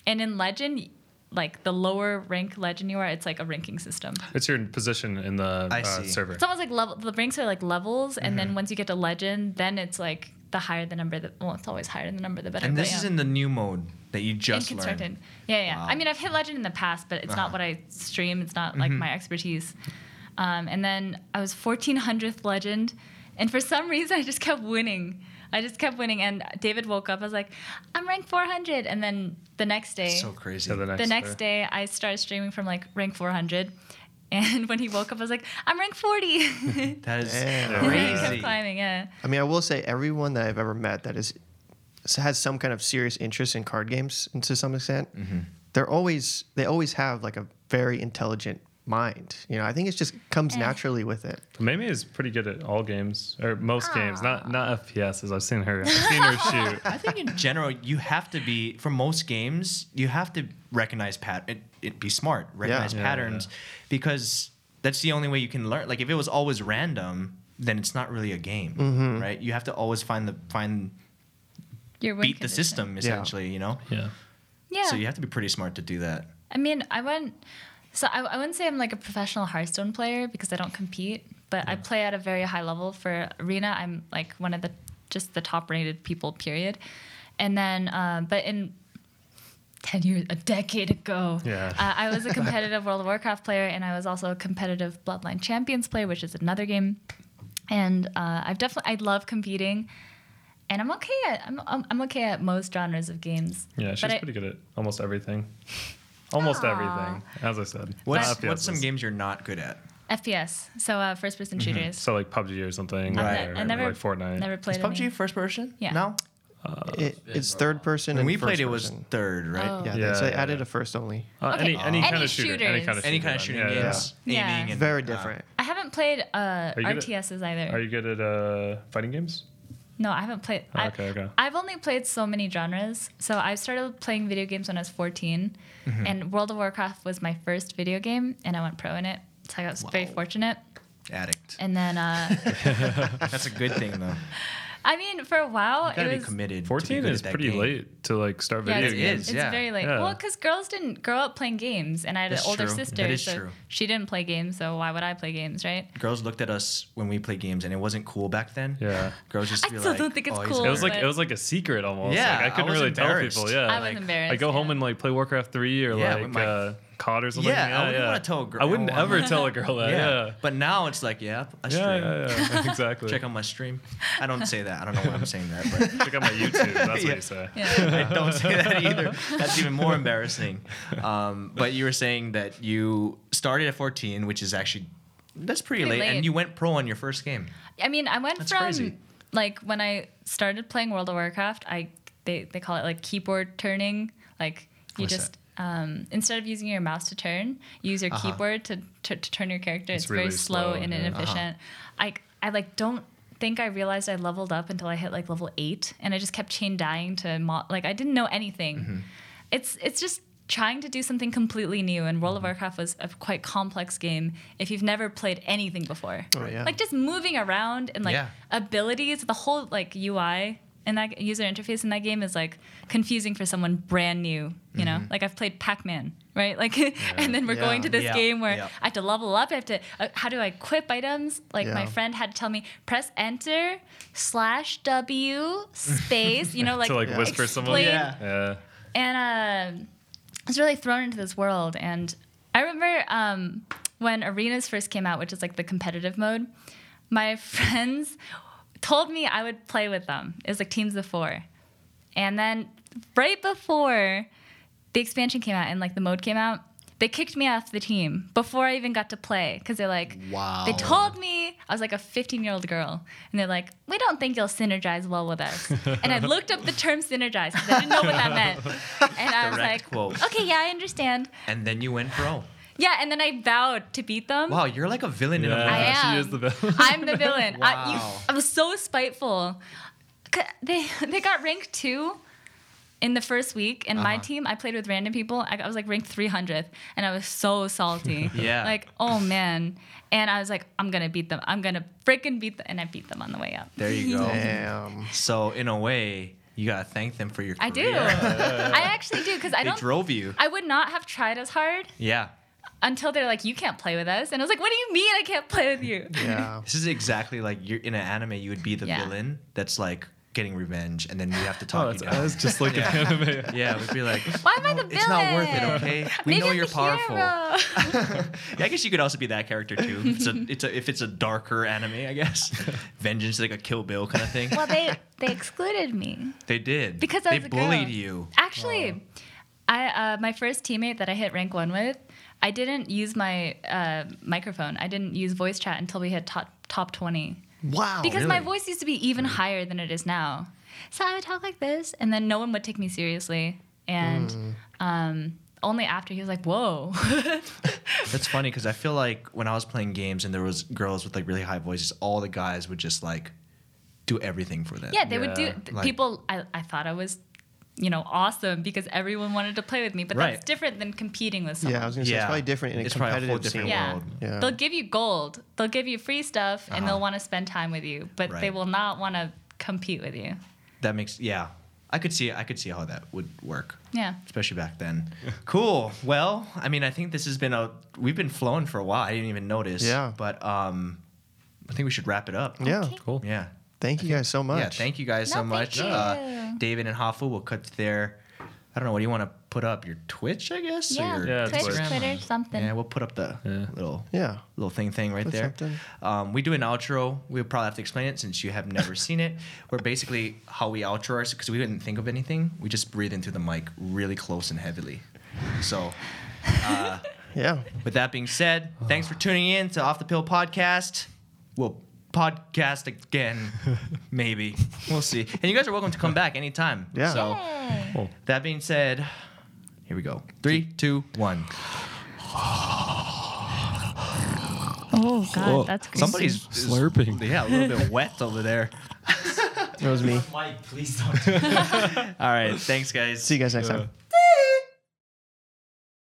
[SPEAKER 2] and in legend. Like the lower rank legend you are, it's like a ranking system.
[SPEAKER 1] It's your position in the
[SPEAKER 3] I
[SPEAKER 1] uh,
[SPEAKER 3] see.
[SPEAKER 1] server.
[SPEAKER 2] It's almost like level. The ranks are like levels, and
[SPEAKER 3] Mm-hmm.
[SPEAKER 2] then once you get to legend, then it's like the higher the number. The, well, it's always higher the number, the better.
[SPEAKER 3] And
[SPEAKER 2] but
[SPEAKER 3] this
[SPEAKER 2] yeah.
[SPEAKER 3] is in the new mode that you
[SPEAKER 2] And
[SPEAKER 3] just learned.
[SPEAKER 2] constructed. Yeah, yeah.
[SPEAKER 3] Wow.
[SPEAKER 2] I mean, I've hit legend in the past, but it's
[SPEAKER 3] Uh-huh.
[SPEAKER 2] not
[SPEAKER 3] Mm-hmm.
[SPEAKER 2] what I stream. It's not like my expertise. Um, and then I was 1400th legend, and for some reason I just kept winning. I just kept winning, and David woke up. I was like, "I'm ranked 400," and then the next day,
[SPEAKER 3] So crazy.
[SPEAKER 1] So the next,
[SPEAKER 2] the next day I started streaming from like rank 400. And (laughs) when he woke up, I was like, "I'm rank 40." (laughs) and
[SPEAKER 3] that is
[SPEAKER 4] Damn.
[SPEAKER 2] I kept
[SPEAKER 3] crazy.
[SPEAKER 2] climbing. Yeah.
[SPEAKER 4] I mean, I will say everyone that I've ever met that is has some kind of serious interest in card games, and to some extent,
[SPEAKER 3] Mm-hmm.
[SPEAKER 4] they're always they always have like a very intelligent mind. You know, I think it just comes
[SPEAKER 2] Eh.
[SPEAKER 4] naturally with it.
[SPEAKER 1] Meme is pretty good at all games or most games,
[SPEAKER 2] Aw.
[SPEAKER 1] not not FPSs. I've seen her. I've seen
[SPEAKER 2] (laughs)
[SPEAKER 1] her shoot.
[SPEAKER 3] I think in general, you have to be for most games, you have to recognize pat it, it be smart, recognize
[SPEAKER 1] Yeah,
[SPEAKER 3] patterns, because that's the only way you can learn. Like if it was always random, then it's not really a game, right? You have to always find the find
[SPEAKER 2] Your win
[SPEAKER 3] beat the
[SPEAKER 2] condition.
[SPEAKER 3] system essentially, you know.
[SPEAKER 1] Yeah.
[SPEAKER 2] Yeah.
[SPEAKER 3] So you have to be pretty smart to do that.
[SPEAKER 2] I mean, I went. So I, I wouldn't say I'm like a professional Hearthstone player because I don't compete, but I play at a very high level for Arena. I'm like one of the just the top rated people, period. And then, uh, but in ten years, a decade ago,
[SPEAKER 1] Yeah.
[SPEAKER 2] uh, I
[SPEAKER 1] (laughs)
[SPEAKER 2] was a competitive World of Warcraft player, and I was also a competitive Bloodline Champions player, which is another game. And uh, I've definitely I love competing, and I'm okay at I'm I'm, I'm okay at most genres of games.
[SPEAKER 1] Yeah, she's
[SPEAKER 2] but I-
[SPEAKER 1] pretty good at almost
[SPEAKER 2] (laughs)
[SPEAKER 1] everything. Almost
[SPEAKER 2] Aw.
[SPEAKER 1] everything, as I said.
[SPEAKER 3] What's
[SPEAKER 1] Not
[SPEAKER 3] what's some
[SPEAKER 1] FPSs.
[SPEAKER 3] games you're not good at?
[SPEAKER 2] FPS, so uh, first person shooters.
[SPEAKER 1] Mm-hmm. So like PUBG or something,
[SPEAKER 2] I've
[SPEAKER 3] Right.
[SPEAKER 1] or,
[SPEAKER 2] ne- I never
[SPEAKER 1] like Fortnite.
[SPEAKER 2] Never
[SPEAKER 3] Is
[SPEAKER 2] played
[SPEAKER 3] PUBG
[SPEAKER 2] any.
[SPEAKER 3] first person?
[SPEAKER 2] Yeah.
[SPEAKER 3] No. Oh,
[SPEAKER 4] it
[SPEAKER 5] been
[SPEAKER 4] it's
[SPEAKER 5] for a
[SPEAKER 4] third
[SPEAKER 5] while.
[SPEAKER 4] person.
[SPEAKER 3] When
[SPEAKER 4] and
[SPEAKER 3] we played,
[SPEAKER 4] first
[SPEAKER 3] it was
[SPEAKER 4] person.
[SPEAKER 3] third, right?
[SPEAKER 2] Oh.
[SPEAKER 4] yeah,
[SPEAKER 1] Yeah,
[SPEAKER 4] they, so they
[SPEAKER 1] yeah,
[SPEAKER 4] added
[SPEAKER 1] yeah.
[SPEAKER 4] a first only.
[SPEAKER 1] Uh,
[SPEAKER 2] Okay.
[SPEAKER 1] any, any,
[SPEAKER 2] Any
[SPEAKER 1] kind of shooter, any
[SPEAKER 2] shooters.
[SPEAKER 1] kind of shooter,
[SPEAKER 3] Any kind of
[SPEAKER 1] then.
[SPEAKER 3] shooting
[SPEAKER 1] Yeah, yeah,
[SPEAKER 3] games,
[SPEAKER 2] Yeah.
[SPEAKER 3] aiming, and
[SPEAKER 4] Very
[SPEAKER 3] uh,
[SPEAKER 4] different.
[SPEAKER 2] I haven't played uh,
[SPEAKER 1] you good at-
[SPEAKER 2] RTSs
[SPEAKER 1] yeah.
[SPEAKER 2] either.
[SPEAKER 1] Are you good at uh, fighting games?
[SPEAKER 2] no, I haven't played. I,
[SPEAKER 1] Okay, okay.
[SPEAKER 2] I've only played so many genres. So I started playing video games when I was 14,
[SPEAKER 1] Mm-hmm.
[SPEAKER 2] and World of Warcraft was my first video game, and I went pro in it. So I was very
[SPEAKER 3] Wow.
[SPEAKER 2] fortunate. (laughs)
[SPEAKER 3] addict.
[SPEAKER 2] And then, uh,
[SPEAKER 1] (laughs)
[SPEAKER 3] That's a good thing though.
[SPEAKER 2] (laughs)
[SPEAKER 3] You
[SPEAKER 2] I mean, for a while,
[SPEAKER 3] gotta
[SPEAKER 2] it
[SPEAKER 3] be
[SPEAKER 2] was.
[SPEAKER 3] committed. to be
[SPEAKER 1] 14
[SPEAKER 3] good
[SPEAKER 1] is
[SPEAKER 3] at that
[SPEAKER 1] pretty
[SPEAKER 3] game.
[SPEAKER 1] late to like start
[SPEAKER 2] Yeah,
[SPEAKER 1] video
[SPEAKER 2] it's,
[SPEAKER 1] games.
[SPEAKER 2] it's
[SPEAKER 3] yeah.
[SPEAKER 2] very late.
[SPEAKER 1] Yeah.
[SPEAKER 2] Well, because girls didn't grow up playing games, and I had
[SPEAKER 3] That's
[SPEAKER 2] an older
[SPEAKER 3] true. That
[SPEAKER 2] sister,
[SPEAKER 3] is
[SPEAKER 2] so
[SPEAKER 3] true.
[SPEAKER 2] she didn't play games. So why would I play games, right?
[SPEAKER 3] girls looked at us when we played games and it wasn't cool back then.
[SPEAKER 1] Yeah.
[SPEAKER 3] Girls used to
[SPEAKER 2] I
[SPEAKER 3] be
[SPEAKER 2] still
[SPEAKER 3] like,
[SPEAKER 2] don't think it's
[SPEAKER 3] "Oh, he's
[SPEAKER 2] cool."
[SPEAKER 1] It was like
[SPEAKER 2] But-
[SPEAKER 1] it was like a secret almost.
[SPEAKER 3] Yeah,
[SPEAKER 1] like, I
[SPEAKER 3] I
[SPEAKER 1] couldn't
[SPEAKER 3] was
[SPEAKER 1] really tell
[SPEAKER 3] embarrassed.
[SPEAKER 1] people. Yeah,
[SPEAKER 2] I was
[SPEAKER 1] like,
[SPEAKER 2] embarrassed.
[SPEAKER 1] I go home and like play Warcraft three or
[SPEAKER 3] Yeah, with
[SPEAKER 1] like
[SPEAKER 3] my-
[SPEAKER 1] uh, caught or something.
[SPEAKER 3] Yeah, I wouldn't wanna tell a girl-
[SPEAKER 1] I wouldn't
[SPEAKER 3] I don't
[SPEAKER 1] ever tell a girl
[SPEAKER 3] (laughs)
[SPEAKER 1] that. uh, Yeah.
[SPEAKER 3] But now it's like, yeah, I stream.
[SPEAKER 1] Yeah, yeah,
[SPEAKER 3] (laughs)
[SPEAKER 1] yeah, exactly.
[SPEAKER 3] Check out my stream. I don't say that. I don't know why I'm saying that,
[SPEAKER 1] (laughs)
[SPEAKER 3] but
[SPEAKER 1] Check out my YouTube. That's
[SPEAKER 3] (laughs) Yeah.
[SPEAKER 1] what you say.
[SPEAKER 2] Yeah.
[SPEAKER 3] I don't say that either. That's even more embarrassing. Um, but you were saying that you started at 14, which is actually that's pretty,
[SPEAKER 2] Pretty
[SPEAKER 3] late,
[SPEAKER 2] late.
[SPEAKER 3] and you went pro on your first game.
[SPEAKER 2] I mean, I went
[SPEAKER 3] That's
[SPEAKER 2] from
[SPEAKER 3] crazy.
[SPEAKER 2] like when I started playing World of Warcraft, I they, they call it like keyboard turning. Like you
[SPEAKER 3] What's
[SPEAKER 2] just um, instead of using your mouse to turn, you use your
[SPEAKER 3] Uh-huh.
[SPEAKER 2] keyboard to, to to turn your character.
[SPEAKER 1] It's
[SPEAKER 2] It's,
[SPEAKER 1] really
[SPEAKER 2] very slow,
[SPEAKER 1] slow,
[SPEAKER 2] and
[SPEAKER 1] yeah.
[SPEAKER 2] inefficient. I I like don't think I realized I leveled up until I hit like level eight, and I just kept chain dying to mo- like I didn't know anything. It's it's just trying to do something completely new and World of Warcraft was a quite complex game if you've never played anything before.
[SPEAKER 4] Oh, yeah.
[SPEAKER 2] Like just moving around and like
[SPEAKER 3] Yeah.
[SPEAKER 2] abilities, the whole like UI and that user interface in that game is like confusing for someone brand new, you know? Like I've played Pac-Man, right? Like (laughs) and then we're
[SPEAKER 4] Yeah.
[SPEAKER 2] going to this
[SPEAKER 3] Yeah.
[SPEAKER 2] game where
[SPEAKER 3] Yeah.
[SPEAKER 2] I have to level up, I have to uh, how do I equip items? Like my
[SPEAKER 4] Yeah.
[SPEAKER 2] friend had to tell me press enter slash W space, you know, like,
[SPEAKER 1] like, whisper someone.
[SPEAKER 2] explain
[SPEAKER 3] Yeah.
[SPEAKER 1] Yeah.
[SPEAKER 2] and um I was really thrown into this world. And I remember um, when arenas first came out, which is like the competitive mode. My (laughs) friends told me I would play with them. It was like teams of four, and then right before the expansion came out and like the mode came out, they kicked me off the team before I even got to play because they're like,
[SPEAKER 3] Wow.
[SPEAKER 2] They told me I was like a 15 year old girl, and they're like, we don't think you'll synergize well with us. and I looked up the term synergize because I didn't know what that
[SPEAKER 3] (laughs)
[SPEAKER 2] meant, and I was
[SPEAKER 3] Direct
[SPEAKER 2] like,
[SPEAKER 3] quote.
[SPEAKER 2] okay, yeah, I understand.
[SPEAKER 3] And then you went pro.
[SPEAKER 2] Yeah, and then I vowed to beat them.
[SPEAKER 3] Wow, you're like a villain in a
[SPEAKER 1] Yeah.
[SPEAKER 3] movie.
[SPEAKER 2] I
[SPEAKER 1] She
[SPEAKER 2] am.
[SPEAKER 1] is the villain.
[SPEAKER 2] (laughs) I'm the villain. I, you,
[SPEAKER 3] Wow.
[SPEAKER 2] I was so spiteful. 'Cause They they got ranked two in the first week, and my
[SPEAKER 3] Uh-huh.
[SPEAKER 2] team I played with random people. I, I was like ranked 300th, and I was so salty.
[SPEAKER 3] (laughs) Yeah.
[SPEAKER 2] Like oh man, and I was like I'm gonna beat them. I'm gonna freaking beat them, and I beat them on the way up.
[SPEAKER 3] There you
[SPEAKER 2] (laughs)
[SPEAKER 3] go.
[SPEAKER 4] Damn.
[SPEAKER 3] So in a way, you gotta thank them for your.
[SPEAKER 2] I
[SPEAKER 3] Career.
[SPEAKER 2] do. I actually do because I
[SPEAKER 3] They
[SPEAKER 2] don't.
[SPEAKER 3] drove you.
[SPEAKER 2] I would not have tried as hard
[SPEAKER 3] Yeah.
[SPEAKER 2] until they're like, "You can't play with us," and I was like, "What do you mean I can't play with you?"
[SPEAKER 4] Yeah.
[SPEAKER 3] This is exactly like you're in an anime. You would be the
[SPEAKER 2] Yeah.
[SPEAKER 3] villain that's like getting revenge, and then we have to
[SPEAKER 1] Oh,
[SPEAKER 3] talk you
[SPEAKER 1] that's,
[SPEAKER 3] down.
[SPEAKER 1] that's just (laughs) like an anime.
[SPEAKER 3] (laughs) Yeah, we'd be like,
[SPEAKER 2] Why am I the villain?
[SPEAKER 3] it's not worth
[SPEAKER 2] (laughs)
[SPEAKER 3] it. Okay, we
[SPEAKER 2] Maybe
[SPEAKER 3] know
[SPEAKER 2] I'm
[SPEAKER 3] you're
[SPEAKER 2] the
[SPEAKER 3] powerful.
[SPEAKER 2] hero.
[SPEAKER 3] Yeah, I guess you could also be that character too. If
[SPEAKER 2] (laughs)
[SPEAKER 3] it's a, it's a, if it's a darker anime, I
[SPEAKER 1] (laughs)
[SPEAKER 3] guess. Vengeance, like a Kill Bill kind of thing.
[SPEAKER 2] well, they they excluded me
[SPEAKER 3] they did
[SPEAKER 2] because I
[SPEAKER 3] they
[SPEAKER 2] was a girl.
[SPEAKER 3] bullied you.
[SPEAKER 2] Actually, I uh, my first teammate that I hit rank one with, I didn't use my uh, microphone. I didn't use voice chat until we hit top top twenty
[SPEAKER 4] Wow.
[SPEAKER 2] because my
[SPEAKER 3] really?
[SPEAKER 2] voice used to be even higher than it is now. So I would talk like this, and then no one would take me seriously. And um, only after he was like, "Whoa, (laughs)
[SPEAKER 3] That's funny because I feel like when I was playing games and there was girls with like really high voices, all the guys would just like do everything for them.
[SPEAKER 2] yeah, they would do."
[SPEAKER 1] Yeah,
[SPEAKER 2] th-
[SPEAKER 3] like-
[SPEAKER 2] people, I, I thought I was, you know, awesome because everyone wanted to play with me. But
[SPEAKER 3] Right.
[SPEAKER 2] that's different than competing with someone.
[SPEAKER 4] Yeah, I was gonna say it's probably different in a
[SPEAKER 3] It's probably a whole
[SPEAKER 4] competitive
[SPEAKER 3] different
[SPEAKER 4] scene.
[SPEAKER 2] Yeah.
[SPEAKER 3] world.
[SPEAKER 4] Yeah.
[SPEAKER 2] They'll give you gold. They'll give you free stuff, and
[SPEAKER 3] Uh-huh.
[SPEAKER 2] they'll want to spend time with you, but they
[SPEAKER 3] Right.
[SPEAKER 2] will not want to compete with you.
[SPEAKER 3] That makes yeah. I could see I could see how that would work.
[SPEAKER 2] Yeah.
[SPEAKER 3] especially back then. cool. Well, I mean, I think this has been a we've been flowing for a while. I didn't even notice.
[SPEAKER 4] Yeah.
[SPEAKER 3] But um, I think we should wrap it up.
[SPEAKER 4] Yeah.
[SPEAKER 2] Okay.
[SPEAKER 1] Cool.
[SPEAKER 3] Yeah.
[SPEAKER 4] Thank you guys so much.
[SPEAKER 3] Yeah. Thank you guys
[SPEAKER 2] No,
[SPEAKER 3] so
[SPEAKER 2] thank
[SPEAKER 3] much.
[SPEAKER 2] you.
[SPEAKER 3] Uh, David and Hoffa will cut to their. I don't know. What do you want to put up? Your Twitch, I guess.
[SPEAKER 2] Yeah,
[SPEAKER 3] Or your
[SPEAKER 1] Yeah,
[SPEAKER 2] Twitch,
[SPEAKER 1] Twitch.
[SPEAKER 2] Twitter, something.
[SPEAKER 3] Yeah, we'll put up the
[SPEAKER 1] Yeah.
[SPEAKER 3] little
[SPEAKER 4] Yeah.
[SPEAKER 3] little thing thing right
[SPEAKER 4] Put
[SPEAKER 3] there.
[SPEAKER 4] something.
[SPEAKER 3] Um, we do an outro. We'll probably have to explain it since you have never (laughs) seen it. We're basically how we outro ourselves because we didn't think of anything. We just breathe into the mic really close and heavily. So,
[SPEAKER 4] Yeah.
[SPEAKER 3] with that being said, thanks for tuning in to Off the Pill Podcast. We'll podcast again, (laughs) maybe. We'll see. And you guys are welcome to come back anytime.
[SPEAKER 4] Yeah.
[SPEAKER 3] So,
[SPEAKER 2] Yay.
[SPEAKER 3] that being said, here we go. Three, two, one.
[SPEAKER 2] Oh God, that's crazy.
[SPEAKER 3] Somebody's
[SPEAKER 6] Slurping.
[SPEAKER 3] Yeah, a little bit wet over there.
[SPEAKER 4] That was me.
[SPEAKER 5] Mike, please don't
[SPEAKER 3] (laughs) All right. Thanks, guys.
[SPEAKER 4] See you guys next time.